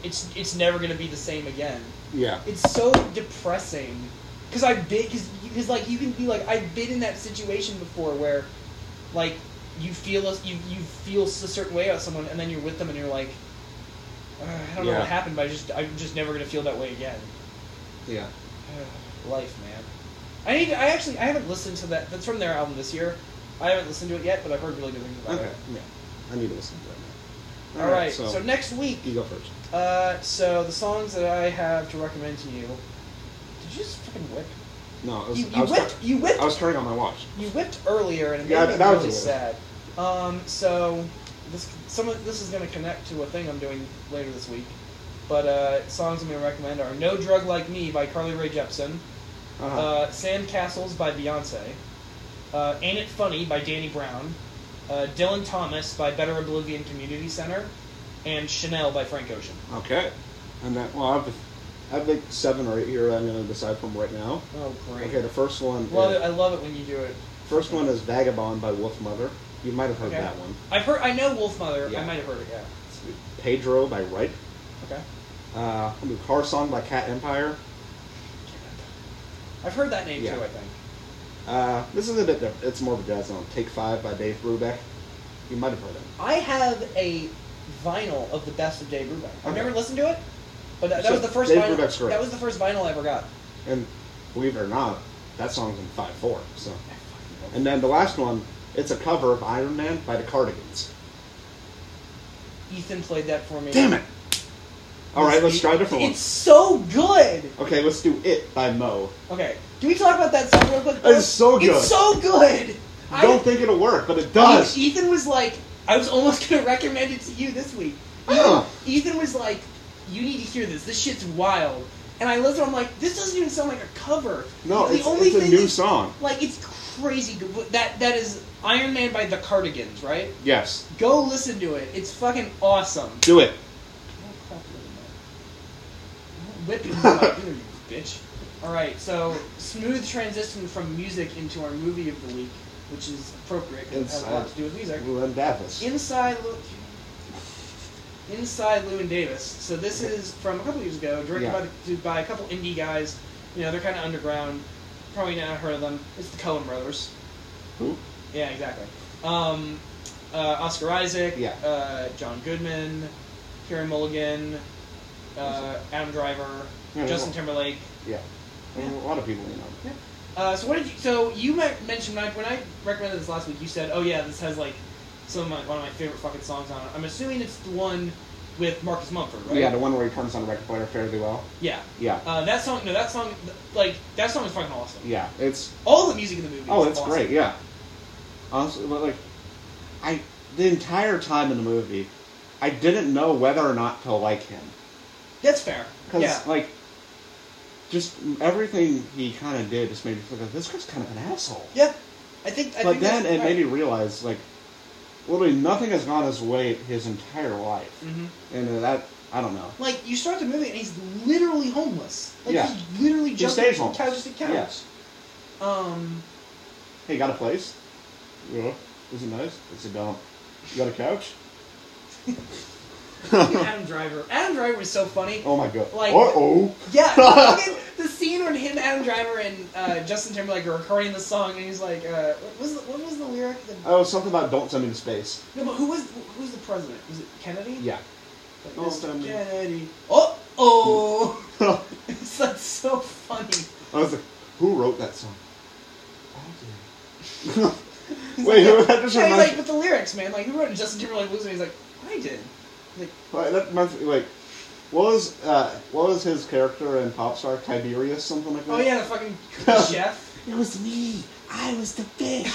Speaker 1: it's it's never gonna be the same again.
Speaker 2: yeah,
Speaker 1: It's so depressing because I've been because like you can be like I've been in that situation before where like you feel a, you you feel a certain way about someone and then you're with them and you're like "Ugh, I don't know
Speaker 2: Yeah.
Speaker 1: what happened but I just I'm just never gonna feel that way again.
Speaker 2: yeah.
Speaker 1: Ugh, Life, man. I need I actually I haven't listened to that. That's from their album this year. I haven't listened to it yet, but I've heard really good things about
Speaker 2: Okay,
Speaker 1: it.
Speaker 2: yeah. I need to listen to that now.
Speaker 1: All right.
Speaker 2: so, E.
Speaker 1: So. next week.
Speaker 2: you go first.
Speaker 1: Uh, so the songs that I have to recommend to you. Did you just fucking whip?
Speaker 2: No, I was,
Speaker 1: You,
Speaker 2: I
Speaker 1: you
Speaker 2: was
Speaker 1: whipped. You whipped.
Speaker 2: I was turning on my watch.
Speaker 1: You whipped earlier, and it made
Speaker 2: Yeah,
Speaker 1: me
Speaker 2: that was
Speaker 1: really
Speaker 2: a
Speaker 1: sad.
Speaker 2: whip.
Speaker 1: Um, so this some of this is going to connect to a thing I'm doing later this week. But uh, songs I'm going to recommend are "No Drug Like Me" by Carly Rae Jepsen,
Speaker 2: Uh-huh.
Speaker 1: uh, "Sandcastles" by Beyonce, uh, "Ain't It Funny" by Danny Brown, uh, Dylan Thomas by Better Oblivion Community Center, and "Chanel" by Frank Ocean.
Speaker 2: Okay. And that, well, I've, I've like seven or eight here I'm going to decide from right now.
Speaker 1: Oh, great!
Speaker 2: Okay, the first one
Speaker 1: Love it.
Speaker 2: is,
Speaker 1: I love it when you do it.
Speaker 2: first one is Vagabond by Wolf Mother. You might have heard
Speaker 1: Okay.
Speaker 2: that one.
Speaker 1: I've heard. I know Wolf Mother.
Speaker 2: Yeah.
Speaker 1: I might have heard it. Yeah.
Speaker 2: Pedro by Ripe.
Speaker 1: Okay.
Speaker 2: Uh, I'll do Car Song by Cat Empire.
Speaker 1: I've heard that name
Speaker 2: Yeah.
Speaker 1: too. I think.
Speaker 2: Uh, this is a bit different. It's more of a jazz zone. Take Five by Dave Brubeck. You might have heard it.
Speaker 1: I have a vinyl of the best of Dave Brubeck. I've
Speaker 2: Okay.
Speaker 1: never listened to it, but that, that
Speaker 2: So,
Speaker 1: was the first
Speaker 2: Dave
Speaker 1: vinyl.
Speaker 2: Brubeck's great.
Speaker 1: That was the first vinyl I ever got.
Speaker 2: And believe it or not, that song's in 5 4. So. And then the last one, it's a cover of Iron Man by the Cardigans.
Speaker 1: Ethan played that for me.
Speaker 2: Damn it! Alright, let's
Speaker 1: It-
Speaker 2: try a different one.
Speaker 1: It's so good.
Speaker 2: Okay, let's do It by Mo.
Speaker 1: Okay, can we talk about that song real quick?
Speaker 2: It's so good.
Speaker 1: It's so good. I-
Speaker 2: Don't think it'll work, but it does!
Speaker 1: Ethan was like, I was almost gonna recommend it to you this week.
Speaker 2: Uh-uh.
Speaker 1: Ethan was like, you need to hear this. This shit's wild. And I listened. I'm like, this doesn't even sound like a cover.
Speaker 2: No,
Speaker 1: the
Speaker 2: it's,
Speaker 1: only
Speaker 2: it's a
Speaker 1: thing
Speaker 2: new
Speaker 1: that-
Speaker 2: song.
Speaker 1: Like it's crazy good. But That that is Iron Man by the Cardigans, right?
Speaker 2: Yes.
Speaker 1: Go listen to it. It's fucking awesome.
Speaker 2: Do it.
Speaker 1: Whip it in my ear, you bitch. All right, so smooth transition from music into our movie of the week, which is appropriate because it has a lot to do with music.
Speaker 2: Llewyn Davis.
Speaker 1: Inside Lou, Inside Lou and Davis. So this is from a couple years ago, directed
Speaker 2: Yeah.
Speaker 1: by, the, by a couple indie guys. You know, they're kind of underground. Probably not heard of them. It's the Coen Brothers.
Speaker 2: Who?
Speaker 1: Yeah, exactly. Um, uh, Oscar Isaac,
Speaker 2: Yeah.
Speaker 1: uh, John Goodman, Kieran Mulligan, uh, Adam Driver,
Speaker 2: Yeah,
Speaker 1: Justin
Speaker 2: well-
Speaker 1: Timberlake.
Speaker 2: Yeah. A lot of people, you know.
Speaker 1: Uh, so what did you? So you me- mentioned when I, when I recommended this last week. You said, "Oh yeah, this has like some of my, one of my favorite fucking songs on it." I'm assuming it's the one with Marcus Mumford, right?
Speaker 2: Yeah, the one where he turns on a record player fairly well.
Speaker 1: Yeah.
Speaker 2: Yeah.
Speaker 1: Uh, that song, no, that song, like that song is fucking awesome.
Speaker 2: Yeah. It's
Speaker 1: All the music in the movie.
Speaker 2: Oh,
Speaker 1: is
Speaker 2: it's
Speaker 1: awesome.
Speaker 2: great. Yeah. Honestly, but like, I the entire time in the movie, I didn't know whether or not to like him
Speaker 1: That's fair.
Speaker 2: because
Speaker 1: Yeah.
Speaker 2: like, just everything he kind of did just made me feel like this guy's kind of an asshole.
Speaker 1: yeah. I think. I
Speaker 2: but
Speaker 1: think
Speaker 2: then
Speaker 1: that's
Speaker 2: it
Speaker 1: right.
Speaker 2: made me realize like, literally nothing has gone his way his entire life,
Speaker 1: Mhm.
Speaker 2: and that I don't know.
Speaker 1: Like you start the movie and he's literally homeless. Like
Speaker 2: Yeah.
Speaker 1: he's literally
Speaker 2: He
Speaker 1: jumping
Speaker 2: stays
Speaker 1: from
Speaker 2: home.
Speaker 1: couch to couch.
Speaker 2: Yes.
Speaker 1: Um.
Speaker 2: Hey, got a place? Yeah. Is it nice? It's a dump. You got a couch?
Speaker 1: Adam Driver. Adam Driver was so funny.
Speaker 2: Oh my god.
Speaker 1: Like-
Speaker 2: uh oh.
Speaker 1: Yeah, fucking the scene when him, Adam Driver, and uh, Justin Timberlake are recording the song, and he's like, uh, "What was the, what was the lyric?" The,
Speaker 2: Oh, something about don't send me to space.
Speaker 1: no, but who was who was the president? Was it Kennedy?
Speaker 2: Yeah.
Speaker 1: Like,
Speaker 2: Oh,
Speaker 1: Mr.
Speaker 2: um,
Speaker 1: Kennedy. Oh, oh,
Speaker 2: I
Speaker 1: it's like so funny.
Speaker 2: was like, who wrote that song? I did. Wait, who, that just
Speaker 1: Yeah, he's like,
Speaker 2: reminds
Speaker 1: but the lyrics, man. Like, who wrote it? Justin Timberlake was, and he's like, I did. Like,
Speaker 2: Wait, that reminds me. Wait, what was uh, what was his character in Popstar Tiberius? Something like that.
Speaker 1: oh yeah, the fucking chef.
Speaker 2: It was me. I was the fish.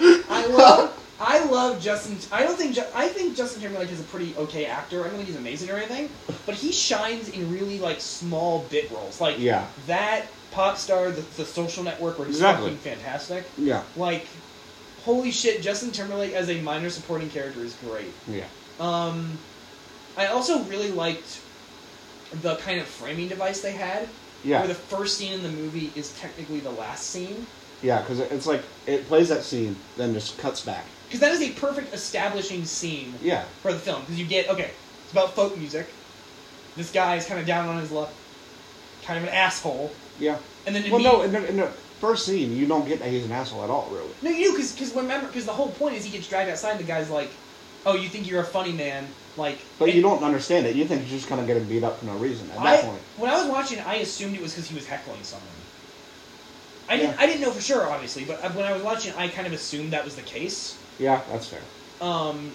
Speaker 1: I love. I love Justin. I don't think. Ju- I think Justin Timberlake is a pretty okay actor. I don't think he's amazing or anything, but he shines in really like small bit roles, like
Speaker 2: Yeah.
Speaker 1: that pop star, the, the Social Network, where he's
Speaker 2: Exactly.
Speaker 1: fucking fantastic.
Speaker 2: Yeah.
Speaker 1: Like, holy shit, Justin Timberlake as a minor supporting character is great.
Speaker 2: Yeah.
Speaker 1: Um, I also really liked the kind of framing device they had, where
Speaker 2: Yeah.
Speaker 1: the first scene in the movie is technically the last scene.
Speaker 2: Yeah. Because it's like it plays that scene, then just cuts back.
Speaker 1: Because that is a perfect establishing scene
Speaker 2: Yeah.
Speaker 1: for the film. Because you get, okay, it's about folk music. This guy is kind of down on his luck, kind of an asshole.
Speaker 2: Yeah.
Speaker 1: And then
Speaker 2: Well, no,
Speaker 1: immediate-
Speaker 2: in the, in the first scene, you don't get that he's an asshole at all, really.
Speaker 1: no, you do, because remember, because the whole point is he gets dragged outside and the guy's like, oh, you think you're a funny man. Like,
Speaker 2: But
Speaker 1: and
Speaker 2: you don't understand it. You think he's just kind of getting beat up for no reason at
Speaker 1: I,
Speaker 2: that point.
Speaker 1: When I was watching, I assumed it was because he was heckling someone. I didn't,
Speaker 2: Yeah.
Speaker 1: I didn't know for sure, obviously, uh, but when I was watching, I kind of assumed that was the case.
Speaker 2: Yeah, that's fair.
Speaker 1: Um,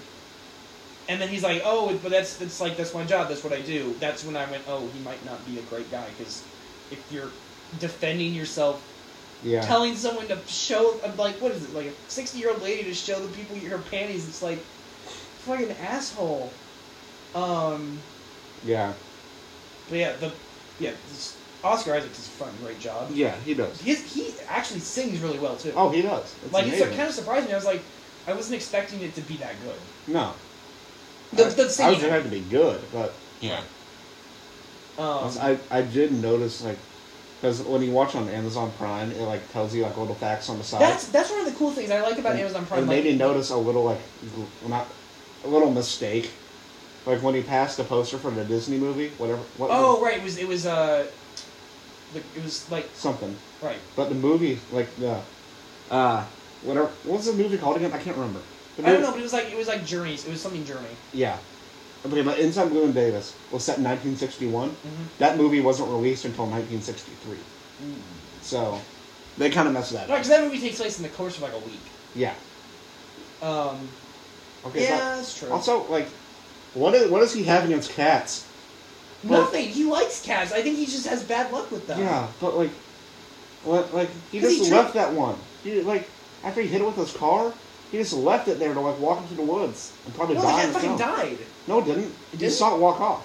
Speaker 1: And then he's like, "Oh, but that's that's like that's my job. That's what I do." That's when I went, "Oh, he might not be a great guy because if you're defending yourself,
Speaker 2: Yeah.
Speaker 1: telling someone to show I'm like what is it like a sixty year old lady to show the people your panties, it's like fucking asshole." Um,
Speaker 2: yeah.
Speaker 1: but yeah, the yeah this- Oscar Isaac does a fucking great job.
Speaker 2: Yeah, he does.
Speaker 1: His, he actually sings really well too.
Speaker 2: Oh, he does. It's
Speaker 1: like
Speaker 2: amazing.
Speaker 1: it kind of surprised me. I was like, I wasn't expecting it to be that good.
Speaker 2: No.
Speaker 1: The,
Speaker 2: I,
Speaker 1: the
Speaker 2: I was
Speaker 1: singing.
Speaker 2: gonna have to be good, but
Speaker 1: Yeah.
Speaker 2: Plus,
Speaker 1: Um,
Speaker 2: I I did notice like because when you watch on Amazon Prime, it like tells you like little facts on the side.
Speaker 1: that's that's one of the cool things I like about
Speaker 2: And-
Speaker 1: Amazon Prime.
Speaker 2: And
Speaker 1: like,
Speaker 2: made me notice a little like gl- not a little mistake, like when he passed the poster for the Disney movie, whatever. What,
Speaker 1: Oh right, it was it was uh, the, it was like
Speaker 2: something.
Speaker 1: right.
Speaker 2: But the movie, like the, uh, whatever. What was the movie called again? I can't remember. The
Speaker 1: I don't
Speaker 2: movie-
Speaker 1: know, but it was like it was like journeys. It was something journey.
Speaker 2: Yeah. Okay, but Inside Llewyn Davis was set in 1961.
Speaker 1: Mm-hmm.
Speaker 2: That movie wasn't released until 1963.
Speaker 1: Mm.
Speaker 2: So they kind of messed that
Speaker 1: No, because
Speaker 2: up.
Speaker 1: that movie takes place in the course of like a week.
Speaker 2: Yeah.
Speaker 1: Um,
Speaker 2: Okay.
Speaker 1: yeah,
Speaker 2: but-
Speaker 1: that's true.
Speaker 2: also, like, what is what does he have against cats?
Speaker 1: Nothing. He likes cats. I think he just has bad luck with them.
Speaker 2: Yeah, but like, what, like he
Speaker 1: 'Cause he
Speaker 2: just
Speaker 1: tri-
Speaker 2: left that one. He, like after he hit it with his car, he just left it there to like walk into the woods and probably
Speaker 1: No, the
Speaker 2: die.
Speaker 1: cat
Speaker 2: on its
Speaker 1: fucking
Speaker 2: own.
Speaker 1: died.
Speaker 2: No, it didn't. You
Speaker 1: didn't?
Speaker 2: saw it walk off.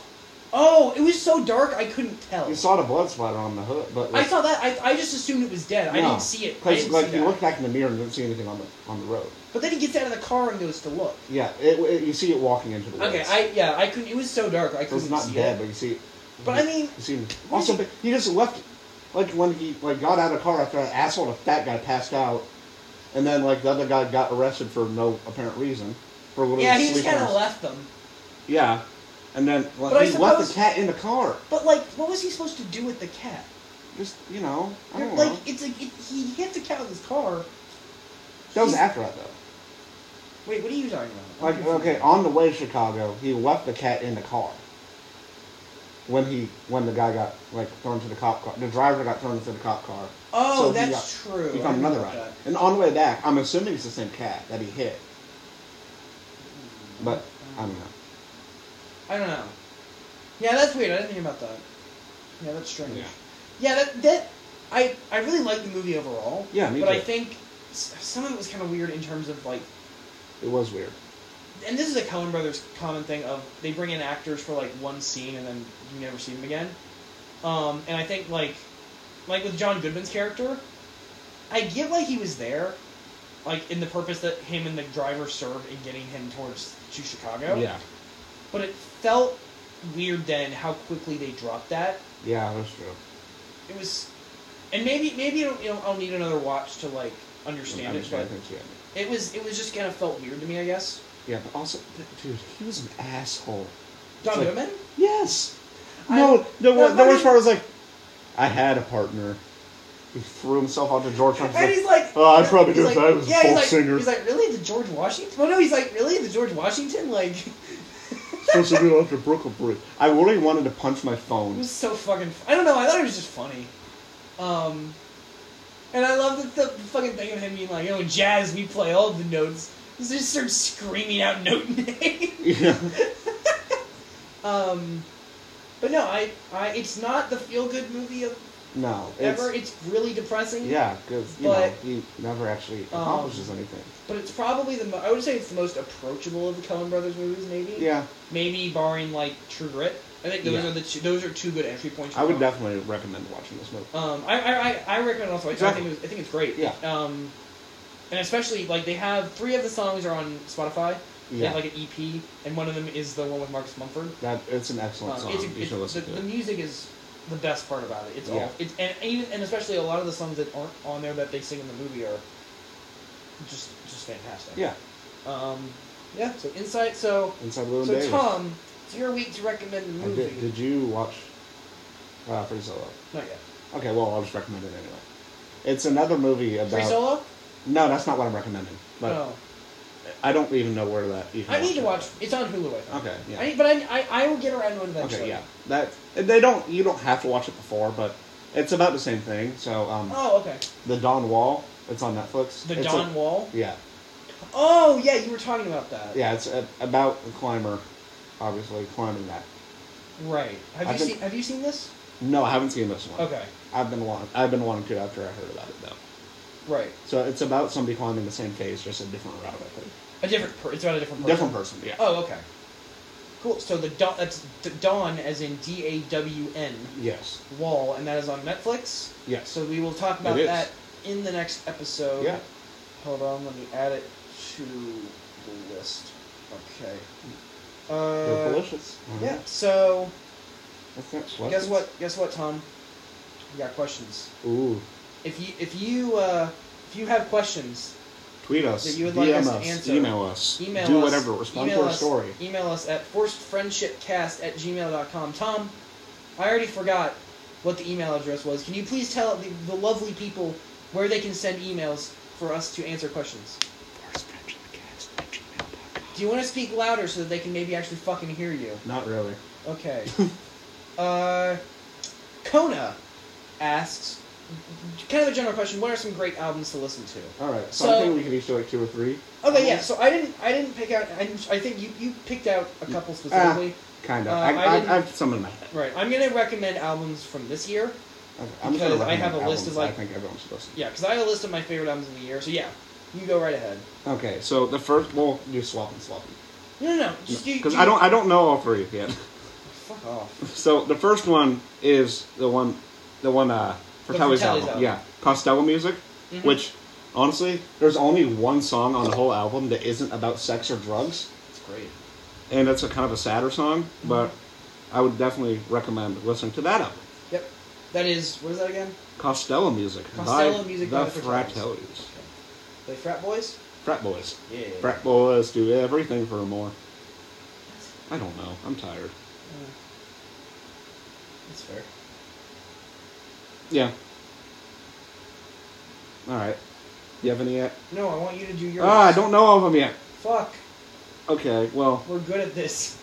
Speaker 1: Oh, it was so dark I couldn't tell.
Speaker 2: You saw the blood splatter on the hood, but
Speaker 1: I
Speaker 2: like,
Speaker 1: saw that. I, I just assumed it was dead. I
Speaker 2: no.
Speaker 1: didn't see it. I
Speaker 2: 'Cause,
Speaker 1: didn't
Speaker 2: like
Speaker 1: see
Speaker 2: you
Speaker 1: that.
Speaker 2: look back in the mirror and didn't see anything on the on the road.
Speaker 1: But then he gets out of the car and goes to look.
Speaker 2: Yeah, it, it- you see it walking into the woods.
Speaker 1: Okay, I yeah, I couldn't. It was so dark, I
Speaker 2: So
Speaker 1: couldn't
Speaker 2: it's not
Speaker 1: see
Speaker 2: dead,
Speaker 1: it.
Speaker 2: but you see.
Speaker 1: But I mean,
Speaker 2: you see him.
Speaker 1: what
Speaker 2: Also,
Speaker 1: is
Speaker 2: but he just left. Like when he like got out of the car after that asshole, the fat guy passed out, and then like the other guy got arrested for no apparent reason for literally
Speaker 1: yeah, he just
Speaker 2: sleeping.
Speaker 1: kind of
Speaker 2: on-
Speaker 1: left them.
Speaker 2: Yeah, and then like,
Speaker 1: But I
Speaker 2: he left
Speaker 1: suppose-
Speaker 2: the cat in the car.
Speaker 1: But like, what was he supposed to do with the cat?
Speaker 2: Just you know, I don't
Speaker 1: like,
Speaker 2: know.
Speaker 1: it's a, it, he hit the cat with his car.
Speaker 2: That was
Speaker 1: he's-
Speaker 2: after that though.
Speaker 1: Wait, what are you talking about?
Speaker 2: Like okay, on the way to Chicago, he left the cat in the car. When he when the guy got like thrown to the cop car, the driver got thrown into the cop car.
Speaker 1: Oh,
Speaker 2: uh, So he
Speaker 1: that's
Speaker 2: got-
Speaker 1: true.
Speaker 2: He
Speaker 1: I
Speaker 2: found another
Speaker 1: remember
Speaker 2: rider.
Speaker 1: that.
Speaker 2: And on the way back, I'm assuming it's the same cat that he hit. But I don't know.
Speaker 1: I don't know. Yeah, that's weird. I didn't think about that. Yeah, that's strange.
Speaker 2: Yeah.
Speaker 1: Yeah, that that I I really liked the movie overall.
Speaker 2: Yeah, me
Speaker 1: but I
Speaker 2: too.
Speaker 1: think s- some of it was kind of weird in terms of like,
Speaker 2: It was weird.
Speaker 1: and this is a Coen Brothers common thing of they bring in actors for like one scene and then you never see them again. Um, and I think like like with John Goodman's character, I get why he was there, like in the purpose that him and the driver served in getting him towards to Chicago. But it felt weird then how quickly they dropped that.
Speaker 2: Yeah, that's true.
Speaker 1: It was, and maybe maybe it'll, you know, I'll need another watch to like understand
Speaker 2: I'm
Speaker 1: it.
Speaker 2: sure I
Speaker 1: But
Speaker 2: think she had it.
Speaker 1: it was it was just kind of felt weird to me, I guess.
Speaker 2: Yeah, but also, th- dude, he was an asshole.
Speaker 1: John
Speaker 2: It's like-
Speaker 1: Goodman.
Speaker 2: Yes.
Speaker 1: I-
Speaker 2: No, the,
Speaker 1: No,
Speaker 2: one- the
Speaker 1: but
Speaker 2: worst
Speaker 1: I-
Speaker 2: part was like, I had a partner. He threw himself out to George. Washington.
Speaker 1: And he's like,
Speaker 2: "Oh, I'd probably do
Speaker 1: he's
Speaker 2: it if I was a
Speaker 1: yeah, he's
Speaker 2: folk
Speaker 1: like,
Speaker 2: singer."
Speaker 1: He's like, really the George Washington? Well, no, he's like, really the George Washington? Like,
Speaker 2: supposed to go after Brooklyn Bridge. I really wanted to punch my
Speaker 1: It
Speaker 2: phone.
Speaker 1: was so fucking. I don't know. I thought it was just funny. Um, and I love that the fucking thing of him being like, "Oh, in jazz, we play all the notes." He just starts screaming out note names.
Speaker 2: Yeah.
Speaker 1: Um, but no, I, I, it's not the feel good movie of
Speaker 2: No. It's,
Speaker 1: ever. It's, really depressing.
Speaker 2: yeah, because you know
Speaker 1: But- Oh.
Speaker 2: he never actually accomplishes anything.
Speaker 1: But it's probably the. Mo- I would say it's the most approachable of the Coen Brothers movies, maybe.
Speaker 2: Yeah.
Speaker 1: Maybe barring like True Grit. I think those
Speaker 2: Yeah.
Speaker 1: are the two, those are two good entry points. for
Speaker 2: I would
Speaker 1: Coen.
Speaker 2: definitely recommend watching this movie.
Speaker 1: Um, I, I, I, I recommend also. I-
Speaker 2: Exactly.
Speaker 1: I think it was, I think it's great.
Speaker 2: Yeah.
Speaker 1: Um, and especially like they have three of the songs are on Spotify. They
Speaker 2: Yeah.
Speaker 1: have like an EP, and one of them is the one with Marcus Mumford.
Speaker 2: That it's an excellent
Speaker 1: Um,
Speaker 2: song.
Speaker 1: it's-
Speaker 2: you
Speaker 1: it's-
Speaker 2: should listen
Speaker 1: the,
Speaker 2: to
Speaker 1: the
Speaker 2: it.
Speaker 1: music is the best part about it. It's
Speaker 2: Yeah.
Speaker 1: all it's and even and especially a lot of the songs that aren't on there that they sing in the movie are just just fantastic.
Speaker 2: Yeah,
Speaker 1: Um, yeah. So insight. So
Speaker 2: Inside Llewyn
Speaker 1: so
Speaker 2: Davis.
Speaker 1: Tom, it's your week to recommend a
Speaker 2: I
Speaker 1: movie.
Speaker 2: did, did you watch uh, Free Solo?
Speaker 1: Not yet.
Speaker 2: Okay, well I'll just recommend it anyway. It's another movie about.
Speaker 1: Free solo.
Speaker 2: No, that's not what I'm recommending. But
Speaker 1: no.
Speaker 2: I don't even know where that. You can
Speaker 1: I need to
Speaker 2: it.
Speaker 1: watch. It's on Hulu, I think.
Speaker 2: Okay, yeah.
Speaker 1: I need, but I, I, I will get around to it eventually.
Speaker 2: okay, yeah. That they don't. You don't have to watch it before, but it's about the same thing. So um,
Speaker 1: Oh, okay.
Speaker 2: the Don Wall. It's on Netflix.
Speaker 1: The
Speaker 2: It's a-
Speaker 1: Don Wall.
Speaker 2: Yeah.
Speaker 1: Oh yeah, you were talking about that.
Speaker 2: Yeah, it's a, about a climber, obviously climbing that.
Speaker 1: Right. Have
Speaker 2: I
Speaker 1: you
Speaker 2: think-
Speaker 1: seen Have you seen this?
Speaker 2: No, I haven't seen this one.
Speaker 1: Okay.
Speaker 2: I've been wanting. I've been wanting to after I heard about it though.
Speaker 1: Right.
Speaker 2: So it's about somebody climbing the same phase, just a different route. I think.
Speaker 1: A different. Per- it's about a different. Person.
Speaker 2: Different person. Yeah.
Speaker 1: Oh okay. Cool. So the dawn. That's the dawn, as in D A W N.
Speaker 2: Yes.
Speaker 1: Wall, and that is on Netflix.
Speaker 2: Yes.
Speaker 1: So we will talk about
Speaker 2: It is.
Speaker 1: that in the next episode.
Speaker 2: yeah.
Speaker 1: Hold on, let me add it to the list. Okay.
Speaker 2: They're
Speaker 1: Uh,
Speaker 2: delicious.
Speaker 1: yeah. So
Speaker 2: That's not delicious.
Speaker 1: guess what? Guess what, Tom? We got questions.
Speaker 2: Ooh.
Speaker 1: If you if you uh, if you have questions,
Speaker 2: Tweet us.
Speaker 1: That you would like
Speaker 2: DM
Speaker 1: us to
Speaker 2: us.
Speaker 1: answer.
Speaker 2: Email us.
Speaker 1: email
Speaker 2: Do
Speaker 1: us.
Speaker 2: whatever. Respond
Speaker 1: email
Speaker 2: to our
Speaker 1: us-
Speaker 2: story.
Speaker 1: Email us at forcedfriendshipcast at gmail.com. Tom, I already forgot what the email address was. Can you please tell the, the lovely people where they can send emails for us to answer questions? Do you want to speak louder so that they can maybe actually fucking hear you?
Speaker 2: Not really.
Speaker 1: Okay. uh, Kona asks, kind of a general question. What are some great albums to listen to?
Speaker 2: All right. So,
Speaker 1: So-
Speaker 2: I think we could each do like two or three.
Speaker 1: Okay, yeah. So I didn't, I didn't pick out. I, I think you, you picked out a couple
Speaker 2: Ah.
Speaker 1: specifically.
Speaker 2: Uh, Kind of.
Speaker 1: Uh, I
Speaker 2: I, I, I,
Speaker 1: didn't-
Speaker 2: have some in my head.
Speaker 1: Right. I'm gonna recommend albums from this year.
Speaker 2: Okay, I'm just gonna
Speaker 1: Because I
Speaker 2: recommend
Speaker 1: have a list
Speaker 2: albums
Speaker 1: of,
Speaker 2: that I
Speaker 1: like-
Speaker 2: think everyone's supposed to.
Speaker 1: Yeah, because I have a list of my favorite albums of the year. So yeah, you go right ahead.
Speaker 2: Okay. So the first we'll do swap and swap.
Speaker 1: No, no, no. Just you.
Speaker 2: Because
Speaker 1: you-
Speaker 2: I don't. I don't know all three yet.
Speaker 1: Fuck off.
Speaker 2: So the first one is the one, the one uh, Fratelli's
Speaker 1: Fratelli's album.
Speaker 2: album. Yeah, Costello music,
Speaker 1: Mhm.
Speaker 2: which honestly, there's only one song on the whole album that isn't about sex or drugs,
Speaker 1: It's great.
Speaker 2: and it's a kind of a sadder song.
Speaker 1: Mm-hmm.
Speaker 2: But I would definitely recommend listening to that album,
Speaker 1: Yep. That is. What is that again?
Speaker 2: Costello music. by
Speaker 1: Costello music
Speaker 2: the
Speaker 1: by the Fratellis.
Speaker 2: Fratellis.
Speaker 1: The Frat Boys.
Speaker 2: Frat boys.
Speaker 1: Yeah.
Speaker 2: Frat boys do everything for more. I don't know. I'm tired.
Speaker 1: Uh, That's fair.
Speaker 2: Yeah. All right. You have any yet?
Speaker 1: No, I want you to do yours.
Speaker 2: Ah, I don't know all of them yet.
Speaker 1: Fuck.
Speaker 2: Okay, well,
Speaker 1: We're good at this.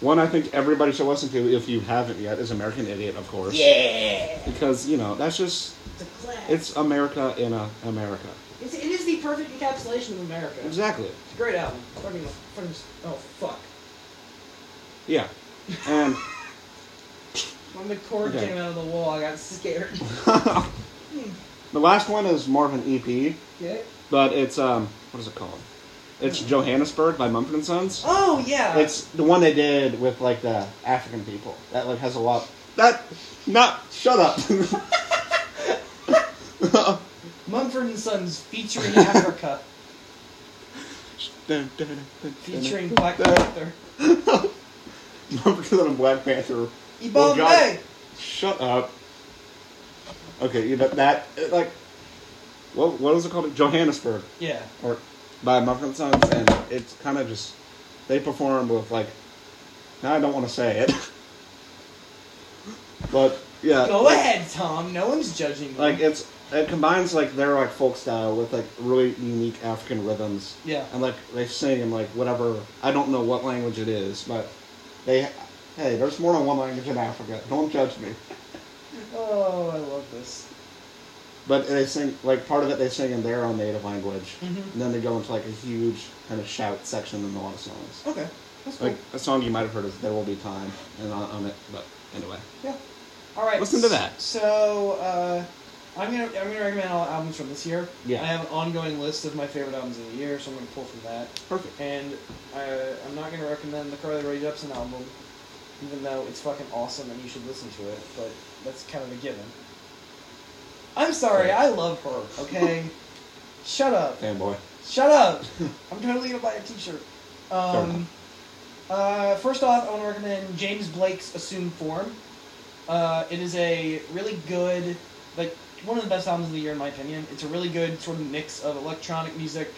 Speaker 2: one I think everybody should listen to if you haven't yet is American Idiot, of course.
Speaker 1: Yeah.
Speaker 2: Because, you know, that's just,
Speaker 1: The class.
Speaker 2: it's America in a America.
Speaker 1: It's, it is the perfect encapsulation of America.
Speaker 2: Exactly.
Speaker 1: It's a great album. Fucking, fucking, oh fuck.
Speaker 2: Yeah. And,
Speaker 1: When the cord
Speaker 2: Okay.
Speaker 1: came out of the wall, I got scared.
Speaker 2: the last one is more of an EP,
Speaker 1: yeah.
Speaker 2: but it's, um, what is it called? It's Johannesburg by Mumford and Sons.
Speaker 1: Oh yeah.
Speaker 2: It's the one they did with, like, the African people. That, like, has a lot. That, not, shut up.
Speaker 1: Mumford and Sons featuring Africa, featuring Black Panther.
Speaker 2: Mumford and Black Panther. Well, Oh, God-
Speaker 1: Ebombe.
Speaker 2: Shut up. Okay, you know that it, like what what is it called? Johannesburg
Speaker 1: Yeah.
Speaker 2: or by Mumford Sons, and it's kind of just they perform with like. Now I don't want to say it, but yeah,
Speaker 1: Go ahead, Tom. No one's judging. you.
Speaker 2: Uh, Like it's it combines like their like folk style with like really unique African rhythms.
Speaker 1: Yeah.
Speaker 2: and like they sing in like whatever I don't know what language it is, but they hey, there's more than one language in Africa. Don't judge me.
Speaker 1: Oh, I love this.
Speaker 2: But they sing like part of it. They sing in their own native language, and then they go into like a huge kind of shout section in a lot of songs.
Speaker 1: Okay. That's cool.
Speaker 2: Like a song you might have heard is "There Will Be Time" and on, on it. But anyway,
Speaker 1: Yeah. All right.
Speaker 2: Listen to that.
Speaker 1: So uh, I'm gonna I'm gonna recommend all albums from this year.
Speaker 2: Yeah.
Speaker 1: I have an ongoing list of my favorite albums of the year, so I'm gonna pull from that.
Speaker 2: perfect.
Speaker 1: And I, I'm not gonna recommend the Carly Rae Jepsen album, even though it's fucking awesome and you should listen to it. But that's kind of a given. I'm sorry. I love her. Okay. Shut up.
Speaker 2: Fanboy.
Speaker 1: Shut up! I'm totally gonna buy a T-shirt. Um, uh, first off, I want to recommend James Blake's Assumed Form. Uh, it is a really good, like one of the best albums of the year in my opinion. It's a really good sort of mix of electronic music,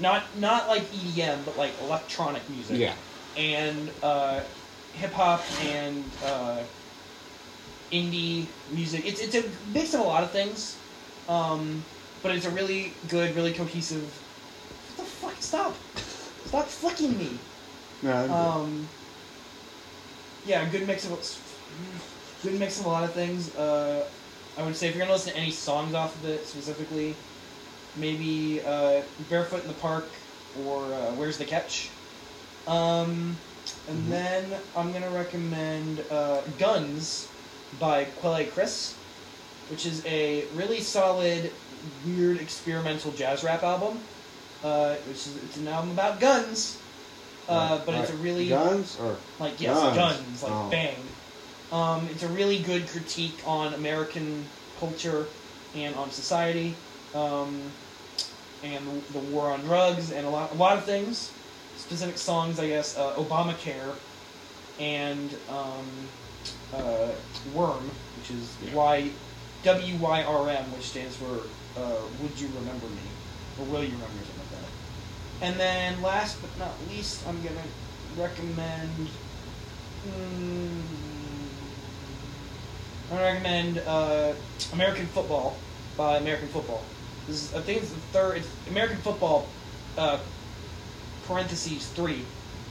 Speaker 1: not not like EDM, but like electronic music
Speaker 2: Yeah,
Speaker 1: and uh, hip hop and uh, indie music. It's it's a mix of a lot of things, um, but it's a really good, really cohesive. What the fuck? Stop! Stop flicking me.
Speaker 2: yeah.
Speaker 1: Um, yeah, good mix of good mix of a lot of things. Uh, I would say if you're gonna listen to any songs off of it specifically, maybe uh, Barefoot in the Park or uh, Where's the Catch. Um, and
Speaker 2: Mhm.
Speaker 1: then I'm gonna recommend uh, Guns by Quelle Chris, which is a really solid, weird experimental jazz rap album. Uh, which is it's an album about guns, uh, but it's a really
Speaker 2: guns or
Speaker 1: like yes,
Speaker 2: Guns.
Speaker 1: guns, like
Speaker 2: Oh.
Speaker 1: bang. Um, it's a really good critique on American culture and on society, um, and the, the war on drugs and a lot, a lot of things. Specific songs, I guess, uh, Obamacare and um, uh, Worm, which is Y W Y R M, which stands for uh, Would You Remember Me or Will You Remember Me, something like that. And then, last but not least, I'm gonna recommend. Mm, I recommend uh, American Football by American Football. This is, I think it's the third. It's American Football, uh, parentheses three.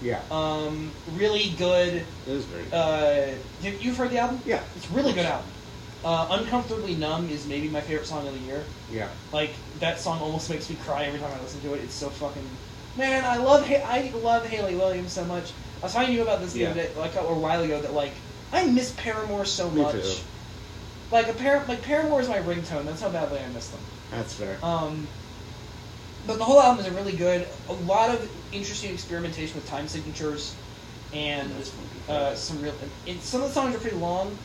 Speaker 2: yeah,
Speaker 1: Um, really good.
Speaker 2: it is very.
Speaker 1: Uh, you- you've heard the album?
Speaker 2: yeah,
Speaker 1: It's a really good album. Uh, Uncomfortably numb is maybe my favorite song of the year.
Speaker 2: yeah.
Speaker 1: Like that song almost makes me cry every time I listen to it. It's so fucking man. I love ha- I love Haley Williams so much. I was talking to you about this the other
Speaker 2: Yeah.
Speaker 1: day, like a while ago. That like I miss Paramore so
Speaker 2: Me
Speaker 1: much.
Speaker 2: too.
Speaker 1: Like a pair like Paramore is my ringtone. That's how badly I miss them.
Speaker 2: That's fair.
Speaker 1: Um, but the whole album is really good. A lot of interesting experimentation with time signatures, and
Speaker 2: That's pretty good.
Speaker 1: uh, some real. And some of the songs are pretty long,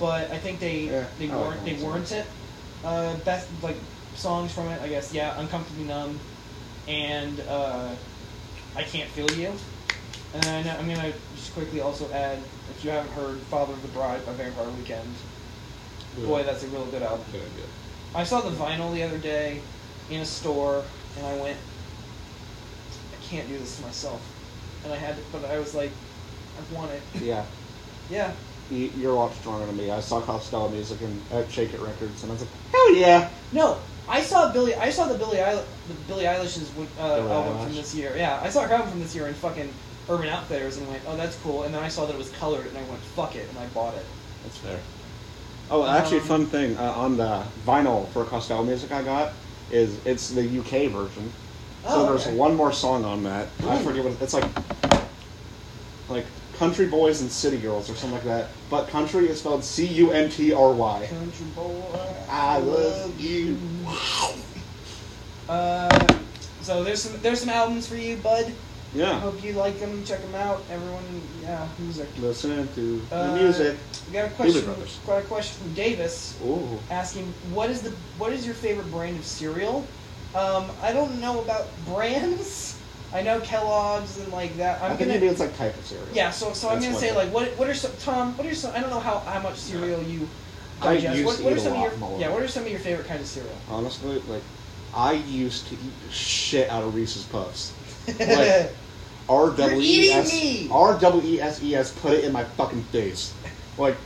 Speaker 1: but I think they
Speaker 2: Yeah,
Speaker 1: they
Speaker 2: I like
Speaker 1: warrant
Speaker 2: long
Speaker 1: they
Speaker 2: songs.
Speaker 1: warrant it. Uh, best like songs from it, I guess. Yeah, uncomfortably numb, and uh, I can't feel you. And then I'm gonna just quickly also add, if you haven't heard, "Father of the Bride" by Vampire Weekend. Boy, that's a real good album.
Speaker 2: good idea.
Speaker 1: I saw the vinyl the other day in a store, and I went, I can't do this to myself. And I had, but I was like, I want it.
Speaker 2: Yeah,
Speaker 1: Yeah.
Speaker 2: you, you're a lot stronger than me. I saw Costello Music and at Shake It Records, and I was like, hell yeah.
Speaker 1: No, I saw Billy. I saw the Billy Eilish, the Billie Eilish's uh,
Speaker 2: Billie
Speaker 1: album
Speaker 2: Eilish?
Speaker 1: from this year. Yeah, I saw her album from this year in fucking Urban Outfitters, and went, oh, that's cool. And then I saw that it was colored, and I went, fuck it, and I bought it.
Speaker 2: That's fair. Oh, actually,
Speaker 1: Um,
Speaker 2: fun thing uh, on the vinyl for Costello Music I got is it's the UK version. So
Speaker 1: Oh,
Speaker 2: there's
Speaker 1: okay.
Speaker 2: one more song on that. I
Speaker 1: Ooh.
Speaker 2: forget what it- it's like. Like country boys and city girls or something like that. But country is spelled C U N T R Y.
Speaker 1: Country boy,
Speaker 2: I love you.
Speaker 1: Uh, so there's some there's some albums for you, bud.
Speaker 2: Yeah.
Speaker 1: Hope you like them. Check them out. Everyone, yeah, music.
Speaker 2: Listening to
Speaker 1: Uh,
Speaker 2: the music.
Speaker 1: We got a question.
Speaker 2: Brothers.
Speaker 1: Got a question from Davis
Speaker 2: Ooh.
Speaker 1: asking, "What is the what is your favorite brand of cereal?" Um, I don't know about brands. I know Kellogg's and like that.
Speaker 2: i
Speaker 1: I'm
Speaker 2: think
Speaker 1: gonna
Speaker 2: maybe it's like type of cereal.
Speaker 1: yeah. So so I'm
Speaker 2: That's
Speaker 1: gonna
Speaker 2: one
Speaker 1: say
Speaker 2: thing.
Speaker 1: like what what are some Tom? What are some? I don't know how how much cereal you
Speaker 2: I
Speaker 1: digest.
Speaker 2: used
Speaker 1: what,
Speaker 2: to
Speaker 1: what
Speaker 2: eat
Speaker 1: are
Speaker 2: a
Speaker 1: some
Speaker 2: lot
Speaker 1: of your
Speaker 2: more.
Speaker 1: yeah? What are some of your favorite kind of cereal?
Speaker 2: Honestly, like I used to eat the shit out of Reese's Puffs. Like, R W E
Speaker 1: eating
Speaker 2: S
Speaker 1: me!
Speaker 2: R W E S E S put it in my fucking face. Like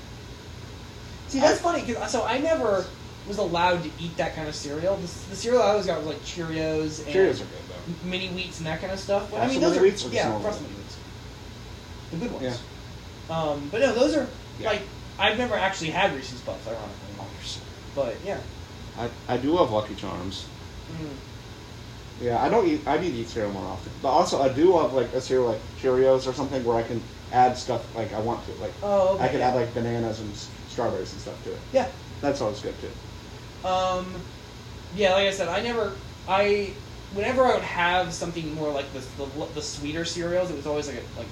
Speaker 1: See, that's funny because so I never was allowed to eat that kind of cereal. The, the cereal I always got was like Cheerios and
Speaker 2: Cheerios are good though.
Speaker 1: mini wheats and that kind of stuff. But, I
Speaker 2: Actual
Speaker 1: mean, those
Speaker 2: mini
Speaker 1: are
Speaker 2: wheats or just
Speaker 1: yeah,
Speaker 2: normal
Speaker 1: crust
Speaker 2: mini
Speaker 1: mini wheats, the good ones. Um, but no, those are
Speaker 2: Yeah. Oh,
Speaker 1: like I've never actually had Reese's Puffs, ironically. But yeah,
Speaker 2: I, I do love Lucky Charms.
Speaker 1: mm.
Speaker 2: Yeah, I don't eat I do eat cereal more often. But also I do love like a cereal like Cheerios or something where I can add stuff like I want to. Like
Speaker 1: oh, okay.
Speaker 2: I can
Speaker 1: yeah.
Speaker 2: add like bananas and s- strawberries and stuff to it.
Speaker 1: yeah.
Speaker 2: That's always good too.
Speaker 1: Um, yeah, like I said, I never, I, whenever I would have something more like the the, the sweeter cereals, it was always like a, like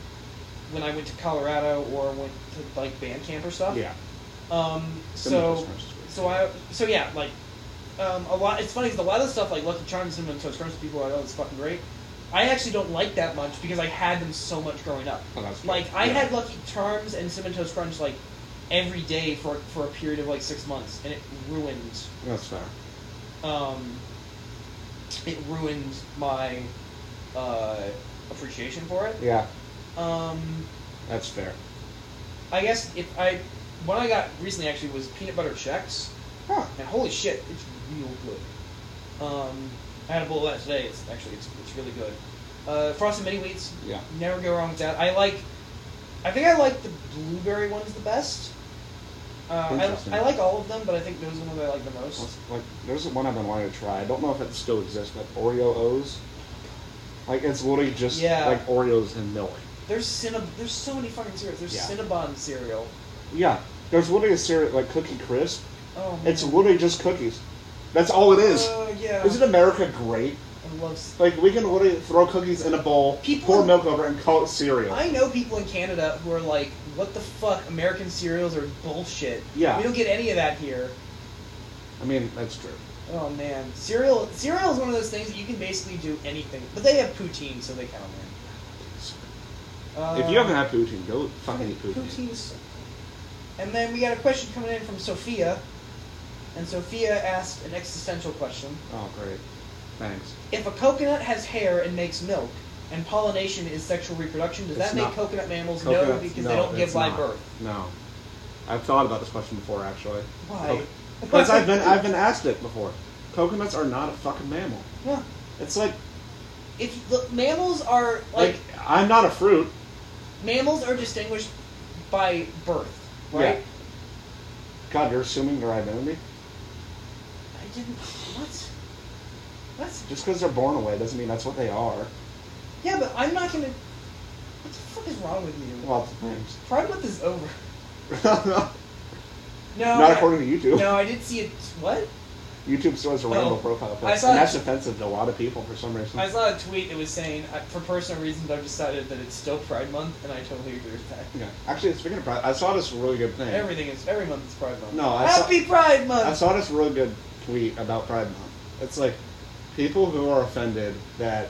Speaker 1: when I went to Colorado or went to like band camp or stuff.
Speaker 2: Yeah.
Speaker 1: Um,
Speaker 2: Cinnamon
Speaker 1: so
Speaker 2: Toast Crunch is good.
Speaker 1: so I so yeah like um, a lot. It's funny 'cause a lot of the stuff like Lucky Charms, Cinnamon Toast Crunch, people are like, oh, it's fucking great. I actually don't like that much because I had them so much growing up.
Speaker 2: Oh, that's good.
Speaker 1: Like I
Speaker 2: Yeah.
Speaker 1: had Lucky Charms and Cinnamon Toast Crunch like every day for for a period of like six months, and it ruined
Speaker 2: That's fair.
Speaker 1: um, it ruined my uh, appreciation for it.
Speaker 2: Yeah,
Speaker 1: Um,
Speaker 2: that's fair.
Speaker 1: I guess if I one I got recently actually was peanut butter checks,
Speaker 2: Huh.
Speaker 1: and holy shit, it's real good. Um, I had a bowl of that today. It's actually it's, it's really good. Uh, frosted mini wheats,
Speaker 2: Yeah.
Speaker 1: never go wrong with that. I like, I think I like the blueberry ones the best. Uh,
Speaker 2: Interesting.
Speaker 1: I, I like all of them, but I think those are the ones I like the most.
Speaker 2: What's- Like, there's one I've been wanting to try. I don't know if it still exists, but Oreo O's. Like, it's literally just
Speaker 1: Yeah.
Speaker 2: like Oreos and milk.
Speaker 1: There's Cinnab- There's so many fucking cereals. There's
Speaker 2: Yeah.
Speaker 1: Cinnabon cereal.
Speaker 2: Yeah, there's literally a cereal like Cookie Crisp.
Speaker 1: Oh, man.
Speaker 2: It's literally just cookies. That's all it is.
Speaker 1: Uh, yeah.
Speaker 2: Isn't America great?
Speaker 1: I love. c-
Speaker 2: Like, we can literally throw cookies in a bowl,
Speaker 1: People-
Speaker 2: pour milk over, it, and call it cereal.
Speaker 1: I know people in Canada who are like, "What the fuck? American cereals are bullshit.
Speaker 2: Yeah.
Speaker 1: We don't get any of that here."
Speaker 2: I mean, that's true.
Speaker 1: Oh man, cereal. Cereal is one of those things that you can basically do anything. But they have poutine, so they count. Man. Uh,
Speaker 2: if you haven't had poutine, go fucking eat poutine.
Speaker 1: Poutine's. And then we got a question coming in from Sophia. And Sophia asked an existential question.
Speaker 2: Oh, great. Thanks.
Speaker 1: If a coconut has hair and makes milk, and pollination is sexual reproduction, does
Speaker 2: It's
Speaker 1: that make
Speaker 2: not.
Speaker 1: coconut mammals no
Speaker 2: Coconuts-
Speaker 1: because
Speaker 2: no,
Speaker 1: they don't give
Speaker 2: it's
Speaker 1: by
Speaker 2: not.
Speaker 1: birth?
Speaker 2: No. I've thought about this question before, actually.
Speaker 1: Why?
Speaker 2: Because I've been I've been asked it before. Coconuts are not a fucking mammal.
Speaker 1: Yeah.
Speaker 2: It's like
Speaker 1: If look, mammals are
Speaker 2: like,
Speaker 1: like
Speaker 2: I'm not a fruit.
Speaker 1: mammals are distinguished by birth, right?
Speaker 2: Yeah. God, you're assuming their identity.
Speaker 1: I didn't. What? What?
Speaker 2: Just because they're born away doesn't mean that's what they are.
Speaker 1: Yeah, but I'm not gonna. What the fuck is wrong with you?
Speaker 2: Lots of things.
Speaker 1: Pride Month is over. No.
Speaker 2: not
Speaker 1: I-
Speaker 2: according to YouTube.
Speaker 1: No, I did see it. What?
Speaker 2: YouTube still has a random
Speaker 1: Oh,
Speaker 2: profile pic,
Speaker 1: I
Speaker 2: and
Speaker 1: saw
Speaker 2: that's
Speaker 1: it-
Speaker 2: offensive to a lot of people for some reason.
Speaker 1: I saw a tweet that was saying, I, for personal reasons, I've decided that it's still Pride Month, and I totally agree with that.
Speaker 2: yeah. Actually, speaking of pride, I saw this really good thing.
Speaker 1: Everything is every month is Pride Month.
Speaker 2: No, I saw-
Speaker 1: Happy Pride
Speaker 2: I
Speaker 1: Month.
Speaker 2: saw this really good tweet about Pride Month. It's like people who are offended that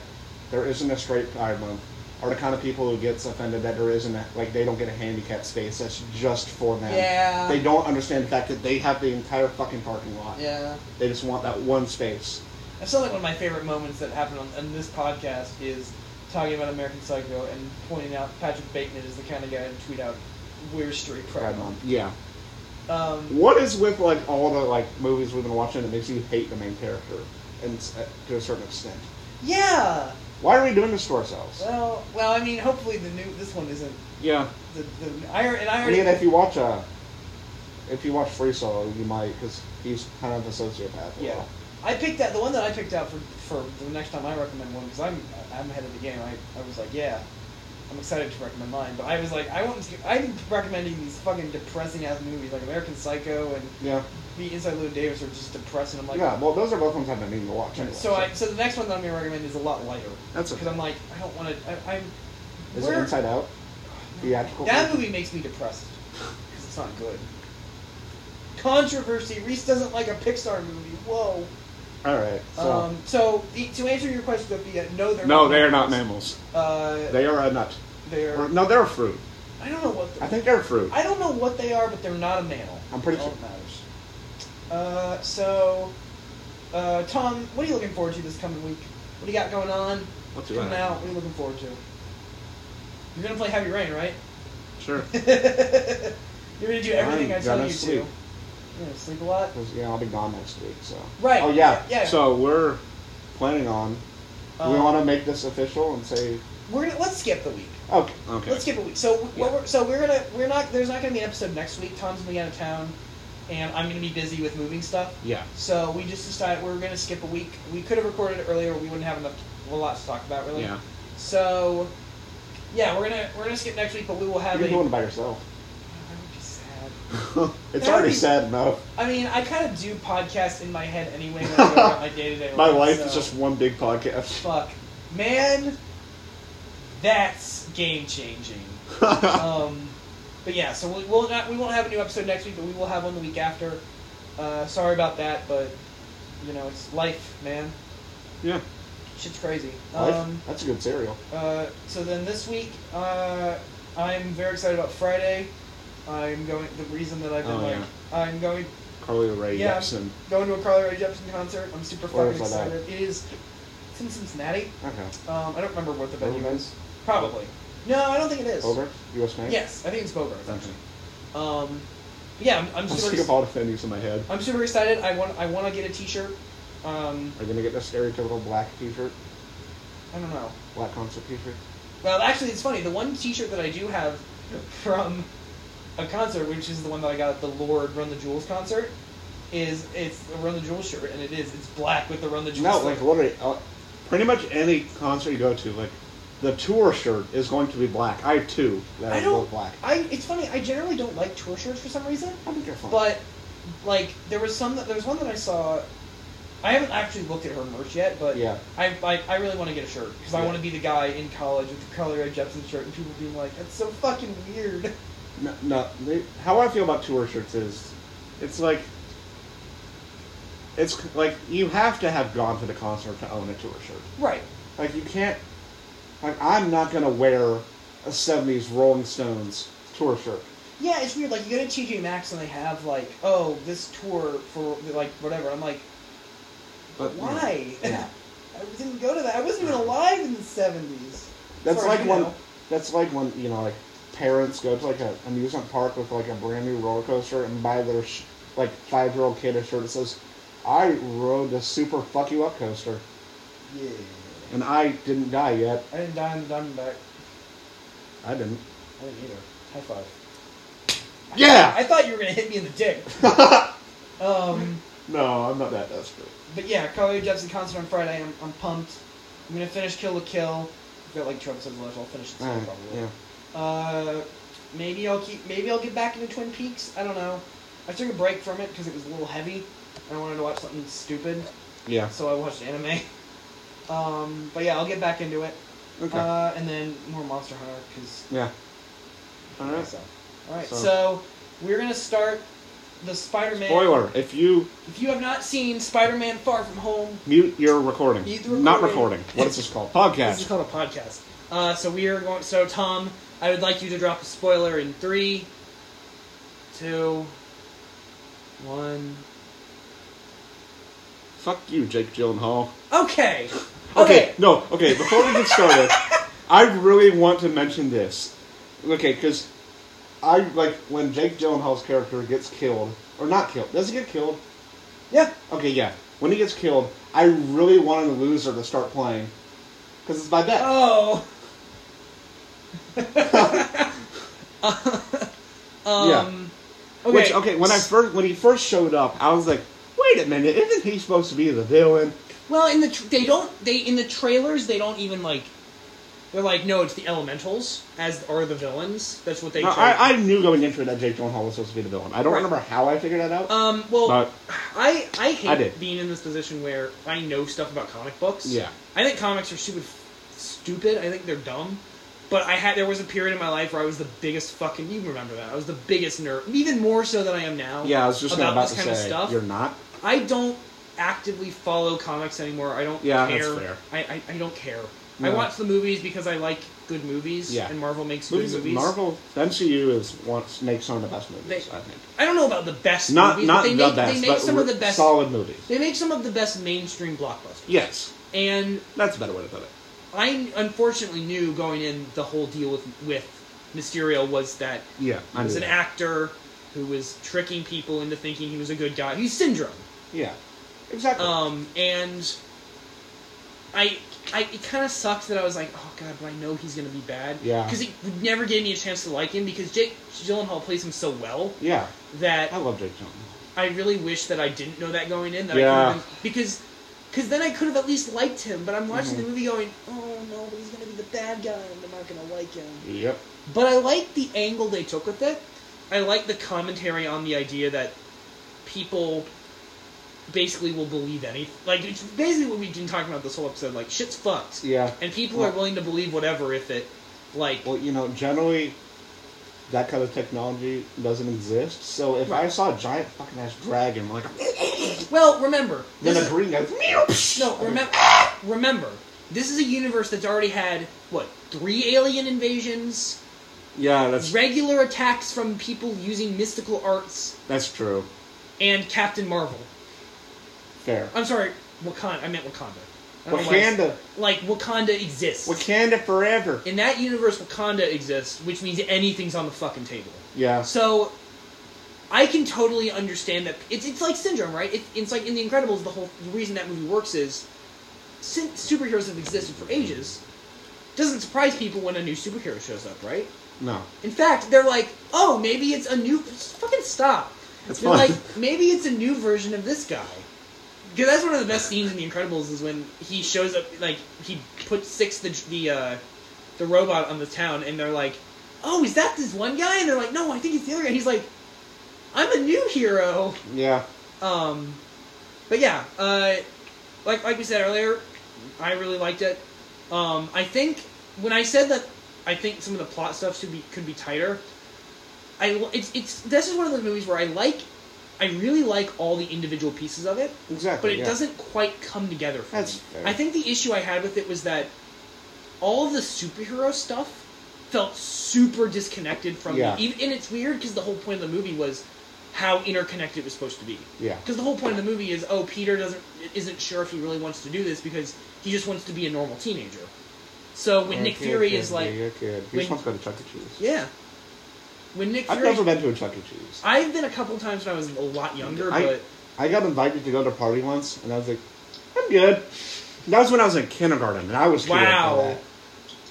Speaker 2: there isn't a straight Pride Month are the kind of people who gets offended that there isn't a, like they don't get a handicap space that's just for them.
Speaker 1: Yeah.
Speaker 2: They don't understand the fact that they have the entire fucking parking lot.
Speaker 1: yeah.
Speaker 2: They just want that one space.
Speaker 1: I feel like one of my favorite moments that happened on, on this podcast is talking about American Psycho and pointing out Patrick Bateman is the kind of guy to tweet out we're straight Pride,
Speaker 2: Pride Month. Yeah.
Speaker 1: Um,
Speaker 2: What is with like all the like movies we've been watching that makes you hate the main character, and s- uh, to a certain extent?
Speaker 1: yeah.
Speaker 2: Why are we doing this to ourselves?
Speaker 1: Well, well, I mean, hopefully the new this one isn't
Speaker 2: Yeah.
Speaker 1: the the I and I
Speaker 2: I
Speaker 1: already
Speaker 2: mean, if you watch uh, if you watch Free Solo, you might because he's kind of a sociopath.
Speaker 1: yeah. I picked that the one that I picked out for for the next time I recommend one because I'm I'm ahead of the game. I, I was like yeah. I'm excited to recommend mine, but I was like, I want to. I'm recommending these fucking depressing ass movies like American Psycho and
Speaker 2: Yeah.
Speaker 1: The Inside Lou Davis are just depressing. I'm like,
Speaker 2: yeah. Well, those are both ones I've been meaning to watch. Anyway,
Speaker 1: So I so the next one that I'm gonna recommend is a lot lighter.
Speaker 2: That's
Speaker 1: because
Speaker 2: okay.
Speaker 1: I'm like I don't want to. I'm.
Speaker 2: Is
Speaker 1: we're-
Speaker 2: it Inside Out? Theatrical.
Speaker 1: That
Speaker 2: version?
Speaker 1: movie makes me depressed because it's not good. Controversy. Reese doesn't like a Pixar movie. Whoa.
Speaker 2: All right. So.
Speaker 1: Um, so the, to answer your question, Sophia, no, they're
Speaker 2: no,
Speaker 1: not
Speaker 2: they are not
Speaker 1: mammals.
Speaker 2: mammals.
Speaker 1: Uh,
Speaker 2: They are a nut.
Speaker 1: they're.
Speaker 2: Or, no, they're a fruit.
Speaker 1: I don't know what. They're,
Speaker 2: I think they're a fruit.
Speaker 1: I don't know what they are, but they're not a mammal.
Speaker 2: I'm pretty
Speaker 1: All
Speaker 2: sure-
Speaker 1: that matters. Uh, so, uh, Tom, what are you looking forward to this coming week? What do you got going on?
Speaker 2: What's
Speaker 1: Coming out. What are you looking forward to? You're gonna play Heavy Rain, right?
Speaker 2: Sure.
Speaker 1: You're gonna do everything
Speaker 2: I'm
Speaker 1: I tell
Speaker 2: gonna
Speaker 1: you to.
Speaker 2: sleep.
Speaker 1: You're gonna sleep a lot.
Speaker 2: 'Cause, yeah, I'll be gone next week. So.
Speaker 1: Right,
Speaker 2: Oh yeah.
Speaker 1: yeah, yeah.
Speaker 2: So we're planning on. we
Speaker 1: Um,
Speaker 2: want to make this official and say. oh,
Speaker 1: We're gonna, let's skip the week.
Speaker 2: Okay. Okay.
Speaker 1: Let's skip a week. So what
Speaker 2: Yeah.
Speaker 1: we're, so we're gonna we're not there's not gonna be an episode next week. Tom's gonna be out of town, and I'm gonna be busy with moving stuff.
Speaker 2: Yeah.
Speaker 1: So we just decided we were gonna skip a week. We could have recorded it earlier. We wouldn't have enough a lot to talk about really.
Speaker 2: Yeah.
Speaker 1: So yeah, we're gonna we're gonna skip next week, but we will have
Speaker 2: You're
Speaker 1: a. Oh,
Speaker 2: doing it by yourself.
Speaker 1: That would be sad.
Speaker 2: it's
Speaker 1: That would
Speaker 2: already
Speaker 1: be-
Speaker 2: sad enough.
Speaker 1: I mean, I kind of do podcasts in my head anyway when I go about my day to day.
Speaker 2: My life is just one big podcast.
Speaker 1: fuck, man. That's game changing. um, but yeah, so we, we'll not we won't have a new episode next week, but we will have one the week after. Uh, sorry about that, but you know it's life, man.
Speaker 2: yeah.
Speaker 1: Shit's crazy.
Speaker 2: Life?
Speaker 1: Um,
Speaker 2: That's a good cereal.
Speaker 1: uh, so then this week, uh, I'm very excited about Friday. I'm going. The reason that I've been
Speaker 2: Oh,
Speaker 1: like, I'm going
Speaker 2: Carly Rae
Speaker 1: Yeah.
Speaker 2: Jepsen.
Speaker 1: going to a Carly Rae Jepsen concert. I'm super
Speaker 2: Where
Speaker 1: fucking
Speaker 2: is that at?
Speaker 1: excited. It is it's in Cincinnati.
Speaker 2: Okay.
Speaker 1: Um, I don't remember what the venue
Speaker 2: Overman's?
Speaker 1: is. Probably. No, I don't think it is.
Speaker 2: Over? U.S. Bank?
Speaker 1: Yes, I think it's Bogart.
Speaker 2: Okay.
Speaker 1: Actually. Um, yeah, I'm, I'm
Speaker 2: I'm sick
Speaker 1: super.
Speaker 2: of all the venues in my head.
Speaker 1: I'm super excited. I want. I want to get a T-shirt. Um,
Speaker 2: Are you gonna get the stereotypical black T-shirt,
Speaker 1: I don't know.
Speaker 2: black concert T-shirt?
Speaker 1: Well, actually, it's funny. The one T-shirt that I do have from
Speaker 3: a concert, which is the one that I got at the Lord Run the Jewels concert, is it's a Run the Jewels shirt, and it is it's black with the Run the Jewels.
Speaker 2: No,
Speaker 3: logo.
Speaker 2: like literally, uh, pretty much any concert you go to, like the tour shirt is going to be black. I have two that
Speaker 3: I
Speaker 2: are
Speaker 3: don't.
Speaker 2: both black.
Speaker 3: I it's funny. I generally don't like tour shirts for some reason,
Speaker 2: I think they're fine.
Speaker 3: but like there was some that there was one that I saw. I haven't actually looked at her merch yet, but
Speaker 2: Yeah.
Speaker 3: I, I, I really want to get a shirt because I
Speaker 2: Yeah.
Speaker 3: want to be the guy in college with the Carly Rae Jepsen shirt and people being like, "That's so fucking weird."
Speaker 2: No, no they, how I feel about tour shirts is, it's like, it's c- like you have to have gone to the concert to own a tour shirt.
Speaker 3: Right.
Speaker 2: Like you can't, like I'm not gonna wear a '70s Rolling Stones tour shirt.
Speaker 3: Yeah, it's weird. Like you go to TJ Maxx and they have like, oh, this tour for like whatever. I'm like,
Speaker 2: But you know,
Speaker 3: why?
Speaker 2: yeah.
Speaker 3: I didn't go to that. I wasn't even alive in the seventies.
Speaker 2: That's
Speaker 3: Sorry,
Speaker 2: like
Speaker 3: you
Speaker 2: when
Speaker 3: know.
Speaker 2: that's like when you know like parents go to like a amusement park with like a brand new roller coaster and buy their sh- like five year old kid a shirt that says, "I rode the super fuck you up coaster
Speaker 3: Yeah.
Speaker 2: and I didn't die yet.
Speaker 3: I didn't die in the Diamondback.
Speaker 2: I didn't."
Speaker 3: I didn't either. High five. I
Speaker 2: Yeah.
Speaker 3: thought you were gonna hit me in the dick. Um,
Speaker 2: no, I'm not that desperate.
Speaker 3: but yeah, Carly Rae Jepsen concert on Friday. I'm, I'm pumped. I'm gonna finish Kill the Kill. I've got like two episodes left. I'll finish this one
Speaker 2: Alright,
Speaker 3: probably.
Speaker 2: yeah.
Speaker 3: Uh, maybe I'll keep. Maybe I'll get back into Twin Peaks. I don't know. I took a break from it because it was a little heavy, and I wanted to watch something stupid.
Speaker 2: Yeah.
Speaker 3: So I watched anime. Um, but yeah, I'll get back into it.
Speaker 2: Okay.
Speaker 3: Uh, and then more Monster Hunter because
Speaker 2: yeah. All right.
Speaker 3: so. All right.
Speaker 2: So-
Speaker 3: So we're gonna start the Spider-Man.
Speaker 2: Spoiler: If you
Speaker 3: If you have not seen Spider-Man: Far From Home,
Speaker 2: mute your recording,
Speaker 3: Mute the
Speaker 2: not
Speaker 3: recording.
Speaker 2: recording. What is this called?
Speaker 1: This is
Speaker 2: Podcast.
Speaker 1: called a podcast. Uh, so we are going. So Tom, I would like you to drop a spoiler in three, two, one.
Speaker 2: Fuck you, Jake Gyllenhaal.
Speaker 1: Okay.
Speaker 2: Okay, no, okay, before we get started, I really want to mention this. Okay, because I, like, when Jake Gyllenhaal's character gets killed, or not killed, does he get killed?
Speaker 3: Yeah.
Speaker 2: Okay, yeah. When he gets killed, I really wanted the loser to start playing. Because it's my bet.
Speaker 1: Oh. um,
Speaker 2: Yeah.
Speaker 1: Okay.
Speaker 2: Which, okay, when I first, when he first showed up, I was like, wait a minute, isn't he supposed to be the villain?
Speaker 1: Well, in the tr- they don't they in the trailers they don't even like. They're like, no, it's the elementals as are the villains. That's what they.
Speaker 2: No,
Speaker 1: chose.
Speaker 2: I, I knew going into it that Jake Gyllenhaal was supposed to be the villain. I don't
Speaker 1: Right.
Speaker 2: remember how I figured that out.
Speaker 1: Um, well,
Speaker 2: But-
Speaker 1: I I hate
Speaker 2: I did.
Speaker 1: being in this position where I know stuff about comic books.
Speaker 2: Yeah.
Speaker 1: I think comics are stupid, stupid. I think they're dumb. But I had there was a period in my life where I was the biggest fucking. You remember that? I was the biggest nerd, even more so than I am now.
Speaker 2: yeah, I was just
Speaker 1: about,
Speaker 2: about,
Speaker 1: this
Speaker 2: to
Speaker 1: kind
Speaker 2: say,
Speaker 1: of stuff.
Speaker 2: you're not.
Speaker 1: I don't actively follow comics anymore. I don't
Speaker 2: Yeah, that's
Speaker 1: care.
Speaker 2: fair.
Speaker 1: I, I I don't care. I
Speaker 2: No.
Speaker 1: watch the movies because I like good movies.
Speaker 2: Yeah.
Speaker 1: And Marvel makes
Speaker 2: movies,
Speaker 1: good movies.
Speaker 2: Marvel the MCU is wants makes some of the best movies.
Speaker 1: They-
Speaker 2: I think
Speaker 1: I don't know about the best
Speaker 2: not
Speaker 1: movies. but
Speaker 2: not
Speaker 1: they
Speaker 2: the
Speaker 1: make,
Speaker 2: best,
Speaker 1: They make
Speaker 2: but
Speaker 1: some of
Speaker 2: re-
Speaker 1: the best.
Speaker 2: solid movies.
Speaker 1: They make some of the best mainstream blockbusters.
Speaker 2: Yes,
Speaker 1: And
Speaker 2: that's a better way to put it.
Speaker 1: I unfortunately knew going in the whole deal with with Mysterio was that
Speaker 2: Yeah,
Speaker 1: he was an actor who was tricking people into thinking he was a good guy. He's syndrome.
Speaker 2: Yeah, exactly.
Speaker 1: Um, and I, I it kind of sucked that I was like, oh god, but I know he's gonna be bad.
Speaker 2: Yeah.
Speaker 1: Because it would never gave me a chance to like him because Jake Gyllenhaal plays him so well
Speaker 2: yeah,
Speaker 1: that
Speaker 2: I love Jake Gyllenhaal.
Speaker 1: I really wish that I didn't know that going in. That I
Speaker 2: Yeah.
Speaker 1: could've been, because because then I could have at least liked him. But I'm watching
Speaker 2: Mm-hmm.
Speaker 1: the movie going, oh no, but he's gonna be the bad guy, and I'm not gonna like him.
Speaker 2: Yep.
Speaker 1: But I like the angle they took with it. I like the commentary on the idea that people basically will believe anything. Like it's basically what we've been talking about this whole episode. Like shit's fucked,
Speaker 2: Yeah.
Speaker 1: and people
Speaker 2: Well-
Speaker 1: are willing to believe whatever if it, like,
Speaker 2: Well, you know, generally. That kind of technology doesn't exist. So if I saw a giant fucking ass dragon, like
Speaker 1: well, remember
Speaker 2: then
Speaker 1: this
Speaker 2: a
Speaker 1: is-
Speaker 2: green guy, meow, psh,
Speaker 1: No,
Speaker 2: I mean,
Speaker 1: remember. Remember, this is a universe that's already had what three alien invasions,
Speaker 2: Yeah, that's
Speaker 1: regular attacks from people using mystical arts,
Speaker 2: that's true.
Speaker 1: and Captain Marvel.
Speaker 2: Fair.
Speaker 1: I'm sorry, Wakanda. I meant Wakanda. I don't know why I
Speaker 2: Wakanda,
Speaker 1: like Wakanda exists.
Speaker 2: Wakanda forever.
Speaker 1: In that universe, Wakanda exists, which means anything's on the fucking table.
Speaker 2: Yeah.
Speaker 1: So, I can totally understand that. It's it's like Syndrome, right? It, it's like in The Incredibles, the whole the reason that movie works is since superheroes have existed for ages, doesn't surprise people when a new superhero shows up, right?
Speaker 2: No.
Speaker 1: In fact, they're like, oh, maybe it's a new. Just fucking stop.
Speaker 2: That's
Speaker 1: You're
Speaker 2: fine.
Speaker 1: like, maybe it's a new version of this guy. Because that's one of the best scenes in The Incredibles is when he shows up, like he puts six the the uh, the robot on the town, and they're like, "Oh, is that this one guy?" And they're like, "No, I think it's the other guy." He's like, "I'm a new hero."
Speaker 2: Yeah.
Speaker 1: Um, but yeah, uh, like like we said earlier, I really liked it. Um, I think when I said that, I think some of the plot stuff should be could be tighter. I l- it's it's this is one of those movies where I like, I really like all the individual pieces of it,
Speaker 2: Exactly.
Speaker 1: but it
Speaker 2: yeah.
Speaker 1: doesn't quite come together for
Speaker 2: That's
Speaker 1: me.
Speaker 2: fair.
Speaker 1: I think the issue I had with it was that all of the superhero stuff felt super disconnected from
Speaker 2: Yeah.
Speaker 1: the, even, and it's weird because the whole point of the movie was how interconnected it was supposed to be.
Speaker 2: Yeah.
Speaker 1: Because the whole point of the movie is, oh, Peter doesn't isn't sure if he really wants to do this because he just wants to be a normal teenager. So when Nick Fury is like,
Speaker 2: you kid. You
Speaker 1: when-
Speaker 2: just want to go to Chuck E. Cheese.
Speaker 1: yeah, when Nick
Speaker 2: I've
Speaker 1: Fury,
Speaker 2: never been to a Chuck E. Cheese.
Speaker 1: I've been a couple times when I was a lot younger,
Speaker 2: I-
Speaker 1: but
Speaker 2: I got invited to go to a party once, and I was like, I'm good. That was when I was in kindergarten, and I was too old for
Speaker 1: wow,
Speaker 2: that.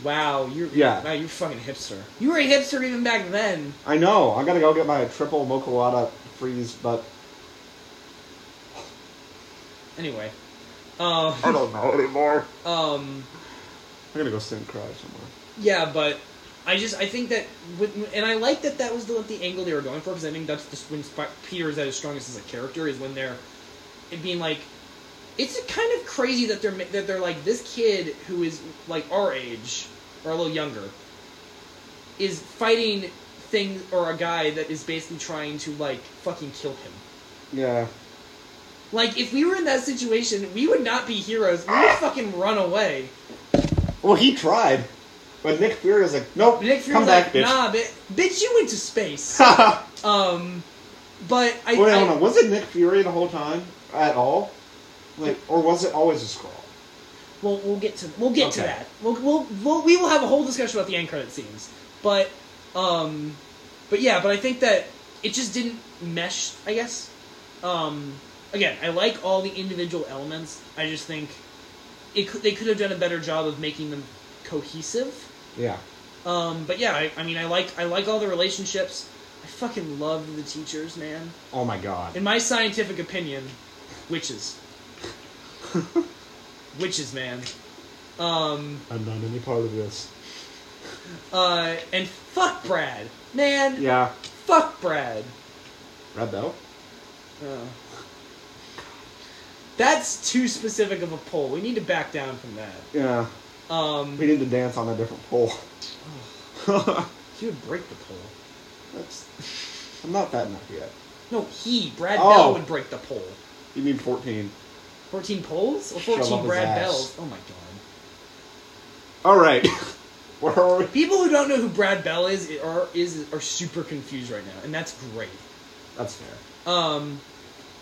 Speaker 1: wow, you're
Speaker 2: Yeah.
Speaker 1: wow, you're fucking hipster. You were a hipster even back then.
Speaker 2: I know. I gotta go get my triple mocha freeze, but
Speaker 1: Anyway, um,
Speaker 2: I don't know anymore.
Speaker 1: um,
Speaker 2: I'm gonna go sit and cry somewhere.
Speaker 1: yeah, but. I just I think that with, and I like that that was the the angle they were going for because I think that's the, when Sp- Peter is at his strongest as a character is when they're it being like it's kind of crazy that they're ma- that they're like this kid who is like our age or a little younger is fighting things or a guy that is basically trying to like fucking kill him.
Speaker 2: Yeah.
Speaker 1: Like if we were in that situation, we would not be heroes. We would fucking run away.
Speaker 2: Well, he tried, but Nick Fury was like, "Nope,
Speaker 1: Nick Fury
Speaker 2: come
Speaker 1: was
Speaker 2: back,
Speaker 1: like,
Speaker 2: bitch."
Speaker 1: nah, bitch, bitch, you went to space.
Speaker 2: Ha!
Speaker 1: um, but I,
Speaker 2: Wait,
Speaker 1: I-
Speaker 2: hold on. Was it Nick Fury the whole time at all? Like, or was it always a scroll?
Speaker 1: we'll we'll get to we'll get to
Speaker 2: Okay.
Speaker 1: that. We'll, we'll we'll we will have a whole discussion about the end credit scenes. But um, but yeah, but I think that it just didn't mesh. I guess. Um, again, I like all the individual elements. I just think it could, they could have done a better job of making them cohesive.
Speaker 2: Yeah.
Speaker 1: Um, but yeah, I, I mean, I like I like all the relationships. I fucking love the teachers, man.
Speaker 2: Oh my god.
Speaker 1: In my scientific opinion, witches, witches, man. Um,
Speaker 2: I'm not any part of this.
Speaker 1: uh, and fuck Brad, man.
Speaker 2: Yeah.
Speaker 1: Fuck Brad.
Speaker 2: Red Bell.
Speaker 1: Oh. That's too specific of a poll. We need to back down from that.
Speaker 2: Yeah.
Speaker 1: Um,
Speaker 2: We need to dance on a different pole.
Speaker 1: he would break the poll.
Speaker 2: That's. I'm not fat enough yet.
Speaker 1: No, he Brad
Speaker 2: Oh.
Speaker 1: Bell would break the poll.
Speaker 2: You mean 14.
Speaker 1: Fourteen polls or
Speaker 2: Shove up
Speaker 1: fourteen
Speaker 2: his
Speaker 1: Brad
Speaker 2: ass.
Speaker 1: Bells? Oh my god.
Speaker 2: All right. Where are we?
Speaker 1: People who don't know who Brad Bell is are is are super confused right now, and that's great.
Speaker 2: That's fair.
Speaker 1: Um,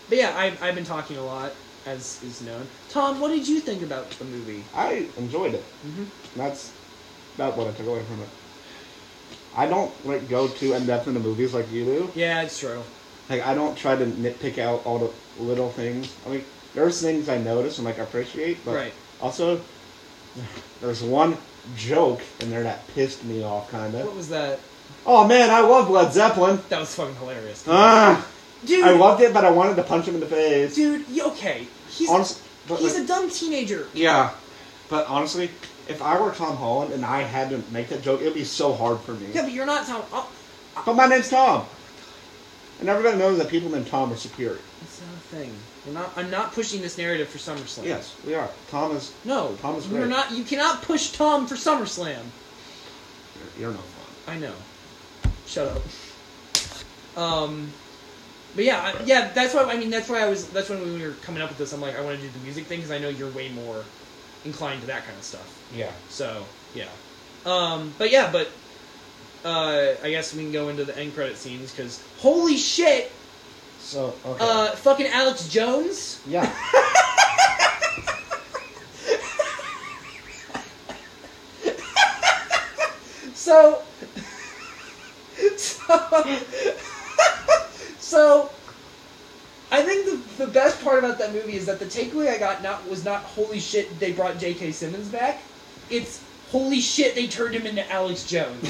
Speaker 1: but yeah, I've I've been talking a lot, as is known. Tom, what did you think about the movie?
Speaker 2: I enjoyed it. That's about what I took away from it. I don't like go too in depth into movies like you do.
Speaker 1: Yeah, it's true.
Speaker 2: Like I don't try to nitpick out all the little things. I mean, there's things I notice and like appreciate, but
Speaker 1: Right.
Speaker 2: also there's one joke in there that pissed me off, kind
Speaker 1: What
Speaker 2: of.
Speaker 1: was that?
Speaker 2: Oh man, I love Led Zeppelin.
Speaker 1: That was fucking hilarious.
Speaker 2: Ah,
Speaker 1: dude,
Speaker 2: I loved it, but I wanted to punch him in the face.
Speaker 1: dude. y- Okay, he's
Speaker 2: Honest- but
Speaker 1: he's
Speaker 2: like-
Speaker 1: a dumb teenager.
Speaker 2: Yeah, but honestly, if I were Tom Holland and I had to make that joke, it'd be so hard for me.
Speaker 1: Yeah, but you're not Tom. Oh,
Speaker 2: But my name's Tom, and everybody knows that people named Tom are superior.
Speaker 1: that's not a thing. We're not. I'm not pushing this narrative for SummerSlam.
Speaker 2: Yes, we are. Tom is.
Speaker 1: No,
Speaker 2: Tom is
Speaker 1: you're
Speaker 2: great.
Speaker 1: not. You cannot push Tom for SummerSlam.
Speaker 2: You're, you're no fun.
Speaker 1: I know. Shut up. Um, but yeah, I, yeah. That's why. I mean, that's why I was. That's when we were coming up with this. I'm like, I want to do the music thing because I know you're way more inclined to that kind of stuff.
Speaker 2: Yeah.
Speaker 1: So yeah. Um, but yeah, but uh, I guess we can go into the end credit scenes because holy shit,
Speaker 2: So okay.
Speaker 1: uh, fucking Alex Jones.
Speaker 2: yeah.
Speaker 1: So, so, so, I think the, the best part about that movie is that the takeaway I got not was not holy shit they brought J.K. Simmons back. It's holy shit they turned him into Alex Jones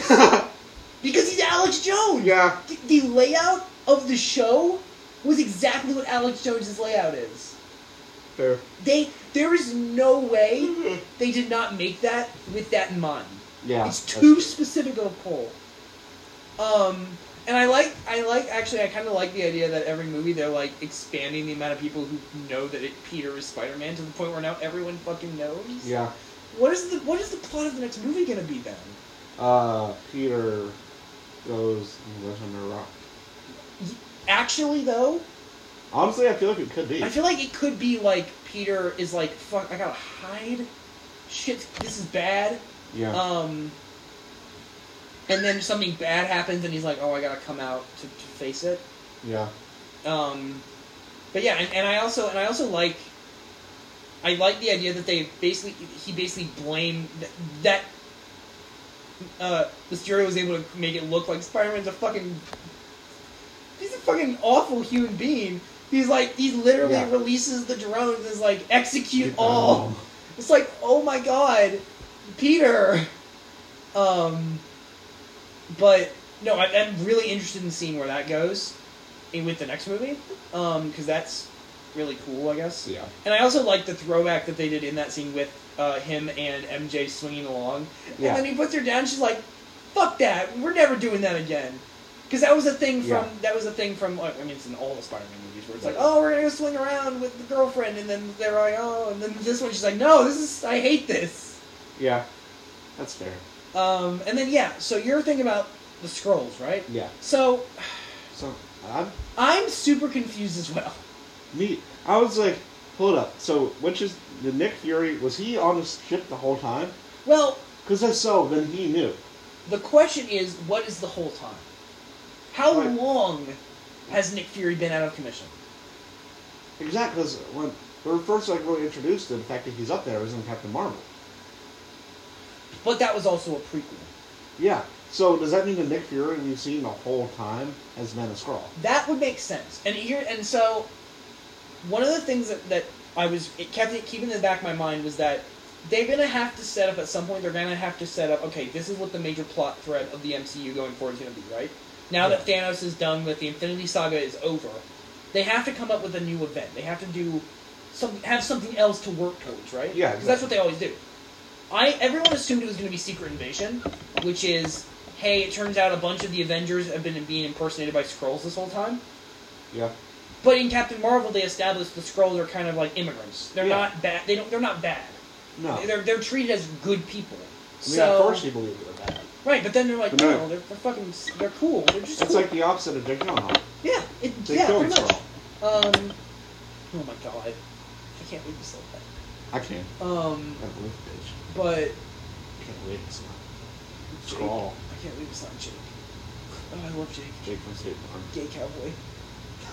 Speaker 1: because he's
Speaker 4: Alex Jones.
Speaker 2: Yeah.
Speaker 4: The, the layout of the show was exactly what Alex Jones's layout is.
Speaker 2: Fair.
Speaker 4: They there is no
Speaker 2: Mm-hmm.
Speaker 4: way they did not make that with that in mind.
Speaker 2: Yeah.
Speaker 4: It's
Speaker 2: that's-
Speaker 4: too specific of a pull.
Speaker 1: Um, and I like, I like, actually, I kind of like the idea that every movie they're like expanding the amount of people who know that it, Peter is Spider-Man to the point where now everyone fucking knows.
Speaker 2: Yeah.
Speaker 1: What is the What is the plot of the next movie gonna be then?
Speaker 2: Uh, Peter goes and lives under a rock.
Speaker 1: Actually, though,
Speaker 2: Honestly, I feel like it could be.
Speaker 1: I feel like it could be like Peter is like, fuck, I gotta hide. Shit, this is bad.
Speaker 2: yeah.
Speaker 1: Um, and then something bad happens, and he's like, oh, I gotta come out to, to face it.
Speaker 2: yeah.
Speaker 1: Um, but yeah, and, and I also and I also like. I like the idea that they basically he basically blamed th- that. Uh, Mysterio was able to make it look like Spider-Man's a fucking. He's a fucking awful human being. He's like he literally
Speaker 2: Yeah.
Speaker 1: releases the drones and is like execute
Speaker 2: Keep
Speaker 1: all.
Speaker 2: going.
Speaker 1: It's like oh my god, Peter. Um, but no, I, I'm really interested in seeing where that goes in- with the next movie, because that's really cool, I guess.
Speaker 2: Yeah.
Speaker 1: And I also like the throwback that they did in that scene with uh, him and MJ swinging along.
Speaker 2: Yeah.
Speaker 1: And then he puts her down. She's like, "Fuck that! We're never doing that again." Because that was a thing from
Speaker 2: Yeah.
Speaker 1: that was a thing from like, I mean it's in all the Spider-Man movies where it's like, "Oh, we're gonna go swing around with the girlfriend," and then they're like, "Oh," and then this one she's like, "No, this is I hate this."
Speaker 2: Yeah. That's fair.
Speaker 1: Um, and then yeah, so you're thinking about the scrolls, right?
Speaker 2: Yeah.
Speaker 1: So
Speaker 2: So, I'm
Speaker 1: I'm super confused as well.
Speaker 2: Me, I was like, hold up. So, which is the Nick Fury? Was he on the ship the whole time?
Speaker 1: Well,
Speaker 2: Because if so, then he knew.
Speaker 1: The question is, what is the whole time? How
Speaker 2: Right.
Speaker 1: long has Nick Fury been out of commission?
Speaker 2: Exactly. Because when we were first like really introduced to the fact that he's up there was in Captain Marvel.
Speaker 1: But that was also a prequel.
Speaker 2: Yeah. So does that mean the Nick Fury we've seen the whole time has been a Skrull?
Speaker 1: That would make sense. And here, and so, one of the things that, that I was it kept it keeping in the back of my mind was that they're gonna have to set up at some point. They're gonna have to set up. Okay, this is what the major plot thread of the MCU going forward is gonna be. Right now that Thanos is done with the Infinity Saga is over, they have to come up with a new event. They have to do some have something else to work towards. Right?
Speaker 2: Yeah,
Speaker 1: Because that's what they always do. I everyone assumed it was going to be Secret Invasion, which is hey, it turns out a bunch of the Avengers have been being impersonated by Skrulls this whole time.
Speaker 2: Yeah.
Speaker 1: But in Captain Marvel, they established the Skrulls are kind of like immigrants. They're
Speaker 2: Yeah.
Speaker 1: not bad. They don't. They're not bad.
Speaker 2: No. I mean,
Speaker 1: They're they're treated as good people.
Speaker 2: at
Speaker 1: so
Speaker 2: first he believed it was bad.
Speaker 1: right, but then they're like,
Speaker 2: But no.
Speaker 1: no, they're, they're fucking. They're cool. They're just.
Speaker 2: That's
Speaker 1: cool.
Speaker 2: like the opposite of Jake Gyllenhaal.
Speaker 1: yeah. It,
Speaker 2: They
Speaker 1: yeah.
Speaker 2: killed
Speaker 1: Pretty much.
Speaker 2: Skrull.
Speaker 1: Um. Oh my god. I can't believe this.
Speaker 2: I can't.
Speaker 1: Um.
Speaker 2: I can't believe it, bitch.
Speaker 1: But
Speaker 2: I can't believe it's not Skrull.
Speaker 1: I can't believe it's not Jake. Oh, I love Jake.
Speaker 2: Jake from State
Speaker 1: gay cowboy.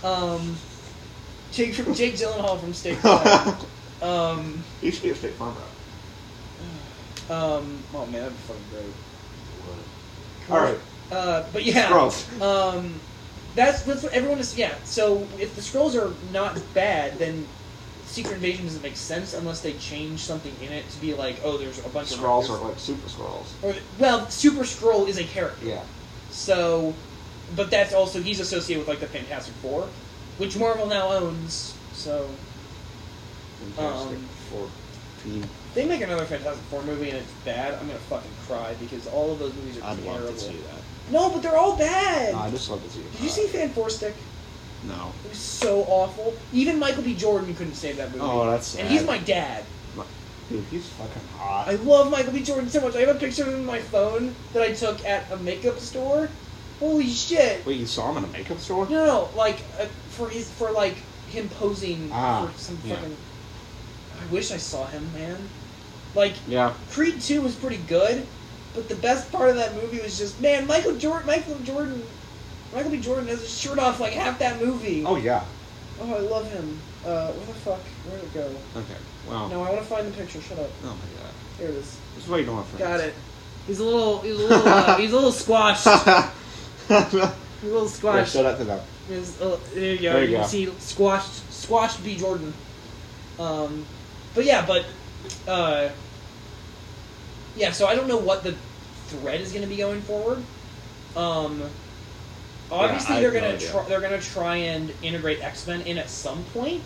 Speaker 1: Um, Jake from Jake Gyllenhaal from State Farm.
Speaker 2: Farm.
Speaker 1: um,
Speaker 2: he should be a State Farm rep.
Speaker 1: um, oh man, that'd be fucking great.
Speaker 2: All right.
Speaker 1: Uh, but yeah,
Speaker 2: Gross.
Speaker 1: um, that's that's what everyone is. Yeah. So if the scrolls are not bad, then Secret Invasion doesn't make sense unless they change something in it to be like, oh, there's a bunch
Speaker 2: Scrolls are
Speaker 1: of
Speaker 2: like super scrolls.
Speaker 1: or well, Super Scroll is a character.
Speaker 2: Yeah.
Speaker 1: So, but that's also he's associated with like the Fantastic Four, which Marvel now owns. So
Speaker 2: Fantastic
Speaker 1: Um,
Speaker 2: Four team.
Speaker 1: They make another Fantastic Four movie and it's bad. I'm gonna fucking cry because all of those movies are
Speaker 2: I'd
Speaker 1: terrible.
Speaker 2: love to see that.
Speaker 1: No, but they're all bad.
Speaker 2: No, I just love to see it.
Speaker 1: Did you see Fan Four Stick?
Speaker 2: No.
Speaker 1: It was so awful. Even Michael B. Jordan couldn't save that movie.
Speaker 2: Oh, that's
Speaker 1: and
Speaker 2: sad.
Speaker 1: he's my dad.
Speaker 2: Dude, he's fucking hot.
Speaker 1: I love Michael B. Jordan so much. I have a picture of him on my phone that I took at a makeup store. Holy shit!
Speaker 2: Wait, you saw him in a makeup store?
Speaker 1: No, no, like uh, for his for like him posing
Speaker 2: Ah,
Speaker 1: for some
Speaker 2: yeah.
Speaker 1: fucking. I wish I saw him, man. Like
Speaker 2: Yeah.
Speaker 1: Creed Two was pretty good, but the best part of that movie was just man, Michael Jordan, Michael Jordan, Michael B. Jordan has his shirt off like half that movie.
Speaker 2: Oh yeah.
Speaker 1: Oh, I love him. Uh, where the fuck? Where'd it go?
Speaker 2: Okay. Wow.
Speaker 1: No, I want to find the picture. Shut up.
Speaker 2: Oh my god.
Speaker 1: Here it is.
Speaker 2: This is why you don't have friends.
Speaker 1: Got it. He's a little, he's a little, uh, he's a little squashed. He's a little
Speaker 2: yeah,
Speaker 1: squashed.
Speaker 2: shut up to them.
Speaker 1: He's a- uh, there you go.
Speaker 2: There you
Speaker 1: you
Speaker 2: go.
Speaker 1: can see squashed, squashed B. Jordan. Um, but yeah, but uh, yeah. So I don't know what the thread is going to be going forward. Um, Obviously,
Speaker 2: I
Speaker 1: they're
Speaker 2: have no
Speaker 1: gonna
Speaker 2: idea.
Speaker 1: try, they're gonna try and integrate X Men in at some point,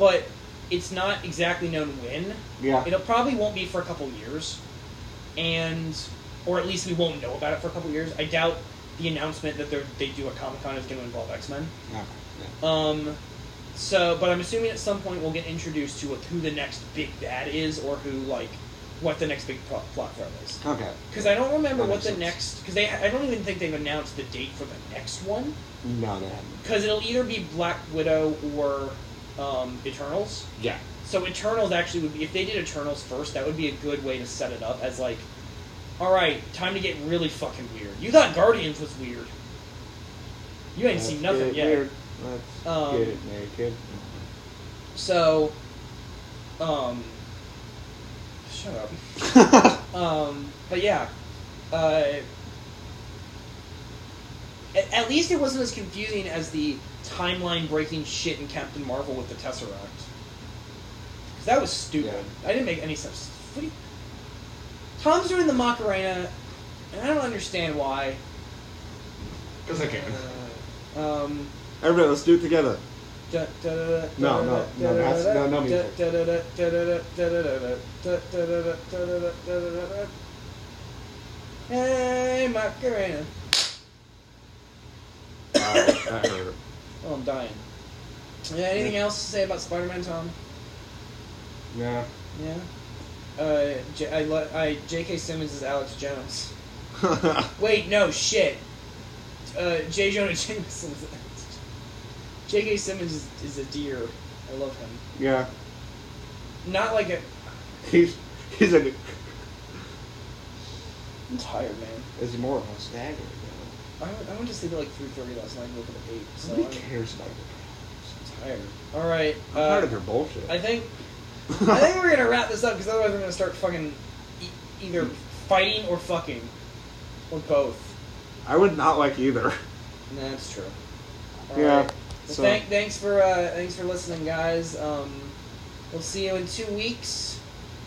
Speaker 1: but it's not exactly known when.
Speaker 2: Yeah.
Speaker 1: It'll probably won't be for a couple years, and or at least we won't know about it for a couple years. I doubt the announcement that they're- they do a Comic Con is going to involve X Men.
Speaker 2: Okay, yeah.
Speaker 1: Um, so, but I'm assuming at some point we'll get introduced to what, who the next big bad is, or who like what the next big plot, plot threat is.
Speaker 2: Okay.
Speaker 1: Because I don't remember what
Speaker 2: That makes
Speaker 1: the
Speaker 2: sense.
Speaker 1: next because they I don't even think they've announced the date for the next one.
Speaker 2: No, they haven't.
Speaker 1: Because it'll either be Black Widow or um, Eternals.
Speaker 2: Yeah.
Speaker 1: So Eternals actually would be if they did Eternals first, that would be a good way to set it up as like, all right, time to get really fucking weird. You thought Guardians was weird. You ain't seen
Speaker 2: Let's
Speaker 1: nothing
Speaker 2: get
Speaker 1: yet.
Speaker 2: Weird. Let's
Speaker 1: Um,
Speaker 2: get it naked.
Speaker 1: So, um, shut up. Um, but yeah, uh, at, at least it wasn't as confusing as the timeline breaking shit in Captain Marvel with the Tesseract. 'Cause that was stupid.
Speaker 2: Yeah.
Speaker 1: I didn't make any sense. What do you- Tom's doing the Macarena, and I don't understand why.
Speaker 2: Because I can.
Speaker 1: Um,
Speaker 2: Everybody, let's do it together.
Speaker 1: no, no,
Speaker 2: No, no, no, that's- no, no music.
Speaker 1: Hey, Macarena.
Speaker 2: Uh, that hurt.
Speaker 1: Oh, I'm dying. Yeah, anything else to say about Spider-Man, Tom?
Speaker 2: Yeah.
Speaker 1: Yeah. Uh, J- I, lo- I J.K. Simmons is Alex Jones. Wait, no shit. Uh, J. Jonah Jameson. is Alex Jones. J.K. Simmons is, is a deer. I love him.
Speaker 2: yeah.
Speaker 1: Not like a.
Speaker 2: He's he's a
Speaker 1: I'm tired, man.
Speaker 2: is he more of a stagger?
Speaker 1: I, went- I went to sleep at like 3:30 last night. and woke up at eight. So
Speaker 2: Nobody
Speaker 1: I'm
Speaker 2: cares about your
Speaker 1: tired. All right.
Speaker 2: problems. I'm
Speaker 1: Uh,
Speaker 2: tired of your bullshit.
Speaker 1: I think I think we're gonna wrap this up because otherwise we're gonna start fucking e- either fighting or fucking or both.
Speaker 2: I would not like either.
Speaker 1: Nah, That's true. All
Speaker 2: yeah.
Speaker 1: right. Well,
Speaker 2: so-
Speaker 1: thank, thanks for uh, thanks for listening, guys. Um, we'll see you in two weeks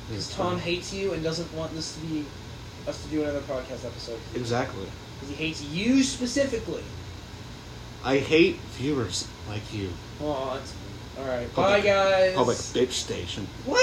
Speaker 1: because
Speaker 2: Mm-hmm.
Speaker 1: Tom hates you and doesn't want this to be us to do another podcast episode
Speaker 2: Exactly.
Speaker 1: because he hates you specifically.
Speaker 2: I hate viewers like you.
Speaker 1: Oh, that's all right.
Speaker 2: Public-
Speaker 1: Bye, guys.
Speaker 2: Public bitch station.